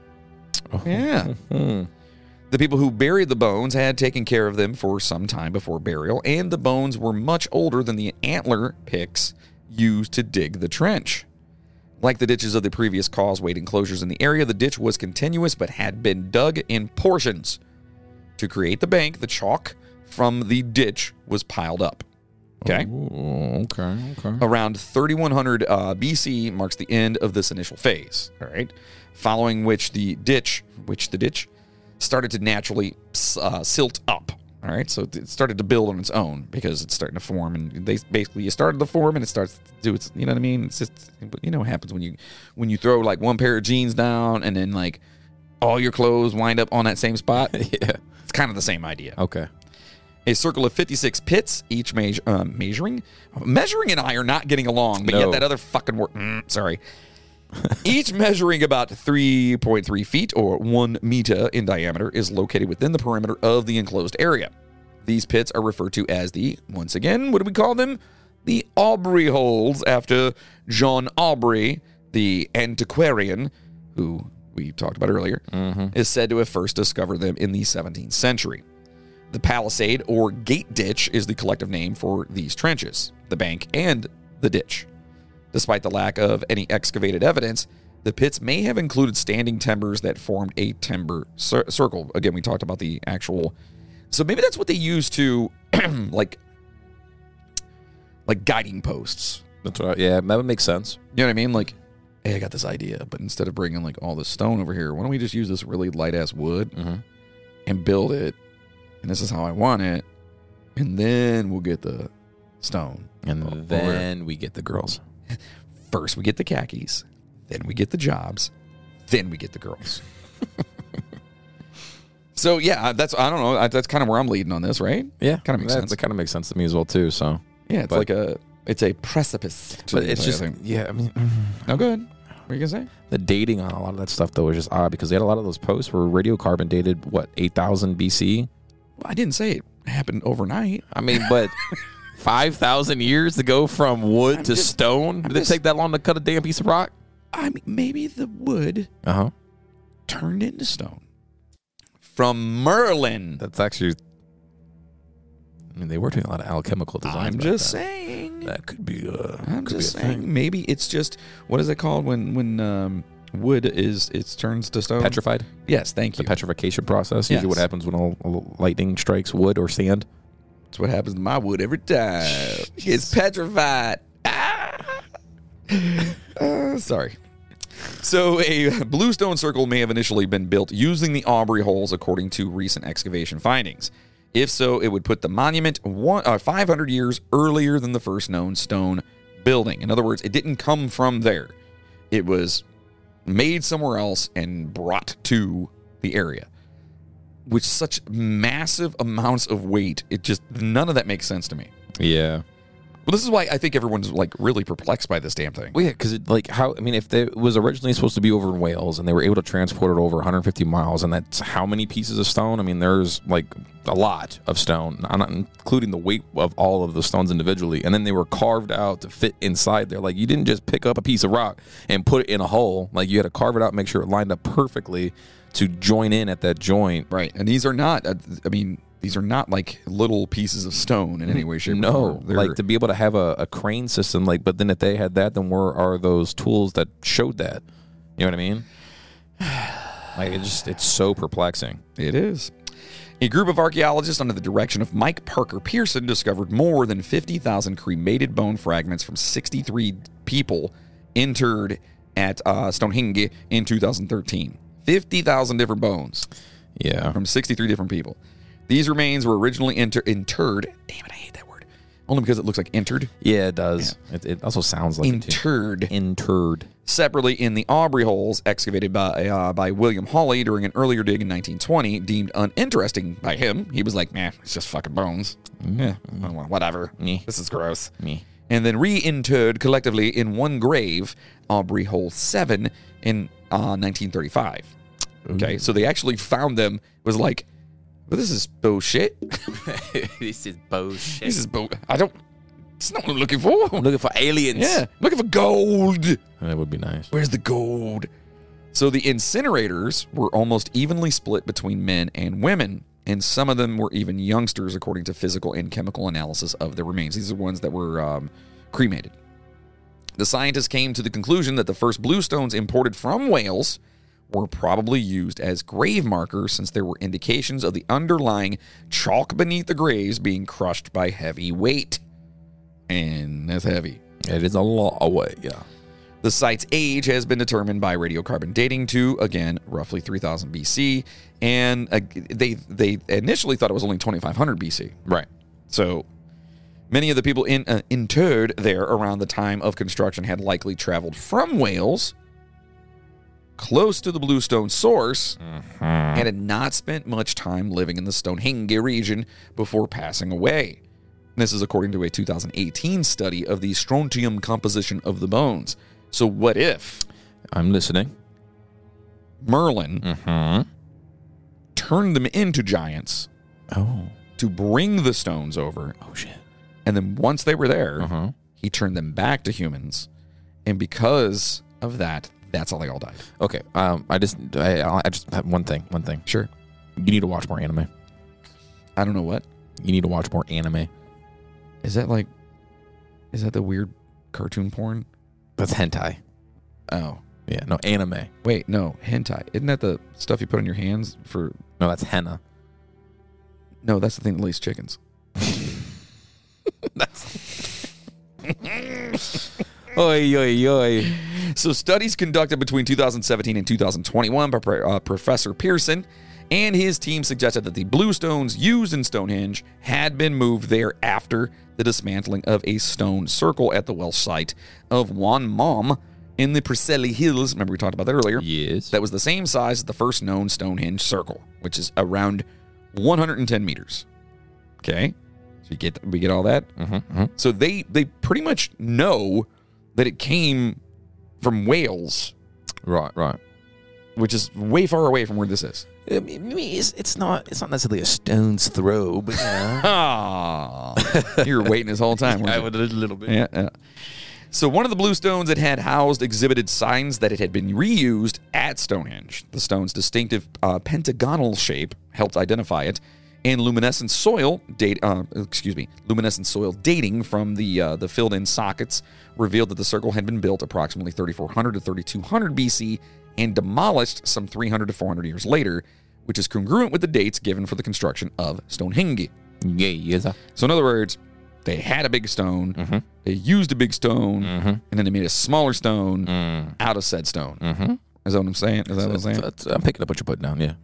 S1: Yeah. The people who buried the bones had taken care of them for some time before burial, and the bones were much older than the antler picks used to dig the trench. Like the ditches of the previous causeway enclosures in the area, the ditch was continuous but had been dug in portions. To create the bank, the chalk from the ditch was piled up.
S2: Oh,
S1: Okay.
S2: Ooh, okay. Okay.
S1: Around 3100 uh, BC marks the end of this initial phase. All right. Following which the ditch, which the ditch, started to naturally uh, silt up. All right. So it started to build on its own because it's starting to form, and they basically you started the form and it starts to do its. You know what I mean? It's just but you know what happens when you when you throw like one pair of jeans down and then like all your clothes wind up on that same spot.
S2: Yeah.
S1: It's kind of the same idea
S2: Okay.
S1: a circle of 56 pits, each meas uh, measuring. Measuring and I are not getting along, but
S2: No.
S1: yet that other fucking word. Mm, sorry. each measuring about 3.3 feet or 1 meter in diameter is located within the perimeter of the enclosed area. These pits are referred to as the, once again, what do we call them? The Aubrey holes after John Aubrey, the antiquarian, who we talked about earlier, is said to have first discovered them in the 17th century. The palisade or gate ditch is the collective name for these trenches, the bank and the ditch. Despite the lack of any excavated evidence, the pits may have included standing timbers that formed a timber cir- circle. Again, we talked about the actual. So maybe that's what they used to like like guiding posts.
S2: That's right. Yeah, that would make sense.
S1: You know what I mean? Like, hey, I got this idea, but instead of bringing like all this stone over here, why don't we just use this really light ass wood
S2: Mhm.
S1: and build it? And this is how I want it. And then we'll get the stone.
S2: And then we get the girls.
S1: First, we get the khakis, then we get the jobs, then we get the girls. so yeah, that's I don't know. I- That's kind of where I'm leading on this, right?
S2: Yeah,
S1: Kinda makes
S2: that,
S1: sense.
S2: That kind of makes sense to me as well too. So,
S1: Yeah, it's
S2: But-
S1: like a it's a precipice. To
S2: but
S1: the
S2: it's
S1: entire
S2: just
S1: thing.
S2: yeah. I mean,
S1: mm. no good. What are you gonna say?
S2: the dating on a lot of that stuff though is just odd because they had a lot of those posts were radiocarbon dated what eight thousand BC.
S1: Well, I didn't say it happened overnight.
S2: I mean, but five thousand years to go from wood to
S1: just-
S2: stone. Did
S1: just-
S2: it take that long to cut a damn piece of rock?
S1: I mean, maybe the wood
S2: Uh huh.
S1: turned into stone from Merlin.
S2: That's actually. I mean, they were doing a lot of alchemical design.
S1: I'm
S2: back
S1: just
S2: then.
S1: saying.
S2: That could be. Uh,
S1: I'm
S2: could be
S1: just
S2: a thing.
S1: saying. Maybe it's just what is it called when when um, wood is it turns to stone?
S2: Petrified.
S1: yes, thank
S2: The
S1: you.
S2: petrification process. Usually, what
S1: Yes.
S2: happens when a, a lightning strikes wood or sand.
S1: That's what happens to my wood every time. It's petrified. Ah! Uh, sorry. So, a bluestone circle may have initially been built using the Aubrey holes, according to recent excavation findings. If so, it would put the monument one, uh, 500 years earlier than the first known stone building. In other words, it didn't come from there, it was made somewhere else and brought to the area with such massive amounts of weight. It just none of that makes sense to me.
S2: Yeah.
S1: Well, this is why I think everyone's like really perplexed by this damn thing.
S2: Well, yeah, because like how I mean, if they- it was originally supposed to be over in Wales and they were able to transport it over 150 miles, and that's how many pieces of stone? I mean, there's like a lot of stone, I'm not including the weight of all of the stones individually, and then they were carved out to fit inside there. Like you didn't just pick up a piece of rock and put it in a hole. Like you had to carve it out, make sure it lined up perfectly to join in at that joint.
S1: Right. And these are not, uh, I mean, these are not like little pieces of stone in any way, shape, or
S2: No,
S1: form. They're-
S2: like to be able to have a, a crane system, like, but then if they had that, then where are those tools that showed that? You know what I mean? Like, it just, it's so perplexing.
S1: It is. A group of archaeologists under the direction of Mike Parker Pearson discovered more than 50,000 cremated bone fragments from 63 people interred at uh, Stonehenge in 2013. 50,000 different bones
S2: Yeah.
S1: from 63 different people. These remains were originally inter- interred. Damn it, I hate that word. Only because it looks like entered.
S2: Yeah, it does. It, it also sounds like it too.
S1: Interred.
S2: Interred.
S1: Separately in the Aubrey holes, excavated by uh, by William Hawley during an earlier dig in 1920, deemed uninteresting by him. He was like, "Man, it's just fucking bones. Yeah, oh, well, whatever.
S2: Meh.
S1: This is gross."
S2: Me.
S1: and then reinterred collectively in one grave, Aubrey Hole 7, in uh, 1935. Okay, so they actually found them. It was like, well, this is bullshit.
S2: this is bullshit.
S1: this is bull. I don't. It's not what I'm looking for.
S2: looking for aliens.
S1: Yeah, I'm looking for gold.
S2: That would be nice.
S1: Where's the gold? So the incinerators were almost evenly split between men and women, and some of them were even youngsters, according to physical and chemical analysis of the remains. These are ones that were um, cremated. The scientists came to the conclusion that the first bluestones imported from Wales were probably used as grave markers since there were indications of the underlying chalk beneath the graves being crushed by heavy weight. And that's heavy.
S2: It is a lot away. Yeah.
S1: The site's age has been determined by radiocarbon dating to again roughly 3000 BC, and uh, they they initially thought it was only 2500 BC.
S2: Right.
S1: So many of the people in, uh, interred there around the time of construction had likely traveled from Wales, close to the bluestone source, and had not spent much time living in the Stonehenge region before passing away. This is according to a 2018 study of the strontium composition of the bones. So, what if
S2: I'm listening.
S1: Merlin
S2: Mm-hmm.
S1: turned them into giants
S2: Oh.
S1: to bring the stones over?
S2: Oh shit.
S1: And then once they were there,
S2: Uh-huh.
S1: he turned them back to humans. And because of that, that's how they all died.
S2: Okay. Um. I just. I. I'll- I just have one thing. One thing.
S1: Sure.
S2: You need to watch more anime.
S1: I don't know what.
S2: You need to watch more anime.
S1: Is that like is that the weird cartoon porn?
S2: That's hentai.
S1: Oh.
S2: Yeah. No anime.
S1: Wait, no, hentai. Isn't that the stuff you put on your hands for
S2: No, that's henna.
S1: No, that's the thing that lays chickens.
S2: Oi, oi, oi.
S1: So studies conducted between 2017 and 2021 by Pro- uh, Professor Pearson and his team suggested that the bluestones used in Stonehenge had been moved there after the dismantling of a stone circle at the Welsh site of Wan Mom in the Preseli Hills. Remember we talked about that earlier.
S2: Yes.
S1: That was the same size as the first known Stonehenge circle, which is around 110 meters. Okay, so you get we get all that. So they they pretty much know that it came from Wales,
S2: Right. Right.
S1: which is way far away from where this is.
S2: I mean, it's, it's not. It's not necessarily a stone's throw, but yeah.
S1: Ah, you were waiting this whole time. weren't you?
S2: a little bit.
S1: Yeah, yeah. So one of the bluestones it had housed exhibited signs that it had been reused at Stonehenge. The stone's distinctive uh, pentagonal shape helped identify it, and luminescent soil date, uh, excuse me, luminescent soil dating from the uh, the filled-in sockets revealed that the circle had been built approximately 3400 to 3200 BC and demolished some 300 to 400 years later, which is congruent with the dates given for the construction of Stonehenge.
S2: Yeah. Yes.
S1: So in other words, they had a big stone, they used a big stone, and then they made a smaller stone out of said stone. Mm-hmm. Is that what I'm saying? Is that what I'm saying?
S2: That's- I'm picking up what you're putting down. Yeah.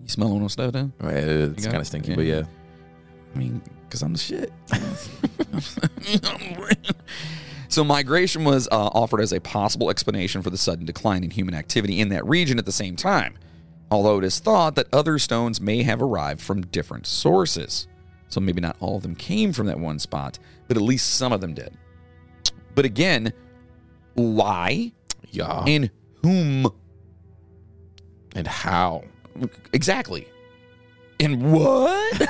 S1: You smelling on stuff down?
S2: Right, It's
S1: got
S2: kind
S1: it?
S2: of stinky,
S1: Yeah.
S2: but yeah.
S1: I mean, because I'm the shit. so migration was uh, offered as a possible explanation for the sudden decline in human activity in that region at the same time, although it is thought that other stones may have arrived from different sources. So maybe not all of them came from that one spot, but at least some of them did. But again, why
S2: Yeah. And,
S1: and whom
S2: how?
S1: Exactly. And what?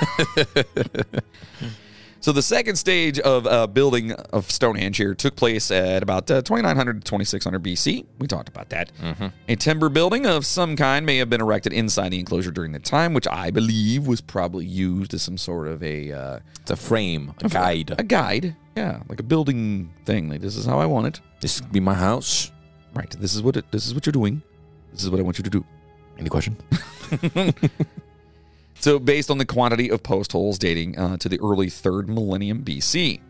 S1: so the second stage of uh, building of Stonehenge here took place at about uh, 2900 to 2600 BC. We talked about that. A timber building of some kind may have been erected inside the enclosure during the time, which I believe was probably used as some sort of a uh,
S2: It's a frame, a guide.
S1: a guide. Yeah, like a building thing. Like this is how I want it.
S2: this could be my house.
S1: Right. This is what it, this is what you're doing. This is what I want you to do.
S2: Any question?
S1: So, based on the quantity of post holes dating uh, to the early third millennium BC,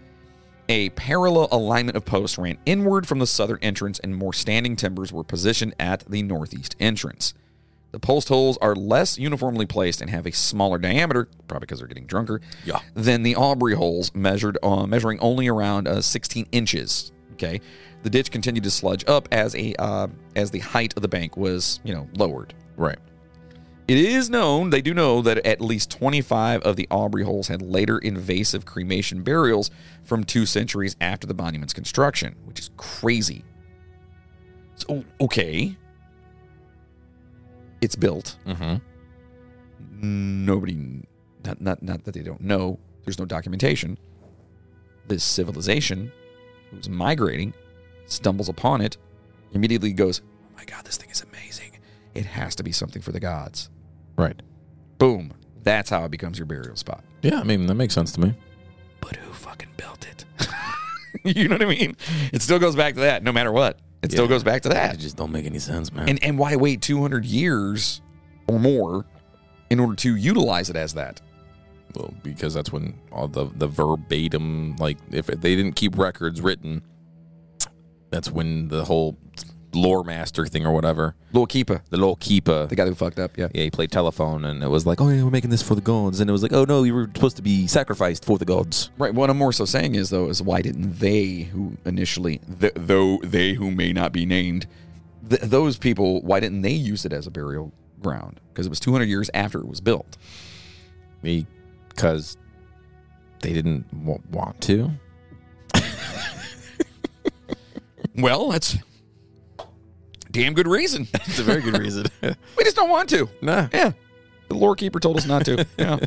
S1: a parallel alignment of posts ran inward from the southern entrance, and more standing timbers were positioned at the northeast entrance. The post holes are less uniformly placed and have a smaller diameter, probably because they're getting drunker,
S2: Yeah.
S1: than the Aubrey holes, measured uh, measuring only around uh, 16 inches. Okay, the ditch continued to sludge up as a uh, as the height of the bank was you know lowered.
S2: Right.
S1: It is known, they do know, that at least 25 of the Aubrey holes had later invasive cremation burials from two centuries after the monument's construction, which is crazy. So, okay. It's built.
S2: Mm-hmm.
S1: Nobody, not, not, not that they don't know, there's no documentation. This civilization who's migrating stumbles upon it, immediately goes, Oh my God, this thing is amazing. It has to be something for the gods
S2: Right.
S1: boom that's how it becomes your burial spot
S2: Yeah, I mean that makes sense to me.
S1: but who fucking built it you know what i mean it still goes back to that no matter what it still
S2: Yeah.
S1: goes back to
S2: It
S1: that
S2: just don't make any sense, man.
S1: and and why wait 200 years or more in order to utilize it as that
S2: well, because that's when all the the verbatim, like if they didn't keep records written, that's when the whole lore master thing or whatever,
S1: little keeper
S2: the lore keeper.
S1: the guy who fucked up yeah
S2: yeah, he played telephone, and it was like, oh yeah, we're making this for the gods, and it was like, oh no, you were supposed to be sacrificed for the gods.
S1: right what i'm more so saying is though is why didn't they who initially th- though they who may not be named th- those people why didn't they use it as a burial ground because it was 200 years after it was built
S2: Because they didn't w- want to.
S1: well that's damn good reason
S2: It's a very good reason.
S1: We just don't want to.
S2: nah.
S1: Yeah. The lore keeper told us not to. Yeah.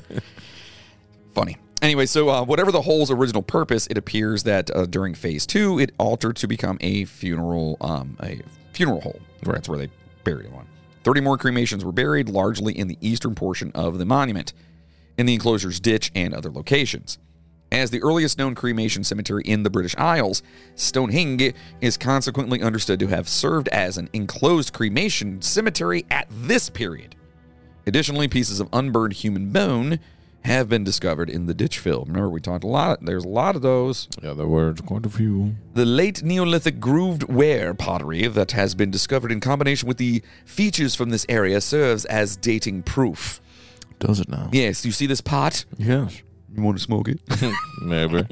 S1: Funny. Anyway, so uh, whatever the hole's original purpose, it appears that uh, during phase two, it altered to become a funeral, um, a funeral hole.
S2: Right.
S1: That's where they buried him on. Thirty more cremations were buried, largely in the eastern portion of the monument, in the enclosure's ditch and other locations. As the earliest known cremation cemetery in the British Isles, Stonehenge is consequently understood to have served as an enclosed cremation cemetery at this period. Additionally, pieces of unburned human bone have been discovered in the ditch fill. Remember, we talked a lot. There's a lot of those.
S2: Yeah, there were quite a few.
S1: The late Neolithic grooved ware pottery that has been discovered in combination with the features from this area serves as dating proof.
S2: Does it now?
S1: Yes, you see this pot?
S2: Yes.
S1: You want to smoke it?
S2: Maybe.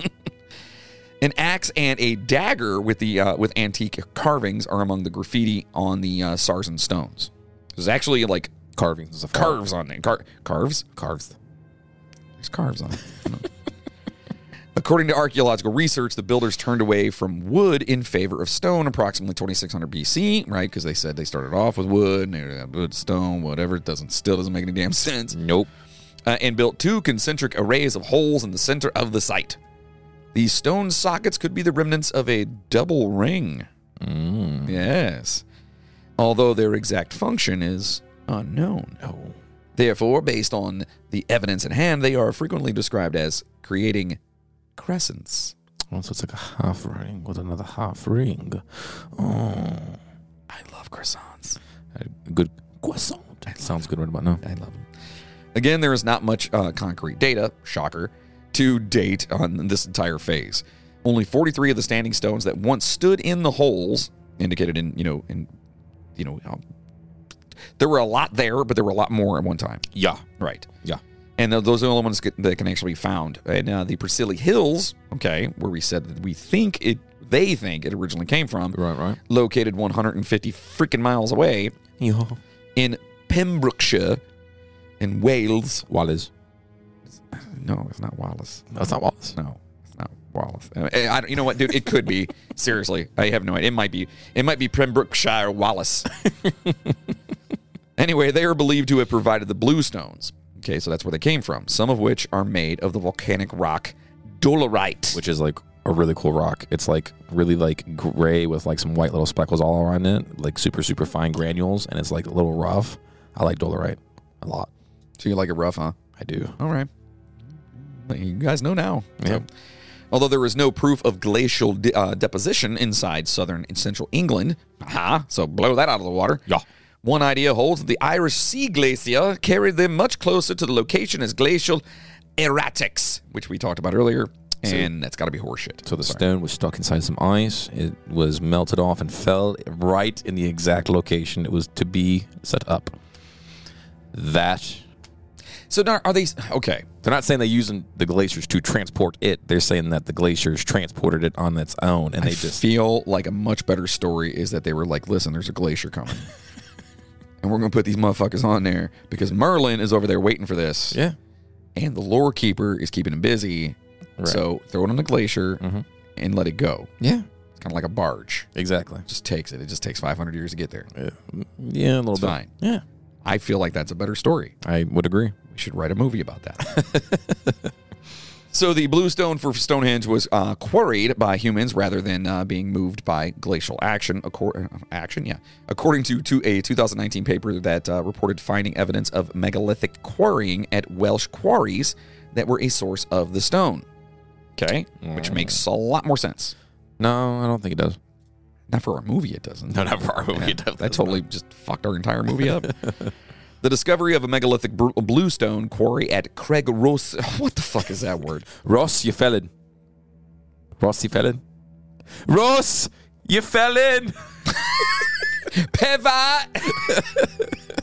S1: An axe and a dagger with the uh, with antique carvings are among the graffiti on the uh, Sarsen stones. There's actually like
S2: Carvings and stuff.
S1: carves on it. Car- carves?
S2: Carved.
S1: There's carves on it. According to archaeological research, the builders turned away from wood in favor of stone approximately 2600 BC, right? Because they said they started off with wood, and they were like, wood, stone, whatever. It doesn't still doesn't make any damn sense.
S2: Nope.
S1: uh, and built two concentric arrays of holes in the center of the site. These stone sockets could be the remnants of a double ring. Mm. Yes. Although their exact function is unknown.
S2: No.
S1: Therefore, based on the evidence in hand, they are frequently described as creating crescents.
S2: Well, so it's like a half ring with another half ring. Oh,
S1: I love croissants.
S2: a good croissant. That sounds good right about now.
S1: I love them. Again, there is not much uh, concrete data, shocker, to date on this entire phase. Only 43 of the standing stones that once stood in the holes, indicated in, you know, in, you know, um, there were a lot there, but there were a lot more at one time.
S2: Yeah.
S1: Right.
S2: Yeah.
S1: And th- those are the only ones get- that can actually be found. And uh, the Priscilla Hills, okay, where we said that we think it, they think it originally came from,
S2: Right, right.
S1: located 150 freaking miles away
S2: Yeah.
S1: in Pembrokeshire in Wales.
S2: Wallace.
S1: No, it's not Wallace.
S2: That's not Wallace.
S1: No, it's not Wallace. Uh, I, don't, you know what, dude? It could be. Seriously, I have no idea. It might be. It might be Pembrokeshire Wallace. anyway, they are believed to have provided the bluestones. Okay, so that's where they came from. Some of which are made of the volcanic rock dolerite.
S2: Which is like a really cool rock. It's like really like gray with like some white little speckles all around it, like super, super fine granules, and it's like a little rough. I like dolerite a lot.
S1: so you like it rough, huh?
S2: I do.
S1: All right. Well, You guys know now. So,
S2: Yep.
S1: although there is no proof of glacial de- uh, deposition inside southern and central England, aha, so blow that out of the water.
S2: Yeah.
S1: One idea holds that the Irish Sea Glacier carried them much closer to the location as glacial erratics, which we talked about earlier, and that's got to be horseshit.
S2: So the stone was stuck inside some ice. It was melted off and fell right in the exact location it was to be set up. that.
S1: So now are they okay?
S2: They're not saying they're using the glaciers to transport it. They're saying that the glaciers transported it on its own, and they
S1: I
S2: just
S1: feel like a much better story is that they were like, listen, there's a glacier coming. and we're going to put these motherfuckers on there because Merlin is over there waiting for this.
S2: yeah.
S1: And the lore keeper is keeping him busy.
S2: Right. Mm-hmm.
S1: So throw it on the glacier and let it go.
S2: Yeah,
S1: It's kind of like a barge.
S2: exactly.
S1: It just takes it. It just takes 500 years to get there.
S2: Yeah, yeah a little
S1: It's
S2: bit.
S1: fine.
S2: Yeah,
S1: I feel like that's a better story.
S2: I would agree.
S1: We should write a movie about that. so the blue stone for Stonehenge was uh, quarried by humans rather than uh, being moved by glacial action. Accor- uh, action, yeah. According to, to a 2019 paper that uh, reported finding evidence of megalithic quarrying at Welsh quarries that were a source of the stone. Okay, which makes a lot more sense.
S2: No, I don't think it does.
S1: Not for our movie, it doesn't.
S2: No, not for our movie.
S1: Yeah, that totally just fucked our entire movie up. the discovery of a megalithic br- bluestone quarry at Craig Rose. What the fuck is that word?
S2: Ross, you fell in. Ross, you fell in. Ross, you fell in.
S1: Pivot!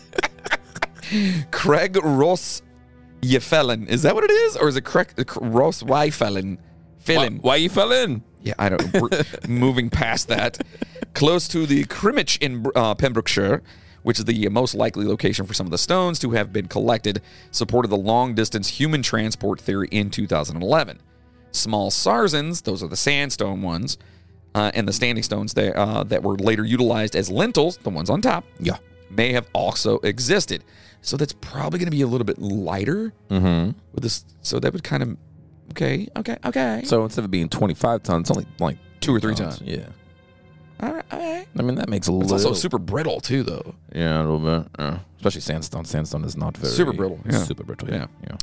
S1: Craig Ross Yefellen. Is that what it is? Or is it Craig Ross Yefellen?
S2: Why,
S1: Fellen.
S2: why you fell in?
S1: Yeah, I don't. We're moving past that, close to the Crimmage in uh, Pembrokeshire, which is the most likely location for some of the stones to have been collected, supported the long-distance human transport theory in 2011. Small sarsens, those are the sandstone ones, uh, and the standing stones there uh, that were later utilized as lintels, the ones on top,
S2: Yeah.
S1: may have also existed. So that's probably going to be a little bit lighter
S2: Mm-hmm.
S1: with this. So that would kind of okay, okay, okay.
S2: So instead of being 25 tons, it's only like
S1: Two or three times.
S2: Yeah.
S1: all right, all right.
S2: I mean, that makes a
S1: It's
S2: little.
S1: also super brittle too, though.
S2: yeah, a little bit. Yeah. Especially sandstone. Sandstone is not very.
S1: Super brittle, yeah.
S2: Super brittle. Yeah. yeah.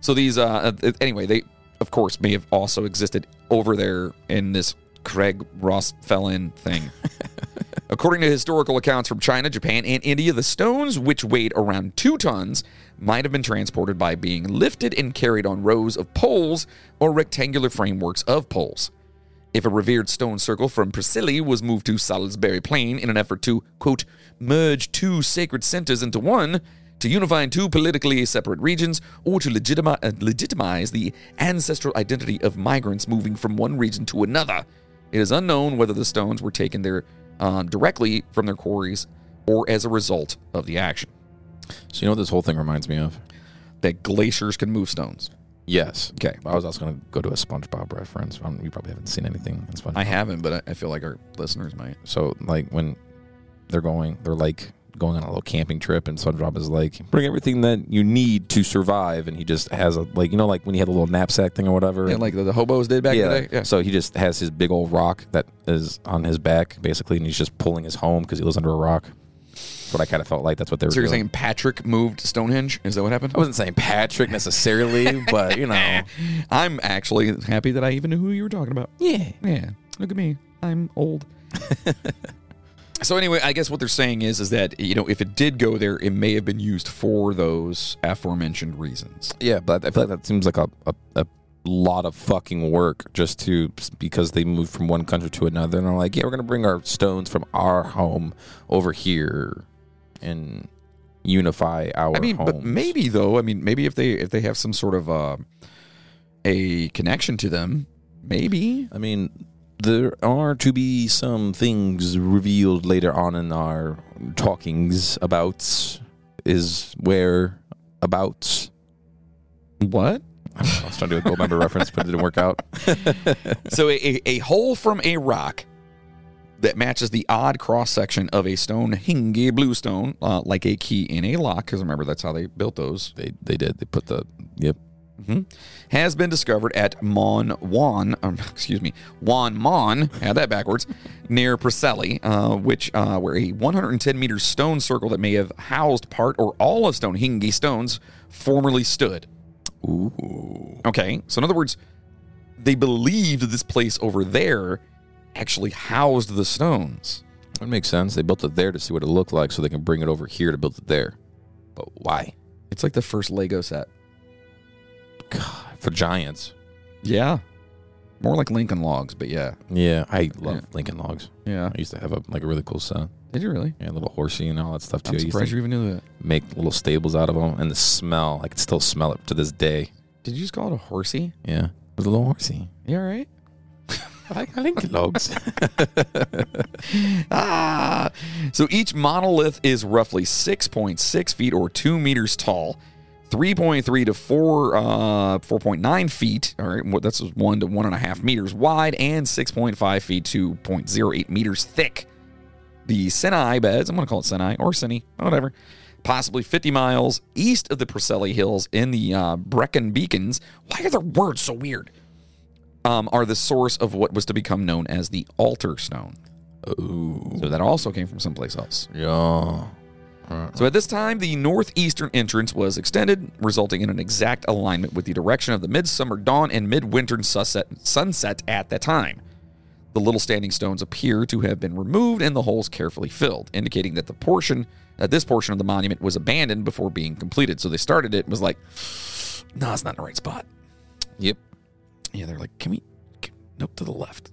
S1: So these, uh, uh, anyway, they of course may have also existed over there in this Craig Ross Felon thing. According to historical accounts from China, Japan, and India, the stones, which weighed around two tons, might have been transported by being lifted and carried on rows of poles or rectangular frameworks of poles. If a revered stone circle from Priscilla was moved to Salisbury Plain in an effort to, quote, merge two sacred centers into one, to unify two politically separate regions, or to legitima- uh, legitimize the ancestral identity of migrants moving from one region to another, it is unknown whether the stones were taken there um, directly from their quarries or as a result of the action.
S2: So you know what this whole thing reminds me of?
S1: That glaciers can move stones.
S2: Yes.
S1: Okay.
S2: I was also going to go to a SpongeBob reference. Um, you probably haven't seen anything in SpongeBob.
S1: I haven't, but I- I feel like our listeners might.
S2: So like when they're going, they're like going on a little camping trip, and SpongeBob is like, "Bring everything that you need to survive," and he just has a like, you know, like when he had a little knapsack thing or whatever.
S1: Yeah, like the, the hobos did back in
S2: yeah.
S1: the day. Yeah.
S2: So he just has his big old rock that is on his back, basically, and he's just pulling his home because he lives under a rock. That's what I kind of felt like. That's what they were
S1: So you're
S2: doing.
S1: saying Patrick moved Stonehenge? Is that what happened?
S2: I wasn't saying Patrick necessarily, but you know,
S1: Oh. I'm actually happy that I even knew who you were talking about.
S2: yeah,
S1: Yeah, look at me. I'm old. so anyway, I guess what they're saying is is that you know if it did go there, it may have been used for those aforementioned reasons.
S2: yeah. But I feel like that seems like a, a, a lot of fucking work just to because they moved from one country to another, and they're like, yeah, we're gonna bring our stones from our home over here and unify our.
S1: I mean, but
S2: homes.
S1: maybe though. I mean, maybe if they if they have some sort of uh, a connection to them, maybe.
S2: I mean, there are to be some things revealed later on in our talkings about is where about.
S1: What?
S2: I don't know, I was trying to do a gold member reference, but it didn't work out.
S1: so a, a, a hole from a rock that matches the odd cross section of a stone hinge bluestone, uh, like a key in a lock, because remember that's how they built those Mm-hmm.
S2: They they did. They put the yep.
S1: has been discovered at Mon Wan, um, excuse me, Wan Mon, had that backwards, near Preseli, uh, which uh, where a 110 meter stone circle that may have housed part or all of Stonehenge stones formerly stood.
S2: Ooh.
S1: Okay, so in other words, they believed this place over there actually housed the stones.
S2: That makes sense. They built it there to see what it looked like, so they can bring it over here to build it there. But why?
S1: It's like the first Lego set.
S2: God, for giants.
S1: Yeah. More like Lincoln Logs, but yeah.
S2: Yeah, I love Lincoln Logs.
S1: Yeah.
S2: I used to have a like a really cool set.
S1: Did you really?
S2: Yeah, a little horsey and all that stuff too.
S1: I'm
S2: I used
S1: surprised
S2: to
S1: you even knew that.
S2: make little stables out of them, and the smell I can still smell it to this day.
S1: Did you just call it a horsey?
S2: Yeah, it was a little horsey.
S1: Yeah, right.
S2: I like Lincoln Logs.
S1: Ah. So each monolith is roughly 6.6 feet or 2 meters tall, 3.3 to 4, uh, 4.9 feet. All right. well, That's 1 to 1.5 meters wide and 6.5 feet to 0.08 meters thick. The Sinai beds, I'm going to call it Sinai or Sinai, whatever, possibly 50 miles east of the Preseli Hills in the uh, Brecon Beacons. Why are their words so weird? Um, are the source of what was to become known as the Altar Stone.
S2: Ooh,
S1: So that also came from someplace else.
S2: yeah.
S1: So at this time, the northeastern entrance was extended, resulting in an exact alignment with the direction of the midsummer dawn and midwinter sunset, sunset at that time. The little standing stones appear to have been removed and the holes carefully filled, indicating that the portion, uh, this portion of the monument, was abandoned before being completed. So they started it and was like, "No, it's not in the right spot."
S2: Yep.
S1: Yeah, they're like, "Can we? Can, nope, to the left.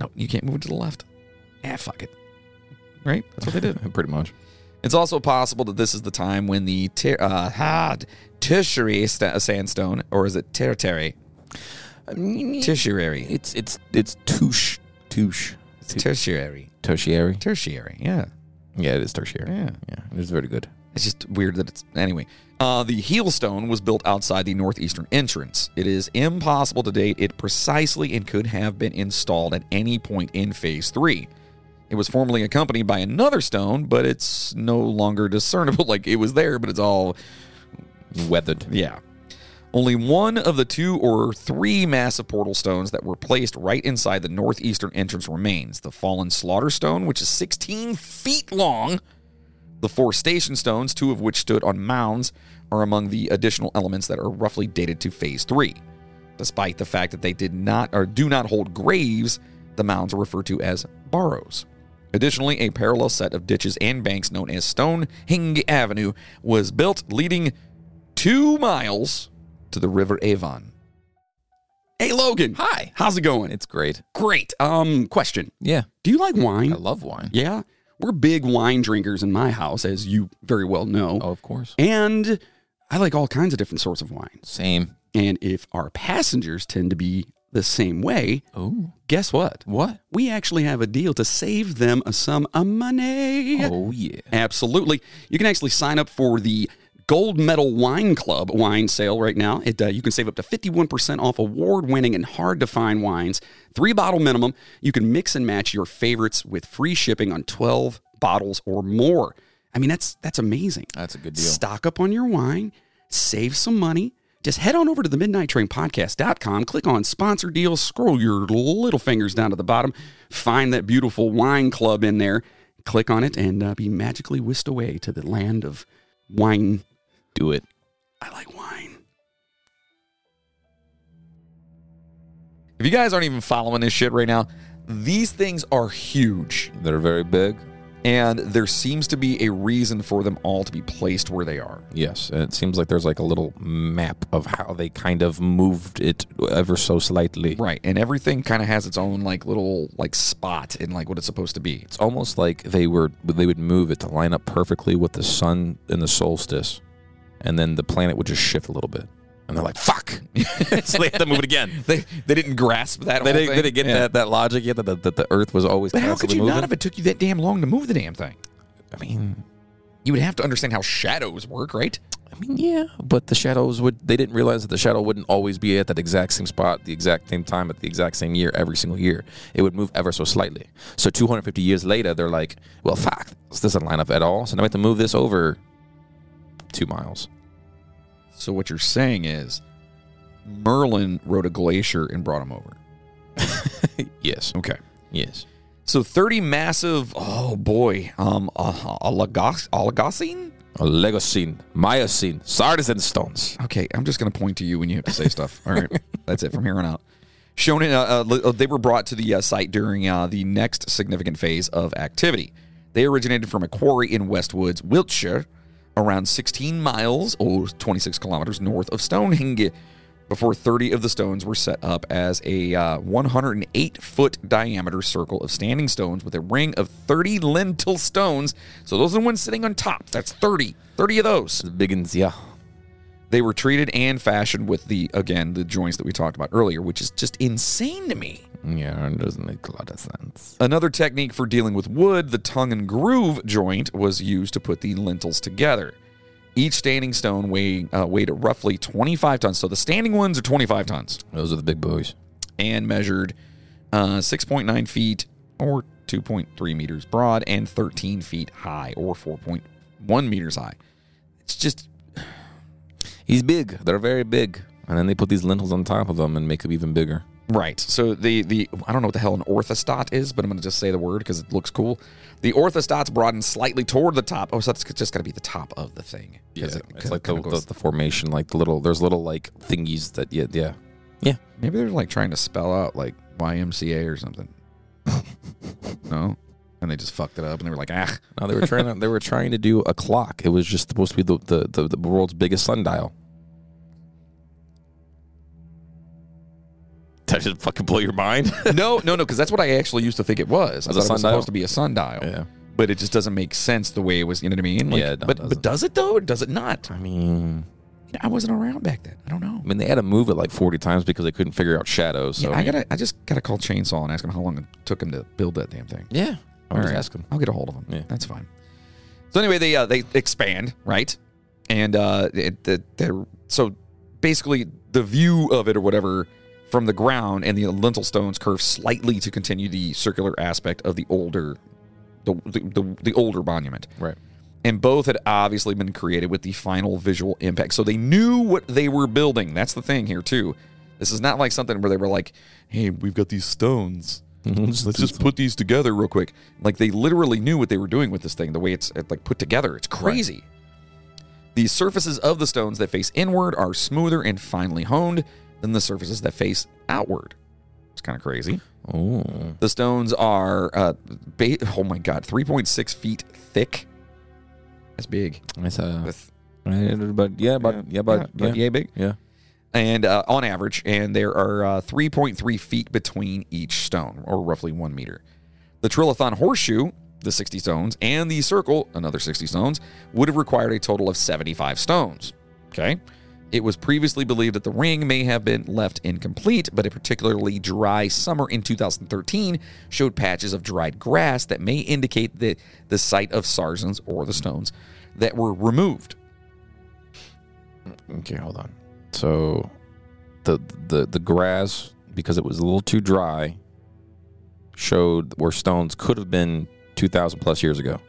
S1: No, you can't move it to the left." Ah, fuck it. Right? That's what they did.
S2: Pretty much.
S1: It's also possible that this is the time when the ter- uh, had tertiary sta- uh, sandstone, or is it tertiary? Tertiary.
S2: It's it's it's touche touche
S1: It's tertiary.
S2: tertiary.
S1: Tertiary. Yeah.
S2: Yeah, it is tertiary.
S1: Yeah.
S2: Yeah, it is very good.
S1: It's just weird that it's anyway. Uh, the heel stone was built outside the northeastern entrance. It is impossible to date it precisely and could have been installed at any point in Phase Three. It was formerly accompanied by another stone, but it's no longer discernible. Like it was there, but it's all
S2: Weathered.
S1: Yeah. Only one of the two or three massive portal stones that were placed right inside the northeastern entrance remains the fallen slaughter stone, which is 16 feet long. The four station stones, two of which stood on mounds, are among the additional elements that are roughly dated to phase three. Despite the fact that they did not or do not hold graves, the mounds are referred to as burrows. Additionally, a parallel set of ditches and banks known as Stonehenge Avenue was built, leading two miles to the River Avon. Hey, Logan.
S2: Hi.
S1: How's it going? It's
S2: It's great.
S1: great. Um, question.
S2: Yeah,
S1: Do you like
S2: I
S1: wine?
S2: love wine.
S1: Yeah. We're big wine drinkers in my house, as you very well know.
S2: Oh, of course.
S1: And I like all kinds of different sorts of wine.
S2: Same.
S1: And if our passengers tend to be the same way,
S2: Oh,
S1: guess what?
S2: what?
S1: We actually have a deal to save them a sum of money.
S2: Oh yeah.
S1: Absolutely. You can actually sign up for the Gold Medal Wine Club wine sale right now. It, uh, you can save up to 51% off award winning and hard to find wines, three bottle minimum. You can mix and match your favorites with free shipping on 12 bottles or more. I mean, that's that's amazing.
S2: That's a good deal.
S1: Stock up on your wine, save some money. Just head on over to the Midnight Train Podcast.com, click on sponsor deals, scroll your little fingers down to the bottom, find that beautiful wine club in there, click on it, and uh, be magically whisked away to the land of wine.
S2: Do it.
S1: I like wine. If you guys aren't even following this shit right now, these things are huge,
S2: They're very big.
S1: and there seems to be a reason for them all to be placed where they are.
S2: Yes, and it seems like there's like a little map of how they kind of moved it ever so slightly.
S1: Right, and everything kind of has its own like little like spot and like what it's supposed to be.
S2: It's almost like they were they would move it to line up perfectly with the sun and the solstice, and then the planet would just shift a little bit. And they're like, "Fuck!" so they had to move it again.
S1: They they didn't grasp that.
S2: They
S1: whole
S2: didn't,
S1: thing.
S2: they didn't get
S1: Yeah.
S2: that, that logic yet that the, that the Earth was always.
S1: But how could
S2: constantly
S1: you
S2: moving.
S1: not if it took you that damn long to move the damn thing?
S2: I mean,
S1: You would have to understand how shadows work, right?
S2: I mean, yeah, but the shadows would. They didn't realize that the shadow wouldn't always be at that exact same spot, the exact same time, at the exact same year every single year. It would move ever so slightly. So 250 years later, they're like, "Well, fuck, this doesn't line up at all." So now we have to move this over two miles.
S1: So what you're saying is, Merlin rode a glacier and brought him over.
S2: Yes,
S1: Okay.
S2: yes.
S1: So 30 massive, oh boy, um, uh, oligos- oligocene?
S2: Oligocene, Miocene, Sardis stones.
S1: Okay, I'm just going to point to you when you have to say stuff. All right, that's it from here on out. Shown in, uh, uh, li- uh, they were brought to the uh, site during uh, the next significant phase of activity. They originated from a quarry in Westwoods, oh, Wiltshire, around 16 miles or 26 kilometers north of Stonehenge. before 30 of the stones were set up as a uh, 108 foot diameter circle of standing stones with a ring of 30 lintel stones. So those are the ones sitting on top. That's 30. 30 of those.
S2: The big ones, yeah.
S1: They were treated and fashioned with the, again, the joints that we talked about earlier, which is just insane to me.
S2: Yeah, it doesn't make a lot of sense.
S1: Another technique for dealing with wood, the tongue and groove joint, was used to put the lintels together. Each standing stone weighed, uh, weighed roughly 25 tons. So the standing ones are 25 tons
S2: Those are the big boys.
S1: and measured uh, 6.9 feet or 2.3 meters broad and 13 feet high or 4.1 meters high. It's just,
S2: He's big. They're very big. And then they put these lentils on top of them and make them even bigger.
S1: Right. So the the I don't know what the hell an orthostat is, but I'm going to just say the word because it looks cool. The orthostat's broaden slightly toward the top. Oh, so that's just got to be the top of the thing. 'Cause it- 'cause
S2: it's
S1: it
S2: like the,
S1: kinda
S2: the,
S1: goes-
S2: the formation, like the little, there's little like thingies that, yeah, yeah. Yeah.
S1: maybe they're like trying to spell out like YMCA or something. no, and they just fucked it up, and they were like, ah,
S2: No, they were trying to, they were trying to do a clock. It was just supposed to be the, the, the, the world's biggest sundial. Did I just fucking blow your mind?
S1: no, no, no, because that's what I actually used to think it was. I
S2: As a
S1: thought it was
S2: sundial?
S1: supposed to be a sundial,
S2: yeah.
S1: but it just doesn't make sense the way it was. You know what I mean?
S2: Yeah, no, it
S1: but but
S2: doesn't.
S1: does it though, or does it not?
S2: I mean,
S1: I wasn't around back then. I don't know.
S2: I mean, they had to move it like 40 times because they couldn't figure out shadows. So
S1: yeah, I gotta. I just gotta call Chainsaw and ask him how long it took him to build that damn thing.
S2: Yeah.
S1: All
S2: I'm just
S1: right.
S2: asking.
S1: I'll get a hold of them.
S2: Yeah.
S1: That's fine. So anyway, they uh, they expand, right? And uh, it, the, they're so basically the view of it or whatever from the ground and the lintel stones curve slightly to continue the circular aspect of the older the the, the, the older monument.
S2: Right.
S1: And both had obviously been created with the final visual impact. So they knew what they were building. That's the thing here too. This is not like something where they were like, "Hey, we've got these stones let's just put these together real quick. Like they literally knew what they were doing with this thing, the way it's uh, like put together. It's crazy. The surfaces of the stones that face inward are smoother and finely honed than the surfaces that face outward. It's kind of crazy.
S2: Oh.
S1: The stones are, uh, ba- oh my God, 3.6 feet thick. That's big.
S2: It's uh,
S1: That's-
S2: but yeah, but
S1: yeah,
S2: yeah, but yeah,
S1: about
S2: yeah.
S1: yay big. And uh, on average, and there are uh, 3.3 feet between each stone, or roughly one meter. The Trilithon horseshoe, the 60 stones, and the circle, another 60 stones, would have required a total of 75 stones. Okay. It was previously believed that the ring may have been left incomplete, but a particularly dry summer in 2013 showed patches of dried grass that may indicate the, the site of sarsens or the stones that were removed.
S2: Okay, hold on. So, the the the grass because it was a little too dry showed where stones could have been two thousand plus years ago.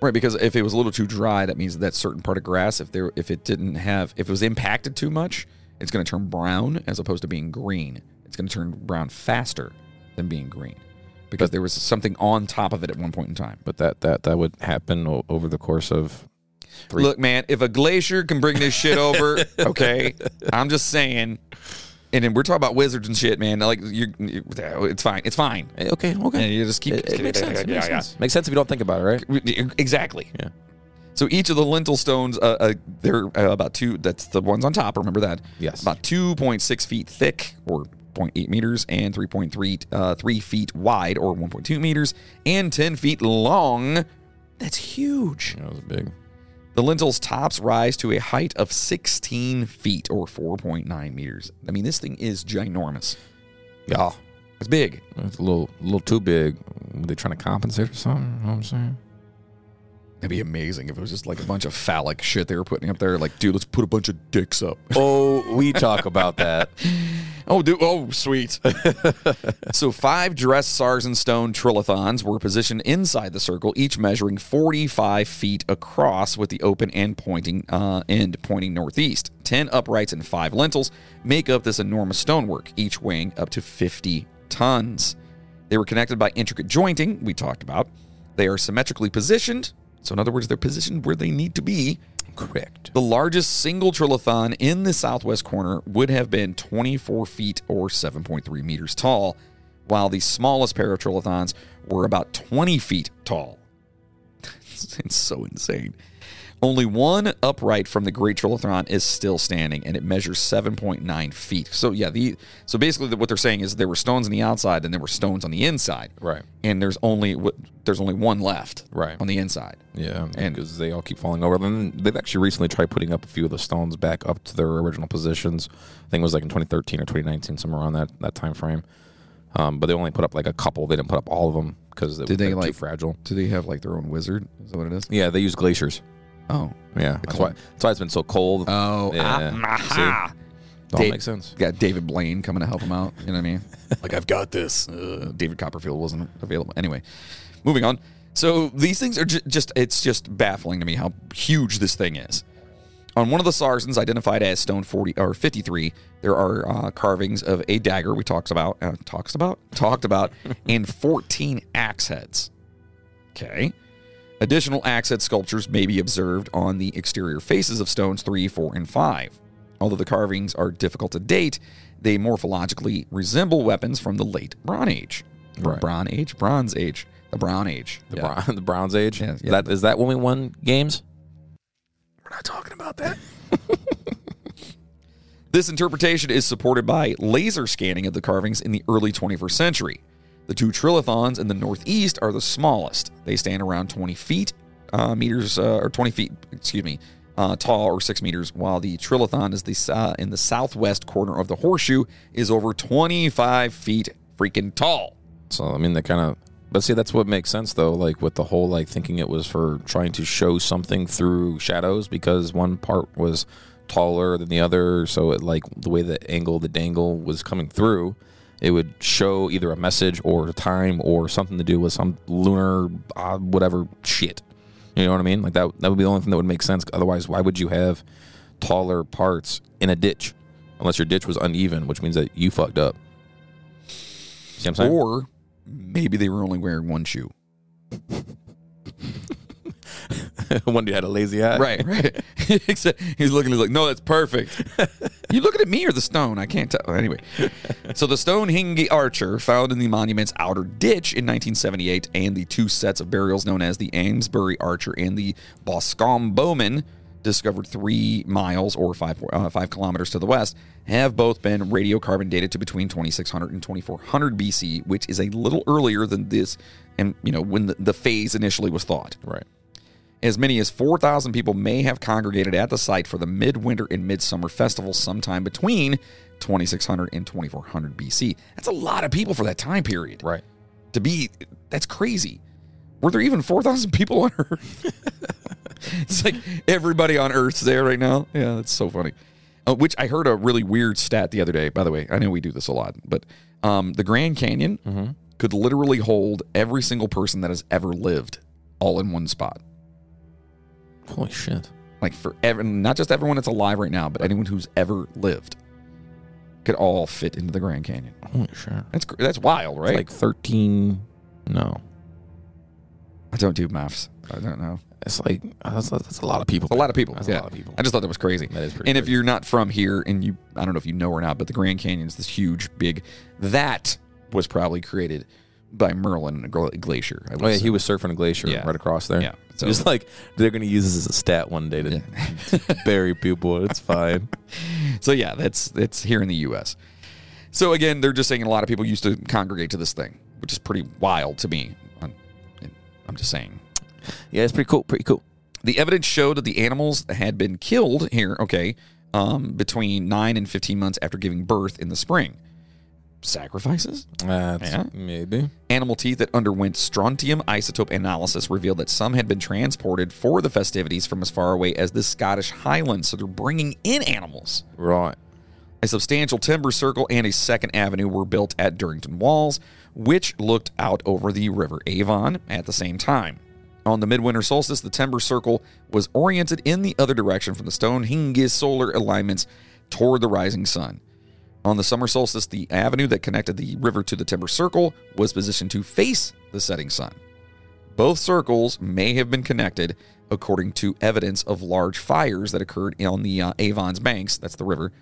S1: Right, because if it was a little too dry, that means that certain part of grass, if there, if it didn't have, if it was impacted too much, it's going to turn brown as opposed to being green. It's going to turn brown faster than being green, because there was something on top of it at one point in time.
S2: But that that that would happen o- over the course of Three-
S1: Look, man, if a glacier can bring this shit over, okay, I'm just saying. And then we're talking about wizards and shit, man. Like you, you it's fine, it's fine.
S2: Eh, okay,
S1: And
S2: okay.
S1: you just keep
S2: It, it makes sense. It
S1: Yeah,
S2: makes
S1: yeah.
S2: sense. Makes sense if you don't think about it, right?
S1: Exactly.
S2: Yeah.
S1: So each of the lintel stones, uh, uh, they're uh, about two. That's the ones on top. Remember that.
S2: Yes.
S1: About two point six feet thick, or 0.8 meters, and 3.3 uh, three feet wide, or 1.2 meters, and 10 feet long. That's huge.
S2: That was big.
S1: The lintel's tops rise to a height of 16 feet, or 4.9 meters. I mean, this thing is ginormous.
S2: Yeah,
S1: It's big.
S2: it's a little a little too big. Were they trying to compensate or something? You know what I'm saying?
S1: That'd be amazing if it was just like a bunch of phallic shit they were putting up there. Like, dude, let's put a bunch of dicks up.
S2: Oh, we talk about that.
S1: Oh, dude. Oh, sweet. so, five dressed Sarsenstone trilithons were positioned inside the circle, each measuring 45 feet across, with the open end pointing uh, end pointing northeast. Ten uprights and five lintels make up this enormous stonework, each weighing up to 50 tons. They were connected by intricate jointing we talked about. They are symmetrically positioned. So, in other words, they're positioned where they need to be.
S2: Correct.
S1: The largest single trilithon in the southwest corner would have been 24 feet or 7.3 meters tall, while the smallest pair of trilithons were about 20 feet tall. it's so insane. Only one upright from the Great Trilithon is still standing, and it measures 7.9 feet. So yeah, the so basically what they're saying is there were stones on the outside and there were stones on the inside,
S2: Right.
S1: And there's only what- there's only one left,
S2: Right.
S1: on the inside.
S2: Yeah,
S1: And-
S2: because they all keep falling over. Then they've actually recently tried putting up a few of the stones back up to their original positions. I think it was like in 2013 or 2019, somewhere around that that time frame. Um, but they only put up like a couple. They didn't put up all of them because they,
S1: Did they,
S2: they're too
S1: like-
S2: fragile.
S1: Do they have like their own wizard? Is that what it is?
S2: Yeah, they use glaciers.
S1: Oh,
S2: Yeah, that's why, that's why it's been so cold.
S1: oh,
S2: Yeah.
S1: ah, aha.
S2: it all
S1: Dave-
S2: makes sense.
S1: Got David Blaine coming to help him out. You know what I mean? like I've got this. Uh, David Copperfield wasn't available anyway. Moving on. So these things are ju- just it's just baffling to me how huge this thing is. On one of the sarsens identified as stone 40 or 53, there are uh, carvings of a dagger we talked about, uh, talks about, talked about, and 14 axe heads. Okay. Additional axe head sculptures may be observed on the exterior faces of stones 3, 4, and 5. Although the carvings are difficult to date, they morphologically resemble weapons from the late Bronze Age. Or
S2: Right.
S1: Bronze Age? Bronze Age. The Bronze Age.
S2: The,
S1: Yeah.
S2: Bron- the Bronze Age.
S1: Yeah,
S2: Is
S1: yeah.
S2: That is that when we won games.
S1: We're not talking about that. this interpretation is supported by laser scanning of the carvings in the early 21st century. The two trilithons in the northeast are the smallest. They stand around 20 feet uh, meters uh, or 20 feet, excuse me, uh, tall or six meters, while the trilithon is the s- uh, in the southwest corner of the horseshoe is over 25 feet freaking tall.
S2: So I mean, that kind of. But see, that's what makes sense though. Like with the whole like thinking it was for trying to show something through shadows because one part was taller than the other, so it like the way the angle, the dangle was coming through, it would show either a message or time or something to do with some lunar uh, whatever shit. You know what I mean? Like that. That would be the only thing that would make sense. Otherwise, why would you have taller parts in a ditch? Unless your ditch was uneven, which means that you fucked up. See what I'm saying?
S1: Or maybe they were only wearing one shoe.
S2: one dude had a lazy eye.
S1: Right, right. Except he's looking, he's like, no, that's perfect. you looking at me or the stone? I can't tell. Anyway, so the stone Hingi archer found in the monument's outer ditch in 1978 and the two sets of burials known as the Amesbury Archer and the Boscombe Bowman, discovered three miles or five, uh, five kilometers to the west, have both been radiocarbon dated to between 2600 and 2400 BC, which is a little earlier than this and, you know, when the, the phase initially was thought.
S2: Right.
S1: As many as 4,000 people may have congregated at the site for the midwinter and midsummer festival sometime between 2600 and 2400 BC. That's a lot of people for that time period.
S2: Right.
S1: To be, that's crazy. Were there even 4,000 people on Earth? it's like everybody on Earth's there right now. Yeah, that's so funny. Uh, which I heard a really weird stat the other day. By the way, I know we do this a lot, but um, the Grand Canyon could literally hold every single person that has ever lived all in one spot
S2: Holy shit.
S1: like for ev- not just everyone that's alive right now, but anyone who's ever lived could all fit into the Grand Canyon.
S2: Holy shit.
S1: That's cr- that's wild,
S2: It's
S1: right?
S2: like 13. No.
S1: I don't do maths. I don't know.
S2: It's like, that's, that's a lot of people.
S1: A lot of people.
S2: That's
S1: yeah.
S2: a lot of people.
S1: I just thought that was crazy.
S2: That is pretty
S1: and if you're not from here, and you, I don't know if you know or not, but the Grand Canyon's this huge, big. That was probably created by Merlin Gla- Glacier. I would
S2: Oh, yeah.
S1: say.
S2: He was surfing a glacier
S1: Yeah.
S2: right across there.
S1: Yeah, so-
S2: So. It's like, they're going to use this as a stat one day to, to bury people. It's fine.
S1: So yeah, that's that's here in the U.S. So again, they're just saying a lot of people used to congregate to this thing, which is pretty wild to me. I'm, I'm just saying.
S2: Yeah. It's pretty cool. Pretty cool.
S1: The evidence showed that the animals had been killed here, okay, um, between 9 and 15 months after giving birth in the spring. Sacrifices?
S2: That's
S1: Yeah.
S2: Maybe.
S1: Animal teeth that underwent strontium isotope analysis revealed that some had been transported for the festivities from as far away as the Scottish Highlands, so they're bringing in animals.
S2: Right.
S1: A substantial timber circle and a second avenue were built at Durrington Walls, which looked out over the River Avon at the same time. On the midwinter solstice, the timber circle was oriented in the other direction from the stone Hingis solar alignments toward the rising sun. On the summer solstice, the avenue that connected the river to the timber circle was positioned to face the setting sun. Both circles may have been connected according to evidence of large fires that occurred on the uh, Avon's banks, that's the river,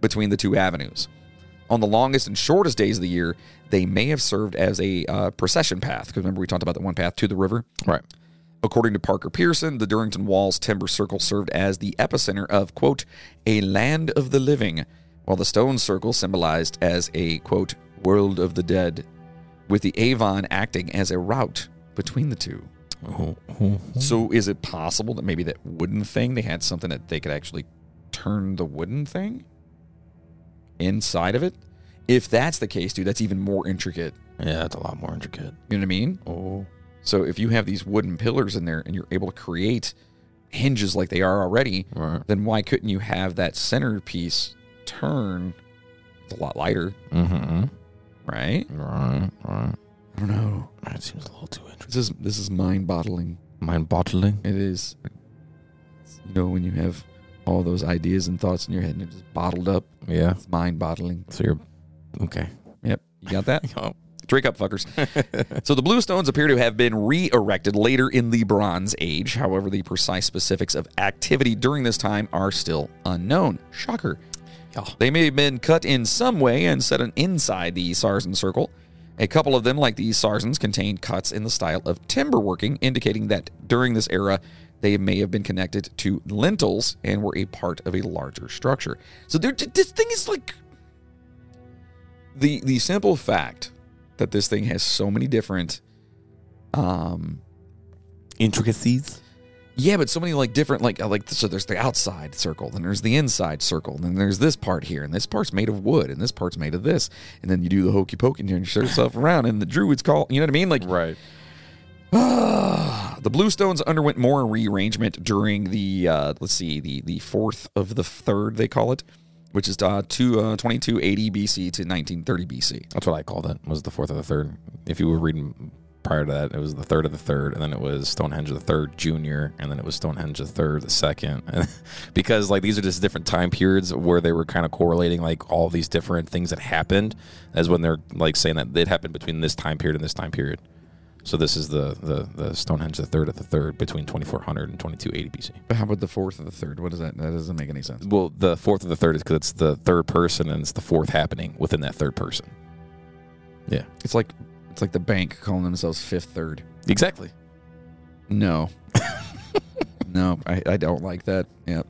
S1: between the two avenues. On the longest and shortest days of the year, they may have served as a uh, procession path, because remember we talked about the one path to the river?
S2: Right.
S1: According to Parker Pearson, the Durrington Walls Timber Circle served as the epicenter of, quote, a land of the living, while the stone circle symbolized as a, quote, world of the dead, with the Avon acting as a route between the two. So is it possible that maybe that wooden thing they had something that they could actually turn the wooden thing inside of it? If that's the case, dude, that's even more intricate.
S2: Yeah, it's a lot more intricate.
S1: You know what I mean?
S2: Oh.
S1: So if you have these wooden pillars in there and you're able to create hinges like they are already,
S2: Right.
S1: then why couldn't you have that centerpiece turn? It's a lot lighter,
S2: Mm-hmm.
S1: right?
S2: Right. Right.
S1: I don't know.
S2: That seems a little too intricate.
S1: This is this is mind boggling.
S2: Mind bottling.
S1: It is. It's, you know, when you have all those ideas and thoughts in your head and they're just bottled up,
S2: Yeah.
S1: it's mind bottling.
S2: So you're okay.
S1: Yep. You got that?
S2: Oh.
S1: Drink up, fuckers. so the bluestones appear to have been re erected later in the Bronze Age. However, the precise specifics of activity during this time are still unknown. Shocker.
S2: Yeah.
S1: They may have been cut in some way and set an inside the Sarsen circle. A couple of them, like the Sarsens, contained cuts in the style of timber working, indicating that during this era they may have been connected to lintels and were a part of a larger structure. So they're- this thing is like the the simple fact that this thing has so many different um
S2: Intricacies.
S1: yeah but so many like different like uh, like so there's the outside circle then there's the inside circle and then there's this part here and this part's made of wood and this part's made of this and then you do the hokey pokey and you turn yourself around and the druids call you know what i mean like
S2: Right.
S1: Ah, the Bluestones underwent more rearrangement during the uh, let's see the the fourth of the third they call it, which is uh, two, uh, 2280 BC to 1930 BC.
S2: That's what I called it. Was the fourth of the third. If you were reading prior to that, it was the third of the third, and then it was Stonehenge the third junior, and then it was Stonehenge the third the second. And because like these are just different time periods where they were kind of correlating like all these different things that happened, as when they're like saying that it happened between this time period and this time period. So this is the the, the Stonehenge the third of the third between 2400 and 2280 BC.
S1: But how about the fourth of the third? What is that? That doesn't make any sense.
S2: Well, the fourth of the third is because it's the third person and it's the fourth happening within that third person.
S1: It's like it's like the bank calling themselves fifth third.
S2: Exactly.
S1: No. no, I, I don't like that. Yeah.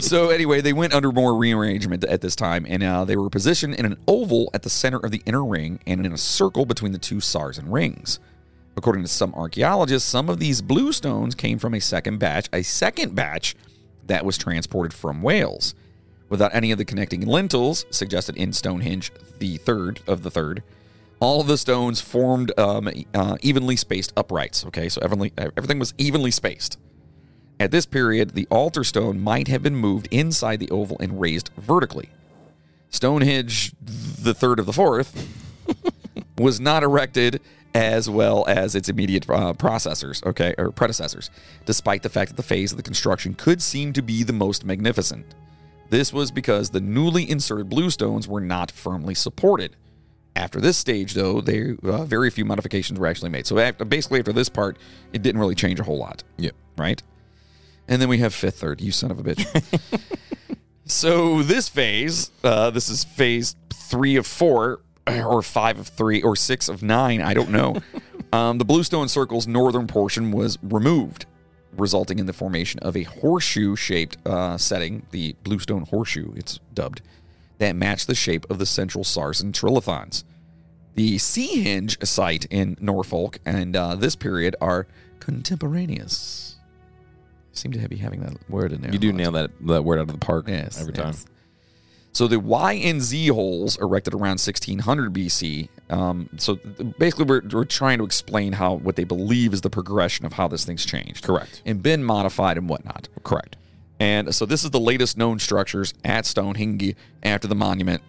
S1: So anyway, they went under more rearrangement at this time, and uh, they were positioned in an oval at the center of the inner ring and in a circle between the two SARS and rings. According to some archaeologists, some of these blue stones came from a second batch, a second batch that was transported from Wales. Without any of the connecting lintels suggested in Stonehenge, the third of the third, all of the stones formed um, uh, evenly spaced uprights. Okay, so evenly, everything was evenly spaced. At this period, the altar stone might have been moved inside the oval and raised vertically. Stonehenge, the third of the fourth, was not erected as well as its immediate uh, processors, okay, or predecessors, despite the fact that the phase of the construction could seem to be the most magnificent. This was because the newly inserted bluestones were not firmly supported. After this stage, though, they, uh, very few modifications were actually made. So after, basically, after this part, it didn't really change a whole lot
S2: Yep.
S1: right? And then we have fifth third, you son of a bitch. so this phase, uh, this is phase three of four, uh, or five of three, or six of nine, I don't know. um, the Bluestone Circle's northern portion was removed, resulting in the formation of a horseshoe shaped uh, setting, the Bluestone Horseshoe, it's dubbed, that matched the shape of the central Sarsen trilithons. The Sea Hinge site in Norfolk and uh, this period are contemporaneous. Seem to be having that word in there.
S2: You
S1: a
S2: do
S1: lot.
S2: nail that that word out of the park
S1: Yes,
S2: every time.
S1: yes. So the Y and Z holes erected around 1600 BC. Um, so th- basically, we're, we're trying to explain how what they believe is the progression of how this thing's changed,
S2: Correct.
S1: and been modified and whatnot.
S2: Correct.
S1: And so this is the latest known structures at Stonehenge after the monument,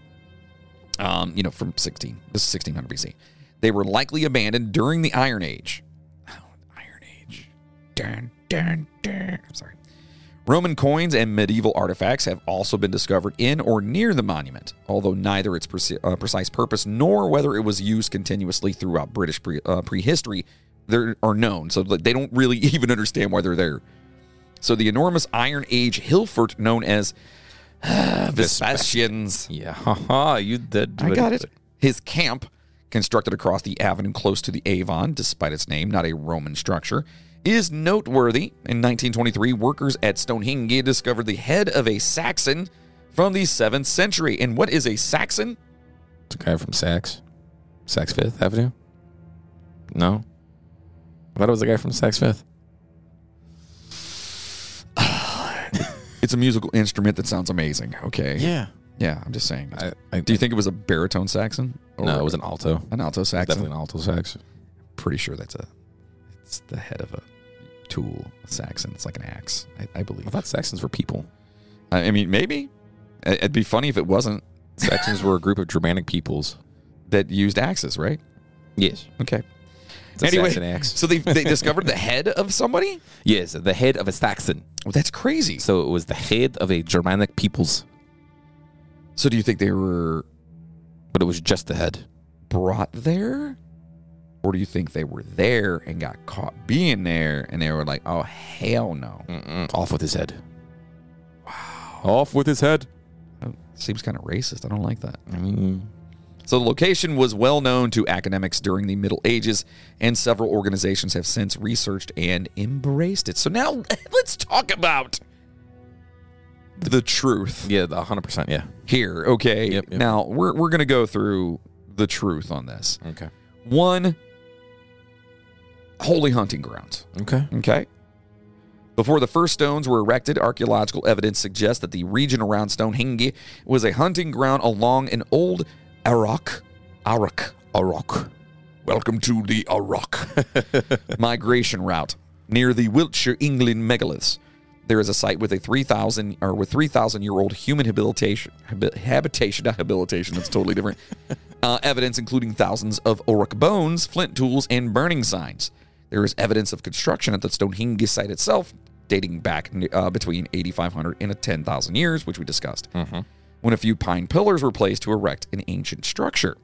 S1: um, you know, from 16. This is 1600 BC. They were likely abandoned during the Iron Age. Oh, Iron Age. Dun, dun, dun. I'm sorry. Roman coins and medieval artifacts have also been discovered in or near the monument, although neither its preci- uh, precise purpose nor whether it was used continuously throughout British pre- uh, prehistory there are known. So like, they don't really even understand why they're there. So the enormous Iron Age Hilfert known as Vespasian's.
S2: Yeah. Ha ha. You did.
S1: I got it. His camp, constructed across the avenue close to the Avon, despite its name, not a Roman structure, is noteworthy. In 1923, workers at Stonehenge discovered the head of a Saxon from the 7th century. And what is a Saxon?
S2: It's a guy from Saks. Saks Fifth Avenue? No. I thought it was a guy from Saks Fifth.
S1: It's a musical instrument that sounds amazing. Okay.
S2: Yeah.
S1: Yeah, I'm just saying.
S2: I, I,
S1: Do you think it was a baritone Saxon? Or
S2: No, it was an alto.
S1: an alto Saxon.
S2: Definitely an alto sax.
S1: pretty sure that's a it's the head of a tool a saxon it's like an axe i, I
S2: I
S1: believe
S2: thought Saxons were people.
S1: I, I mean maybe I- it'd be funny if it wasn't
S2: Saxons were a group of Germanic peoples.
S1: that used axes right
S2: Yes.
S1: okay
S2: It's a
S1: Anyway.
S2: Saxon axe.
S1: so they, they discovered the head of somebody
S2: Yes, the head of a Saxon.
S1: well, that's crazy
S2: So it was the head of a Germanic peoples,
S1: so do you think they were
S2: but it was just the head.
S1: brought there or do you think they were there and got caught being there and they were like oh hell no
S2: Mm-mm. Off with his head. Wow. Off with his head.
S1: Oh, seems kind of racist i don't like that
S2: I mean,
S1: So the location was well known to academics during the Middle Ages, and several organizations have since researched and embraced it. So now let's talk about the truth
S2: yeah, 100%. Yeah.
S1: here. Okay.
S2: Yep, yep.
S1: Now we're, we're going to go through the truth on this.
S2: Okay.
S1: One, holy hunting grounds.
S2: Okay.
S1: Okay. Before the first stones were erected, archaeological evidence suggests that the region around Stonehenge was a hunting ground along an old Arak, Arak,
S2: A rock.
S1: Welcome to the Arok migration route near the Wiltshire, England megaliths. There is a site with a 3,000 or with 3,000 year old human habilitation, habi- habitation, not habilitation, that's totally different. uh, evidence including thousands of Oruk bones, flint tools, and burning signs. There is evidence of construction at the Stonehenge site itself, dating back uh, between 8,500 and 10,000 years, which we discussed,
S2: Mm-hmm.
S1: when a few pine pillars were placed to erect an ancient structure.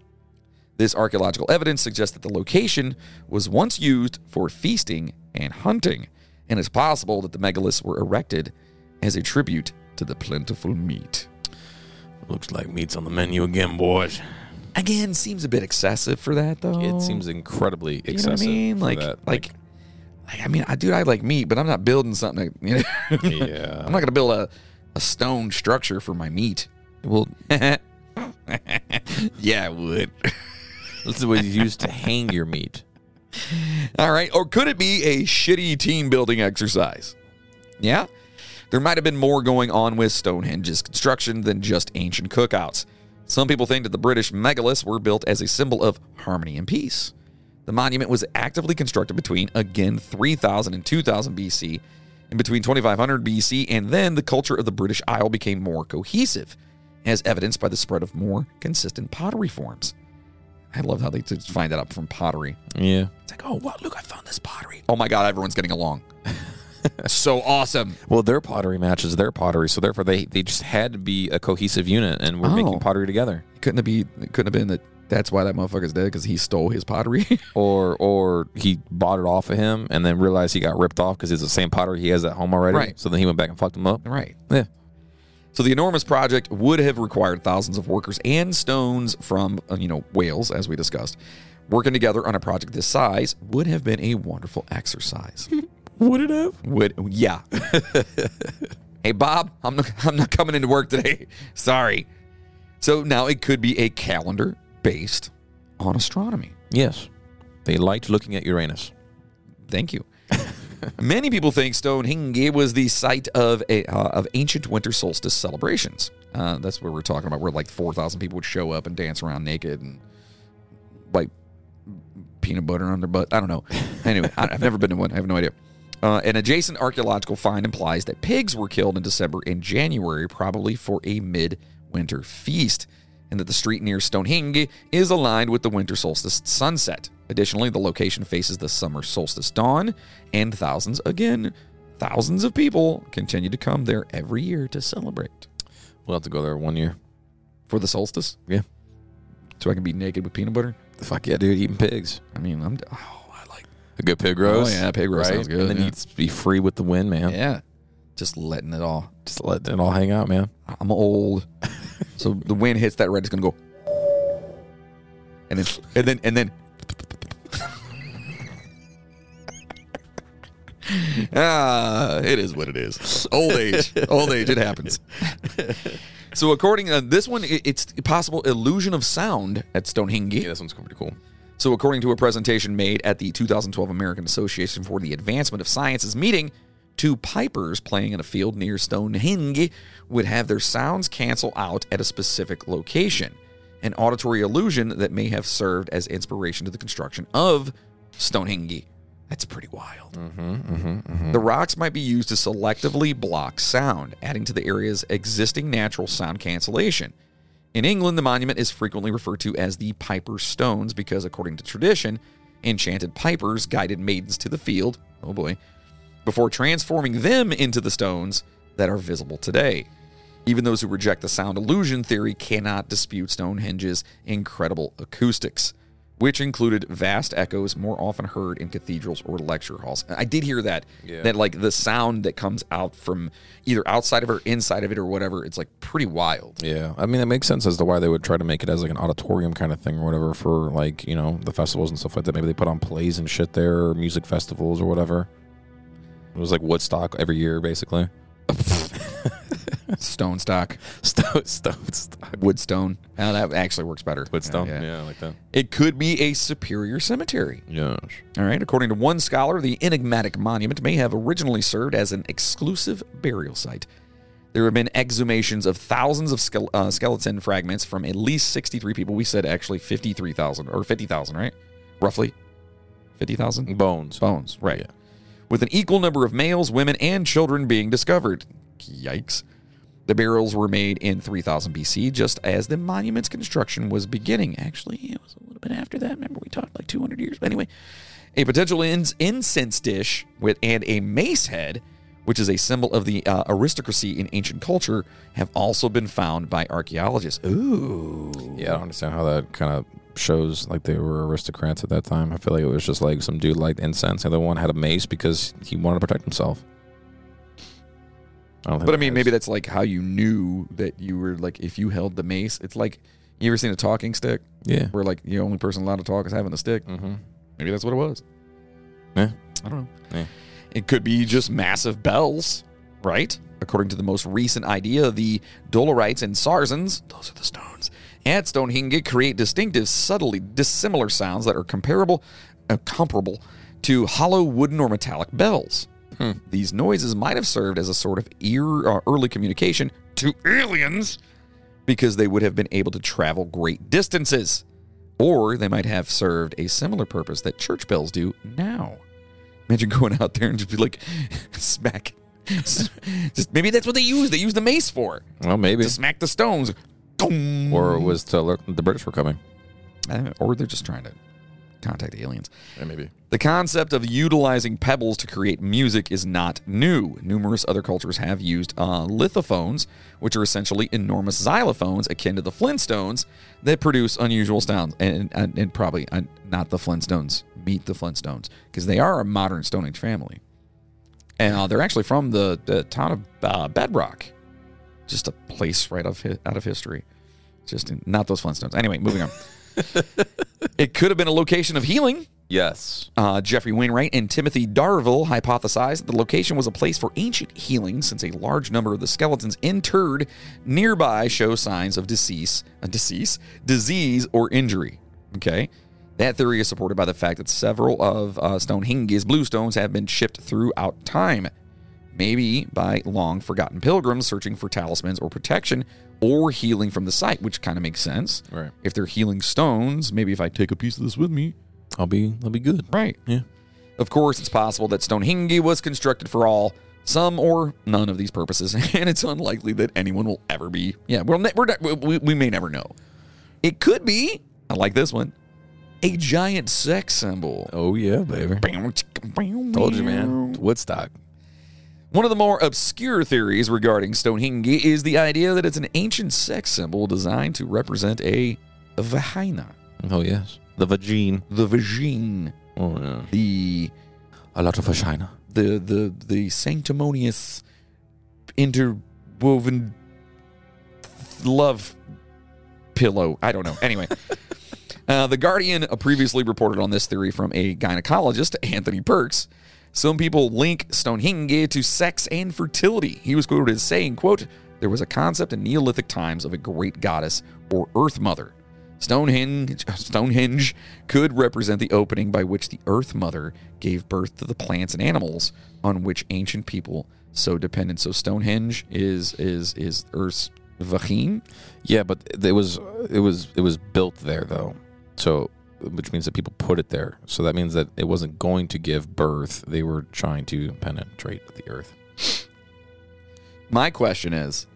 S1: This archaeological evidence suggests that the location was once used for feasting and hunting, and it's possible that the megaliths were erected as a tribute to the plentiful meat.
S2: Looks like meat's on the menu again, boys.
S1: Again, seems a bit excessive for that, though.
S2: It seems incredibly
S1: you know what I
S2: excessive.
S1: mean?
S2: for
S1: Like,
S2: that.
S1: like, like, I mean, I dude, I like meat, but I'm not building something. that- You know, I'm
S2: yeah.
S1: not gonna build a, a stone structure for my meat.
S2: well,
S1: Yeah, I would.
S2: this is what you use to hang your meat.
S1: All right. Or could it be a shitty team building exercise? Yeah. There might have been more going on with Stonehenge's construction than just ancient cookouts. Some people think that the British megaliths were built as a symbol of harmony and peace. The monument was actively constructed between, again, 3000 and 2000 BC, and between 2500 BC and then the culture of the British Isle became more cohesive, as evidenced by the spread of more consistent pottery forms. I love how they just find that up from pottery.
S2: Yeah.
S1: It's like, oh, wow, look, I found this pottery. Oh my God, everyone's getting along. so awesome.
S2: Well, their pottery matches their pottery, so therefore they, they just had to be a cohesive unit, and we're
S1: Oh.
S2: making pottery together.
S1: Couldn't it be, it couldn't have been that that's why that motherfucker's dead because he stole his pottery.
S2: Or or he bought it off of him, and then realized he got ripped off because it's the same pottery he has at home already.
S1: Right.
S2: So then he went back and fucked him up.
S1: right.
S2: Yeah.
S1: So the enormous project would have required thousands of workers and stones from, uh, you know, Wales, as we discussed. Working together on a project this size would have been a wonderful exercise.
S2: Would it have?
S1: would yeah. hey Bob, I'm not, I'm not coming into work today. Sorry. So now it could be a calendar based on astronomy.
S2: Yes. They liked looking at Uranus.
S1: Thank you. Many people think Stonehenge was the site of a, uh, of ancient winter solstice celebrations. Uh, that's what we're talking about, where like four thousand people would show up and dance around naked and wipe peanut butter on their butt. I don't know. Anyway, I, I've never been to one. I have no idea. Uh, an adjacent archaeological find implies that pigs were killed in December and January, probably for a midwinter feast, and that the street near Stonehenge is aligned with the winter solstice sunset. Additionally, the location faces the summer solstice dawn, and thousands, again, thousands of people continue to come there every year to celebrate
S2: We'll have to go there one year.
S1: for the solstice.
S2: Yeah.
S1: So I can be naked with peanut butter.
S2: Fuck yeah, dude, eating pigs.
S1: I mean, I'm. Oh, I like.
S2: A good pig roast.
S1: yeah, pig roast sounds good,
S2: And then
S1: yeah.
S2: you'd be free with the wind, man.
S1: Yeah. Just letting it all.
S2: Just letting it all hang out, man.
S1: I'm old. so the wind hits that red, it's gonna go. And then and then and then Ah, it is what it is. Old age, old age, it happens. so, according to this one, it- it's a possible illusion of sound at Stonehenge.
S2: Yeah, this one's pretty cool.
S1: So, according to a presentation made at the 2012 American Association for the Advancement of Sciences meeting, two pipers playing in a field near Stonehenge would have their sounds cancel out at a specific location, an auditory illusion that may have served as inspiration to the construction of Stonehenge. That's pretty wild. The rocks might be used to selectively block sound, adding to the area's existing natural sound cancellation. In England, the monument is frequently referred to as the Piper's Stones because, according to tradition, enchanted pipers guided maidens to the field, oh boy, before transforming them into the stones that are visible today. Even those who reject the sound illusion theory cannot dispute Stonehenge's incredible acoustics, which included vast echoes more often heard in cathedrals or lecture halls. I did hear that
S2: Yeah.
S1: that like the sound that comes out from either outside of it or inside of it or whatever, it's like pretty wild.
S2: Yeah, I mean, it makes sense as to why they would try to make it as like an auditorium kind of thing or whatever for like you know the festivals and stuff like that. Maybe they put on plays and shit there, or music festivals or whatever. It was like Woodstock every year, basically.
S1: Stone stock.
S2: Stone, stone, stock.
S1: Woodstone. Now that actually works better.
S2: Woodstone.
S1: Yeah, yeah.
S2: like that.
S1: It could be a superior cemetery.
S2: Yes.
S1: All right. According to one scholar, the enigmatic monument may have originally served as an exclusive burial site. There have been exhumations of thousands of skele- uh, skeleton fragments from at least 63 people. We said actually 53,000 or 50,000, right? Roughly 50,000
S2: Bones.
S1: bones, right? With an equal number of males, women, and children being discovered. Yikes. The burials were made in 3000 BC, just as the monument's construction was beginning. Actually, it was a little bit after that. Remember, we talked like 200 years. But anyway, a potential in- incense dish with and a mace head, which is a symbol of the uh, aristocracy in ancient culture, have also been found by archaeologists. Ooh.
S2: Yeah, I don't understand how that kind of shows like they were aristocrats at that time. I feel like it was just like some dude liked incense. The other one had a mace because he wanted to protect himself. I don't think
S1: But I
S2: that
S1: mean,
S2: is-
S1: maybe that's like how you knew that you were like if you held the mace. It's like you ever seen a talking stick
S2: yeah.
S1: where like the only person allowed to talk is having the stick.
S2: Mm-hmm.
S1: Maybe that's what it was.
S2: Yeah.
S1: I don't know.
S2: Yeah.
S1: It could be just massive bells, right? According to the most recent idea, the Dolerites and Sarzens, those are the stones, at Stonehenge create distinctive, subtly dissimilar sounds that are comparable, uh, comparable to hollow wooden or metallic bells. These noises might have served as a sort of ear, uh, early communication to aliens because they would have been able to travel great distances. Or they might have served a similar purpose that church bells do now. Imagine going out there and just be like, smack. just maybe that's what they use. They use the mace for
S2: Well, maybe.
S1: to smack the stones. Boom.
S2: Or it was to alert that the British were coming.
S1: Uh, or they're just trying to contact aliens.
S2: maybe.
S1: The concept of utilizing pebbles to create music is not new. Numerous other cultures have used uh, lithophones, which are essentially enormous xylophones akin to the Flintstones that produce unusual sounds. And, and, and probably uh, not the Flintstones, meet the Flintstones, because they are a modern Stone Age family. And uh, they're actually from the, the town of uh, Bedrock, just a place right of hi- out of history. Just in, not those Flintstones. Anyway, moving on. it could have been a location of healing.
S2: Yes.
S1: Uh, Jeffrey Wainwright and Timothy Darville hypothesized the location was a place for ancient healing since a large number of the skeletons interred nearby show signs of decease, uh, decease, disease, or injury. Okay. That theory is supported by the fact that several of uh, Stonehenge's bluestones have been shipped throughout time, maybe by long forgotten pilgrims searching for talismans or protection or healing from the site, which kind of makes sense.
S2: Right.
S1: If they're healing stones, maybe if I take a piece of this with me,
S2: I'll be. I'll be good.
S1: Right.
S2: Yeah.
S1: Of course, it's possible that Stonehenge was constructed for all, some or none of these purposes, and it's unlikely that anyone will ever be. Yeah, we'll ne- we're, ne- we, we may never know. It could be, I like this one, a giant sex symbol.
S2: Oh yeah, baby. Told you, man. Woodstock.
S1: One of the more obscure theories regarding Stonehenge is the idea that it's an ancient sex symbol designed to represent a vagina,
S2: Oh yes. The vagine.
S1: the vagine,
S2: Oh yeah.
S1: the
S2: A lot of vagina.
S1: the the the sanctimonious interwoven love pillow. I don't know. Anyway, uh, the Guardian previously reported on this theory from a gynecologist, Anthony Perks, Some people link Stonehenge to sex and fertility. He was quoted as saying, quote, there was a concept in Neolithic times of a great goddess or earth mother. Stonehenge, Stonehenge could represent the opening by which the earth mother gave birth to the plants and animals on which ancient people so dependent. So Stonehenge is is is Earth's vagin.
S2: Yeah, but it was it was it was built there though, so which means that people put it there. So that means that it wasn't going to give birth. They were trying to penetrate the earth.
S1: My question is,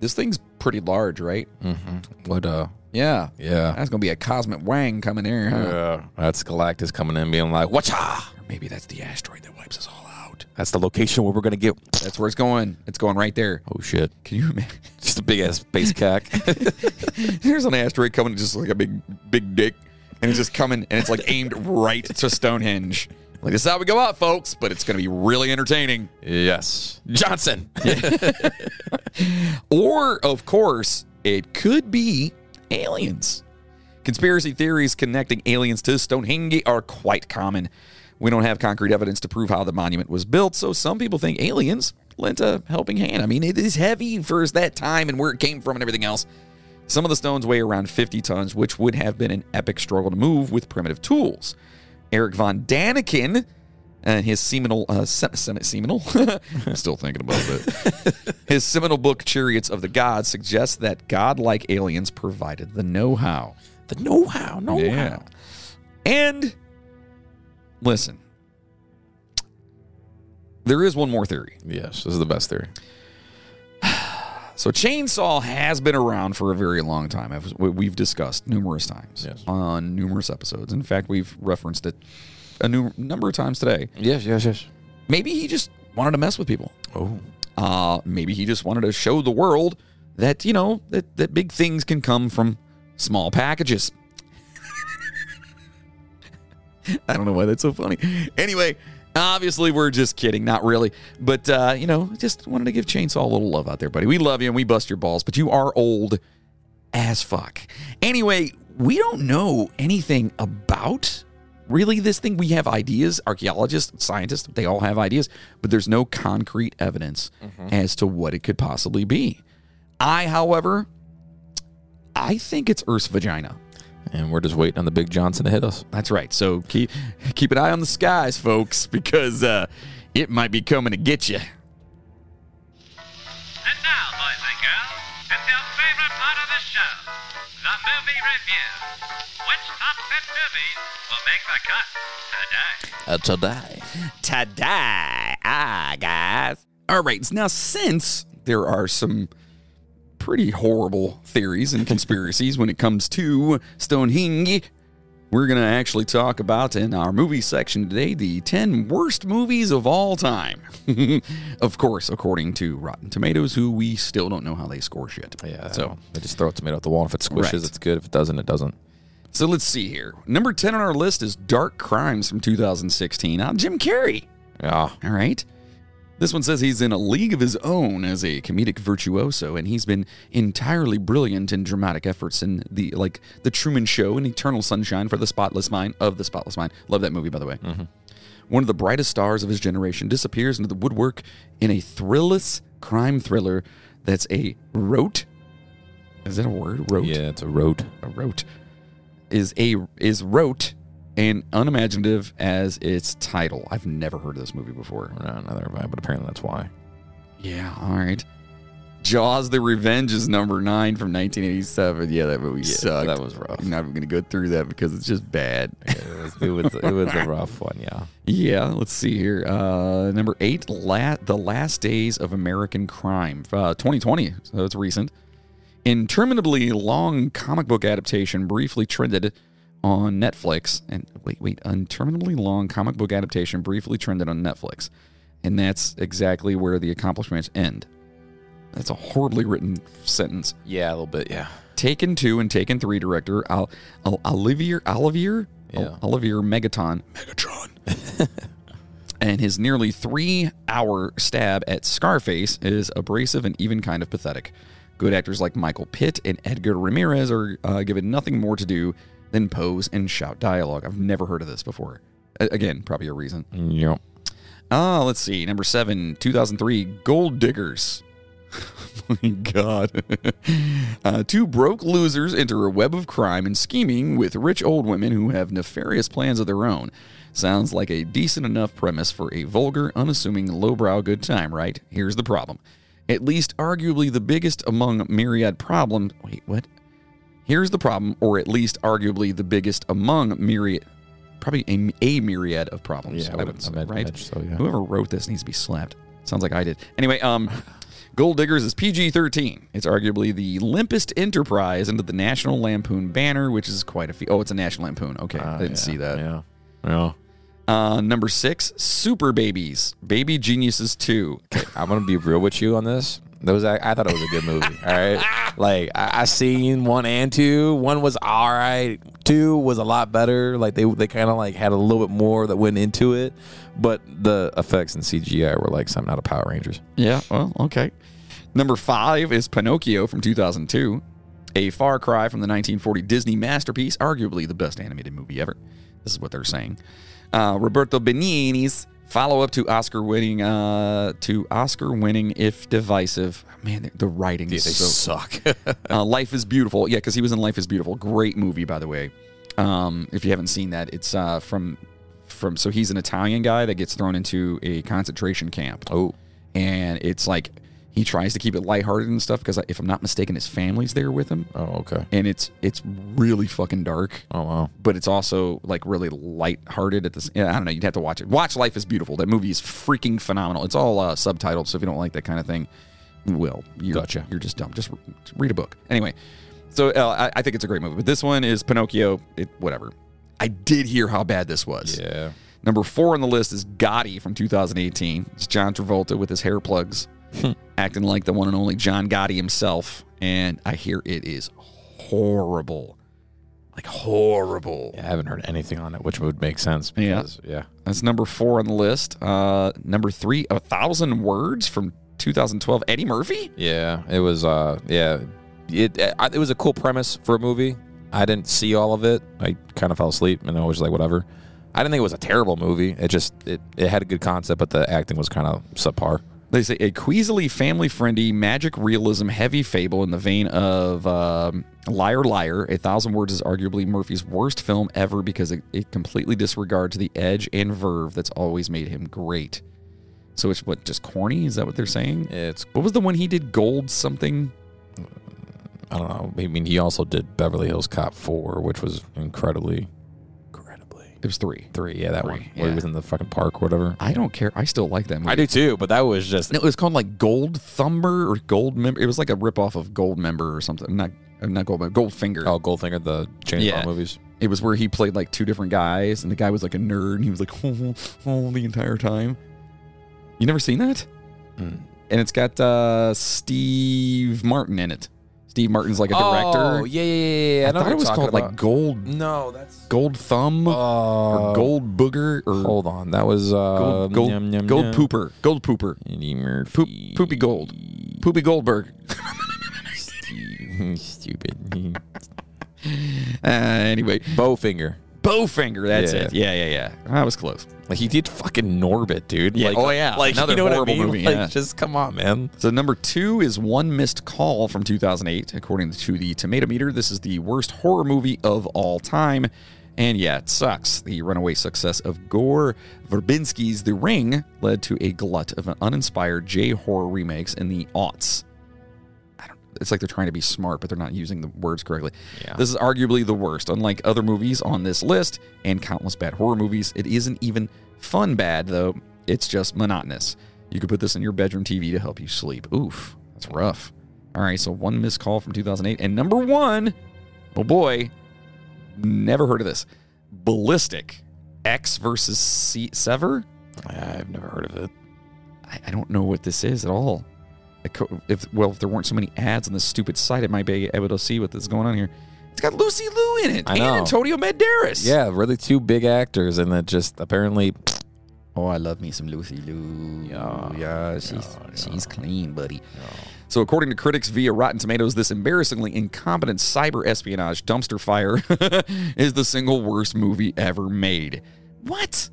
S1: this thing's pretty large, right?
S2: Mm-hmm. What? Uh,
S1: Yeah,
S2: yeah,
S1: that's gonna be a cosmic wang coming here, huh?
S2: yeah. That's Galactus coming in, being like, "Whatcha?
S1: Or Ah, maybe that's the asteroid that wipes us all out.
S2: That's the location where we're gonna get."
S1: That's where it's going. It's going right there.
S2: Oh shit!
S1: Can you imagine?
S2: Just a big ass space cack.
S1: There's an asteroid coming, just like a big, big dick, and it's just coming, and it's like aimed right to Stonehenge. Like this is how we go out, folks. But it's gonna be really entertaining.
S2: yes, Johnson.
S1: Or, of course, it could be aliens. Conspiracy theories connecting aliens to Stonehenge are quite common. We don't have concrete evidence to prove how the monument was built, so some people think aliens lent a helping hand. I mean, it is heavy for that time and where it came from and everything else. Some of the stones weigh around 50 tons, which would have been an epic struggle to move with primitive tools. Eric von Daniken and his seminal, uh, se- se- seminal? I'm still thinking about it. His seminal book, Chariots of the Gods, suggests that godlike aliens provided the know how.
S2: the know-how, know-how.
S1: Yeah. And listen, there is one more theory.
S2: Yes, this is the best theory.
S1: So chainsaw has been around for a very long time. I've- we- We've discussed numerous times
S2: Yes.
S1: on numerous episodes. In fact, we've referenced it a nu- number of times today.
S2: Yes, yes, yes.
S1: Maybe he just wanted to mess with people.
S2: Oh,
S1: Uh, maybe he just wanted to show the world that you know that that big things can come from small packages. I don't know why that's so funny. Anyway, obviously we're just kidding, not really. But uh, you know, just wanted to give Chainsaw a little love out there, buddy. We love you and we bust your balls, but you are old as fuck. Anyway, we don't know anything about really this thing. We have ideas, archaeologists, scientists, they all have ideas, but there's no concrete evidence as to what it could possibly be. I, however, I think it's Earth's vagina.
S2: and we're just waiting on the big Johnson to hit us.
S1: That's right. So keep keep an eye on the skies, folks, because uh, it might be coming to get you.
S3: And now, boys and girls, it's your favorite part of the show, the movie review. Which top 10 movies will make the cut today?
S2: Uh, today.
S1: Today, ah, guys. All right. Now, since there are some pretty horrible theories and conspiracies when it comes to Stonehenge, we're going to actually talk about in our movie section today the 10 worst movies of all time. of course, according to Rotten Tomatoes, who we still don't know how they score shit.
S2: Yeah.
S1: So.
S2: So they just throw a tomato at the wall. and If it squishes,
S1: Right.
S2: it's good. If it doesn't, it doesn't.
S1: So let's see here. Number 10 on our list is Dark Crimes from 2016. Uh, Jim Carrey.
S2: Yeah.
S1: All right. This one says he's in a league of his own as a comedic virtuoso, and he's been entirely brilliant in dramatic efforts in the like the Truman Show and Eternal Sunshine for the Spotless Mind of the Spotless Mind. Love that movie, by the way. One of the brightest stars of his generation disappears into the woodwork in a thrillless crime thriller that's a rote. Is that a word? Rote
S2: Yeah, it's a road.
S1: a rote is a is rote and unimaginative as its title. I've never heard of this movie before.
S2: We're not another vibe, but apparently that's why.
S1: Yeah, all right. Jaws: The Revenge is number nine from 1987. Yeah, that movie sucked.
S2: that was rough.
S1: I'm not even gonna go through that because it's just bad.
S2: It was, it was, it was a rough one, yeah.
S1: Yeah, let's see here. Uh, number eight, la- The Last Days of American Crime, uh, 2020. So it's recent. Interminably long comic book adaptation briefly trended on Netflix. And wait, wait, interminably long comic book adaptation briefly trended on Netflix. And that's exactly where the accomplishments end. That's a horribly written sentence.
S2: Yeah, a little bit, yeah.
S1: Taken 2 and Taken 3 director Al, Al, Olivier Olivier
S2: Yeah.
S1: Al- Olivier Megaton Megatron and his nearly 3 hour stab at Scarface is abrasive and even kind of pathetic. Good actors like Michael Pitt and Edgar Ramirez are uh, given nothing more to do than pose and shout dialogue. I've never heard of this before. A- again, probably a reason.
S2: Yep.
S1: Ah, let's see. Number seven, 2003, Gold Diggers. Oh my God. uh, two broke losers enter a web of crime and scheming with rich old women who have nefarious plans of their own. Sounds like a decent enough premise for a vulgar, unassuming, lowbrow good time, right? Here's the problem. At least, arguably, the biggest among myriad problems. Wait, what? Here's the problem, or at least, arguably, the biggest among myriad. Probably a, a myriad of problems.
S2: Yeah, I
S1: I
S2: would-
S1: would say,
S2: I'd
S1: right?
S2: imagine so, yeah.
S1: Whoever wrote this needs to be slapped. Sounds like I did. Anyway, um, Gold Diggers is PG 13. It's arguably the limpest enterprise under the National Lampoon banner, which is quite a feat. Oh, it's a National Lampoon. Okay. I didn't see that.
S2: Ah, Yeah. Yeah.
S1: Uh, number six, Super Babies, Baby Geniuses 2.
S2: I'm gonna be real with you on this. Those I, I thought it was a good movie. All right, like I, I seen one and two. One was all right. Two was a lot better. Like they they kind of like had a little bit more that went into it, but the effects and CGI were like something out of Power Rangers.
S1: Yeah, well, okay. Number five is Pinocchio from 2002, a far cry from the 1940 Disney masterpiece, arguably the best animated movie ever. This is what they're saying. Uh, Roberto Benigni's follow-up to Oscar-winning, uh, to Oscar-winning if divisive. Man, the writing is so
S2: suck.
S1: uh, Life is Beautiful. Yeah, because he was in Life is Beautiful. Great movie, by the way. Um, if you haven't seen that, it's uh, from from. So he's an Italian guy that gets thrown into a concentration camp,
S2: oh,
S1: and it's like he tries to keep it lighthearted and stuff. Because if I'm not mistaken, his family's there with him,
S2: oh, okay.
S1: and it's it's really fucking dark.
S2: Oh wow.
S1: But it's also like really lighthearted at this. Yeah, I don't know. You'd have to watch it. Watch Life is Beautiful. That movie is freaking phenomenal. It's all uh, subtitled, so if you don't like that kind of thing, well, you're,
S2: Gotcha.
S1: You're just dumb. Just re- read a book. Anyway, so uh, I, I think it's a great movie. But this one is Pinocchio. It, whatever. I did hear how bad this was.
S2: Yeah.
S1: Number four on the list is Gotti from 2018. It's John Travolta with his hair plugs, acting like the one and only John Gotti himself. And I hear it is horrible. Like horrible.
S2: I haven't heard anything on it, which would make sense.
S1: Yeah.
S2: Because, yeah.
S1: That's number four on the list. Uh, number three, A Thousand Words from 2012. Eddie Murphy?
S2: Yeah, it was. Uh, yeah, it I- it was a cool premise for a movie. I didn't see all of it. I kind of fell asleep, and I was like, whatever. I didn't think it was a terrible movie. It just it, it had a good concept, but the acting was kind of subpar.
S1: They say a queasily family friendly, magic realism heavy fable in the vein of um, Liar Liar. A Thousand Words is arguably Murphy's worst film ever because it, it completely disregards the edge and verve that's always made him great. So it's what, just corny? Is that what they're saying?
S2: It's
S1: What was the one he did? Gold something?
S2: I don't know. I mean, he also did Beverly Hills Cop four, which was incredibly, incredibly
S1: It was three.
S2: three. Yeah, that one
S1: Three,
S2: where
S1: yeah.
S2: he was in the fucking park, or whatever.
S1: I don't care. I still like that movie.
S2: I do too, but that was just
S1: No, it was called like Gold Thumber or Gold Member. It was like a ripoff of Gold Member or something. Not uh, not Gold Member, Gold Finger.
S2: oh Goldfinger, the James
S1: Yeah.
S2: Bond movies.
S1: It was where he played like two different guys, and the guy was like a nerd, and he was like oh, the entire time. You never seen that?
S2: Mm.
S1: And it's got uh, Steve Martin in it. Steve Martin's like a director.
S2: Oh yeah, yeah, yeah. yeah.
S1: I,
S2: know what
S1: thought
S2: you're
S1: it was
S2: talking
S1: called like
S2: about.
S1: Gold
S2: no, that's
S1: Gold Thumb
S2: Oh,
S1: or Gold Booger or
S2: Hold on, that was uh,
S1: Gold Gold,
S2: yum, yum,
S1: gold
S2: yum.
S1: Pooper. Gold Pooper.
S2: Eddie Murphy.
S1: Poop, poopy Gold. Poopy Goldberg.
S2: Stupid.
S1: Uh, anyway,
S2: Bowfinger.
S1: Bowfinger. That's
S2: Yeah.
S1: it. Yeah, yeah, yeah. I was close.
S2: Like he did fucking Norbit, dude.
S1: Yeah,
S2: Like,
S1: oh, yeah.
S2: Like
S1: Another
S2: you know what I
S1: horrible
S2: mean?
S1: movie,
S2: Like,
S1: yeah.
S2: just come on, man.
S1: So number two is One Missed Call from 2008, according to the Tomato Meter. This is the worst horror movie of all time, and yeah, it sucks. The runaway success of Gore Verbinski's The Ring led to a glut of uninspired J horror remakes in the aughts. I don't. It's like they're trying to be smart, but they're not using the words correctly.
S2: Yeah.
S1: This is arguably the worst. Unlike other movies on this list and countless bad horror movies, it isn't even fun bad, though. It's just monotonous. You could put this in your bedroom TV to help you sleep. Oof, that's rough. All right, so one missed call from 2008. And number one, oh boy, never heard of this. Ballistic X versus C- Sever?
S2: I've never heard of it.
S1: I, I don't know what this is at all. I co- If well, if there weren't so many ads on this stupid site, it might be able to see what is going on here. It's got Lucy Liu in it
S2: I
S1: and
S2: know.
S1: Antonio Banderas.
S2: Yeah, really two big actors, and that just apparently
S1: Oh, I love me some Lucy Liu.
S2: Yeah.
S1: she's she's clean, buddy. So, according to critics via Rotten Tomatoes, this embarrassingly incompetent cyber espionage dumpster fire is the single worst movie ever made. What?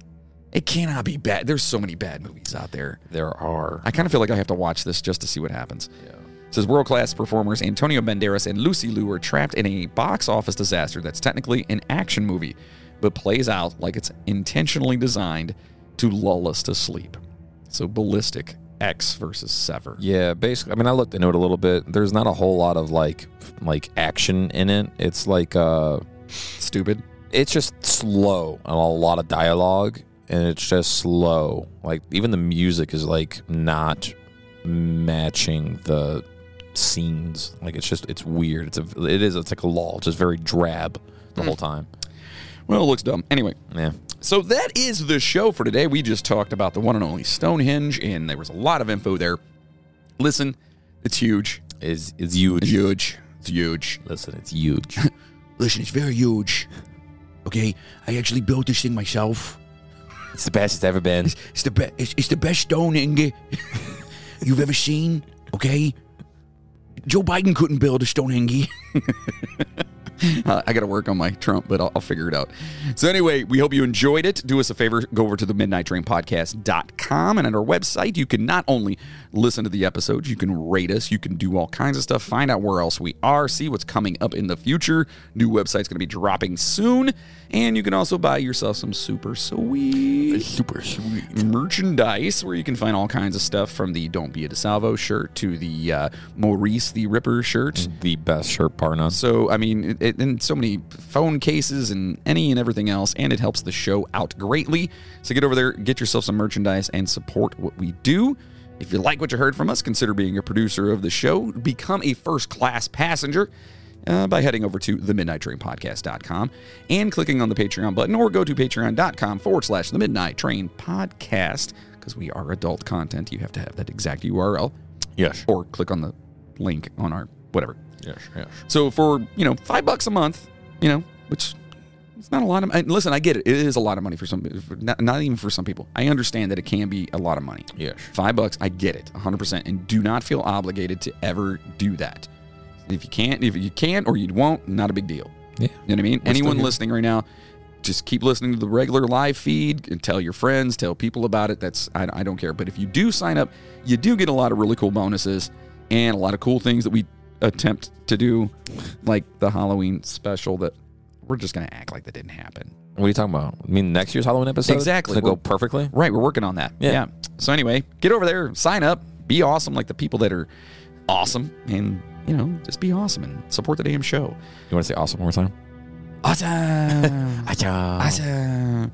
S1: It cannot be bad. There's so many bad movies out there.
S2: There are.
S1: I kind of feel like I have to watch this just to see what happens. It says world class performers Antonio Banderas and Lucy Liu are trapped in a box office disaster that's technically an action movie, but plays out like it's intentionally designed to lull us to sleep. So ballistic X versus Sever.
S2: Yeah, basically. I mean, I looked into it a little bit. There's not a whole lot of like f- like action in it. It's like uh,
S1: Stupid.
S2: it's just slow and a lot of dialogue, and it's just slow. Like even the music is like not matching the scenes. Like it's just it's weird. It's a it is it's like a lull. It's just very drab the whole time.
S1: Well, it looks dumb. Anyway,
S2: Yeah.
S1: So that is the show for today. We just talked about the one and only Stonehenge, and there was a lot of info there. Listen, it's huge.
S2: Is is huge.
S1: It's huge. It's huge.
S2: Listen, it's huge.
S1: Listen, it's very huge. Okay, I actually built this thing myself.
S2: it's the best it's ever been.
S1: It's the best. It's, it's the best stone ingot you've ever seen. Okay, Joe Biden couldn't build a stone ingot. Uh, I got to work on my Trump, but I'll, I'll figure it out. So, anyway, we hope you enjoyed it. Do us a favor go over to the Midnight Train Podcast.com. And on our website, you can not only listen to the episodes, you can rate us, you can do all kinds of stuff, find out where else we are, see what's coming up in the future. New website's going to be dropping soon. And you can also buy yourself some super sweet
S2: Super sweet.
S1: merchandise where you can find all kinds of stuff from the Don't Be a DeSalvo shirt to the uh, Maurice the Ripper shirt.
S2: The best shirt, bar none.
S1: So, I mean, it- it, and so many phone cases and any and everything else, and it helps the show out greatly. So, get over there, get yourself some merchandise, and support what we do. If you like what you heard from us, consider being a producer of the show. Become a first class passenger uh, by heading over to the Midnight Train Podcast.com and clicking on the Patreon button, or go to patreon.com forward slash the Midnight Train Podcast because we are adult content. You have to have that exact URL,
S2: Yes.
S1: or click on the link on our whatever.
S2: Yes. Yes.
S1: So for you know five bucks a month, you know, which it's not a lot of. And listen, I get it. It is a lot of money for some, for not, not even for some people. I understand that it can be a lot of money.
S2: Yes.
S1: Five bucks, I get it, 100. percent And do not feel obligated to ever do that. If you can't, if you can't, or you won't, not a big deal. You
S2: Yeah.
S1: know what I mean? Anyone
S2: here.
S1: listening right now, just keep listening to the regular live feed and tell your friends, tell people about it. That's I, I don't care. But if you do sign up, you do get a lot of really cool bonuses and a lot of cool things that we attempt to do, like the Halloween special that we're just gonna act like that didn't happen.
S2: What are you talking about? I mean, next year's Halloween episode?
S1: Exactly.
S2: It's gonna go
S1: We're-
S2: perfectly?
S1: Right, we're working on that.
S2: Yeah.
S1: So anyway, get over there, sign up, be awesome like the people that are awesome, and you know, just be awesome and support the damn show.
S2: You want to say awesome one more time?
S1: Awesome.
S2: uh,
S1: Awesome.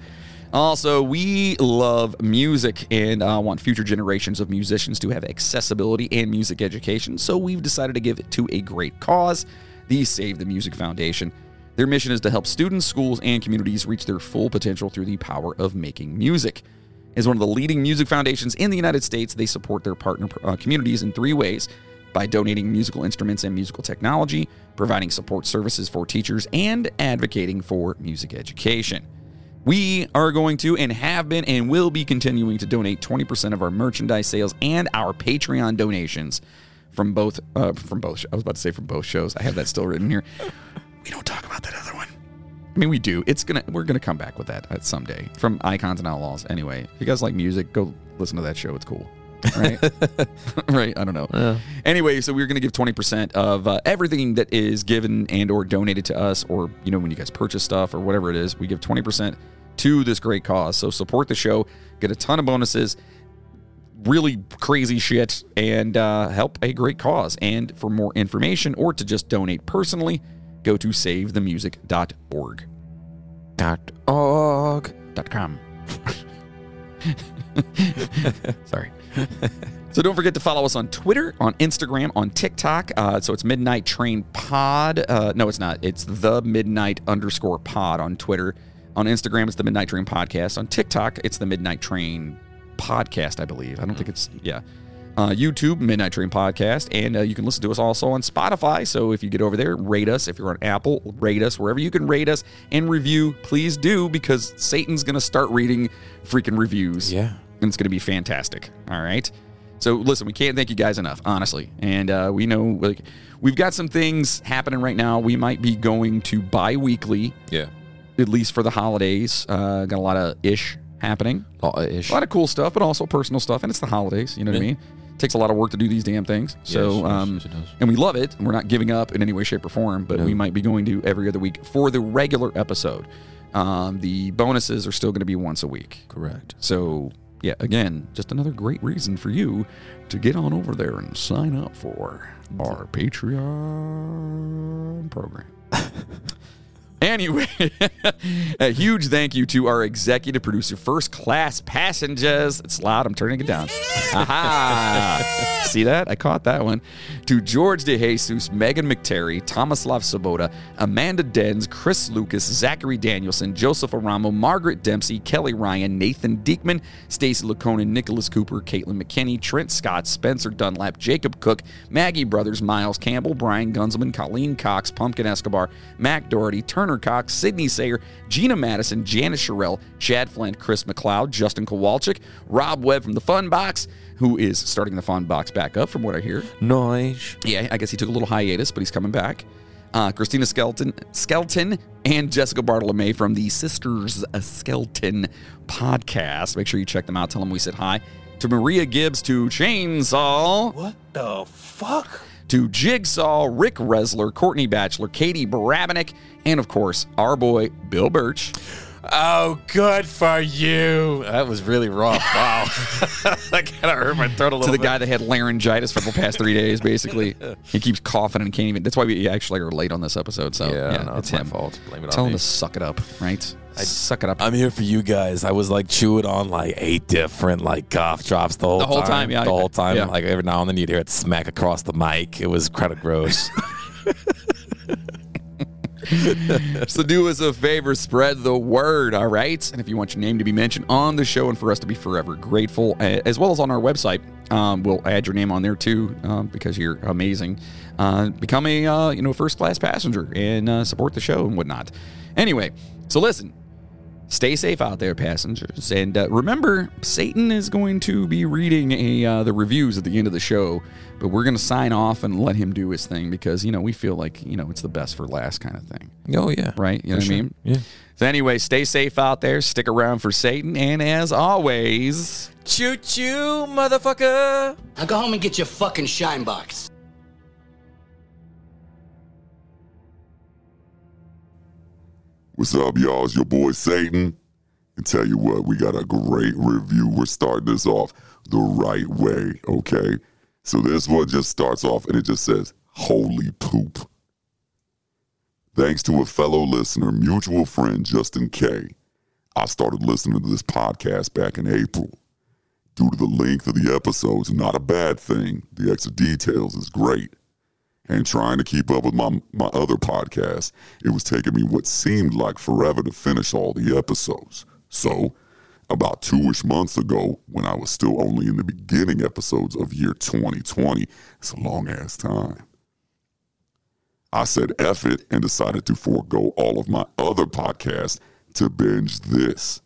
S1: Also, we love music and uh, want future generations of musicians to have accessibility and music education, so we've decided to give it to a great cause the Save the Music Foundation. Their mission is to help students, schools, and communities reach their full potential through the power of making music. As one of the leading music foundations in the United States, they support their partner uh, communities in three ways by donating musical instruments and musical technology, providing support services for teachers, and advocating for music education. We are going to and have been and will be continuing to donate 20% of our merchandise sales and our Patreon donations from both uh, from both I was about to say from both shows. I have that still written here. We don't talk about that other one. I mean, we do. It's gonna. We're gonna come back with that at someday from Icons and Outlaws. Anyway, if you guys like music, go listen to that show. It's cool, right? right. I don't know. Anyway, so we're gonna give twenty percent of uh, everything that is given and or donated to us, or you know, when you guys purchase stuff or whatever it is, we give twenty percent to this great cause. So support the show, get a ton of bonuses, really crazy shit and uh, help a great cause. And for more information or to just donate personally, go to savethemusic.org.
S2: Dot org.
S1: Dot com. Sorry. So don't forget to follow us on Twitter, on Instagram, on TikTok. Uh, so it's Midnight Train Pod. Uh, no, it's not. It's the Midnight underscore Pod on Twitter. On Instagram, it's the Midnight Train Podcast. On TikTok, it's the Midnight Train Podcast, I believe. I don't think it's yeah. Uh, YouTube Midnight Train Podcast, and uh, you can listen to us also on Spotify. So if you get over there, rate us. If you're on Apple, rate us wherever you can rate us and review. Please do because Satan's gonna start reading freaking reviews
S2: Yeah.
S1: and it's going to be fantastic. All right. So listen, we can't thank you guys enough, honestly. And uh, we know like we've got some things happening right now. We might be going to bi-weekly
S2: Yeah.
S1: at least for the holidays. Uh, got a lot of ish happening.
S2: Uh, ish.
S1: A lot of cool stuff, but also personal stuff. And it's the holidays. You know what I
S2: Yeah.
S1: mean? takes a lot of work to do these damn things.
S2: Yes,
S1: So,
S2: yes,
S1: um,
S2: yes, it does.
S1: and we love it. And we're not giving up in any way, shape, or form. But we might be going to every other week for the regular episode. Um, the bonuses are still going to be once a week.
S2: Correct.
S1: So, yeah, again, just another great reason for you to get on over there and sign up for our Patreon program. anyway, a huge thank you to our executive producer, First Class Passengers. It's loud, I'm turning it down. Aha! See that? I caught that one. To George DeJesus, Megan McTerry, Tomislav Sabota, Amanda Dens, Chris Lucas, Zachary Danielson, Joseph Aramo, Margaret Dempsey, Kelly Ryan, Nathan Diekman, Stacy Laconin, Nicholas Cooper, Caitlin McKinney, Trent Scott, Spencer Dunlap, Jacob Cook, Maggie Brothers, Miles Campbell, Brian Gunsman, Colleen Cox, Pumpkin Escobar, Mac Doherty, Turner Cox, Sydney Sayer, Gina Madison, Janice Sherrill, Chad Flint, Chris McLeod, Justin Kowalczyk, Rob Webb from the Fun Box, who is starting the Fun Box back up, from what I hear.
S2: Nice.
S1: Yeah, I guess he took a little hiatus, but he's coming back. Uh, Christina Skelton, Skelton, and Jessica Bartolome from the Sisters Skelton podcast. Make sure you check them out. Tell them we said hi. To Maria Gibbs, to Chainsaw. What the fuck? To Jigsaw, Rick Resler, Courtney Batchelor, Katie Barabinick, and of course, our boy, Bill Birch.
S2: Oh, good for you. That was really rough. Wow. that kind of hurt my throat a little
S1: to the guy that had laryngitis for the past three days. Basically, he keeps coughing and can't even. That's why we actually are late on this episode. So
S2: Yeah, no, it's my fault. Blame it
S1: Tell
S2: on
S1: him
S2: me.
S1: to suck it up, right? suck it up
S4: I'm here for you guys. I was like chewing on like eight different like cough drops the whole,
S1: The whole time, yeah,
S4: the whole
S1: I-
S4: time.
S1: yeah.
S4: Like every now and then you'd hear it smack across the mic. It was kind of gross.
S1: So do us a favor, spread the word, all right? And if you want your name to be mentioned on the show and for us to be forever grateful, a- as well as on our website, um, we'll add your name on there too um, because you're amazing. Uh, become a uh, you know first class passenger and uh, support the show and whatnot. Anyway, so listen, stay safe out there, passengers, and uh, remember Satan is going to be reading a uh, the reviews at the end of the show, but we're going to sign off and let him do his thing because you know we feel like you know it's the best for last kind of thing
S2: Oh, yeah.
S1: right? You know what I mean?
S2: Yeah.
S1: So anyway, stay safe out there. Stick around for Satan, and as always,
S2: Choo choo, motherfucker.
S5: Now go home and get your fucking shine box.
S6: What's up, y'all? It's your boy Satan. And tell you what, we got a great review. We're starting this off the right way, okay? So this one just starts off and it just says, Holy poop. Thanks to a fellow listener, mutual friend Justin K. I started listening to this podcast back in April. Due to the length of the episodes, not a bad thing. The extra details is great and trying to keep up with my my other podcast, it was taking me what seemed like forever to finish all the episodes. So, about two-ish months ago, when I was still only in the beginning episodes of year 2020, it's a long ass time. I said F it and decided to forego all of my other podcasts to binge this.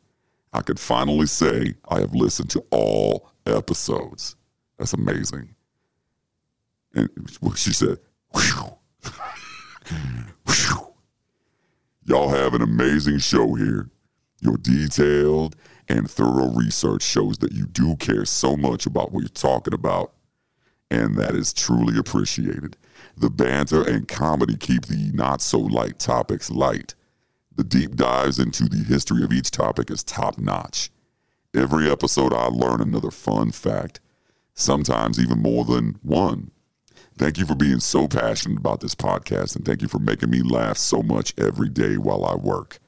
S6: I could finally say I have listened to all episodes. That's amazing. And well, she said, Whew. Whew. Y'all have an amazing show here. Your detailed and thorough research shows that you do care so much about what you're talking about, and that is truly appreciated. The banter and comedy keep the not so light topics light. The deep dives into the history of each topic is top notch. Every episode, I learn another fun fact, sometimes even more than one. Thank you for being so passionate about this podcast and thank you for making me laugh so much every day while I work.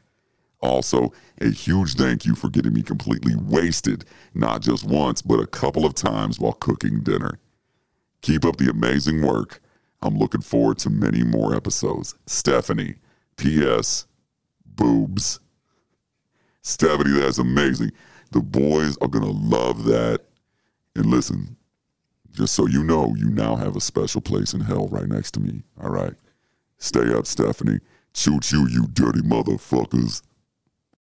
S6: Also, a huge thank you for getting me completely wasted, not just once, but a couple of times while cooking dinner. Keep up the amazing work. I'm looking forward to many more episodes. Stephanie, P.S. Boobs. Stephanie, that's amazing. The boys are going to love that. And listen, just so you know, you now have a special place in hell right next to me. All right. Stay up, Stephanie. Choo choo, you dirty motherfuckers.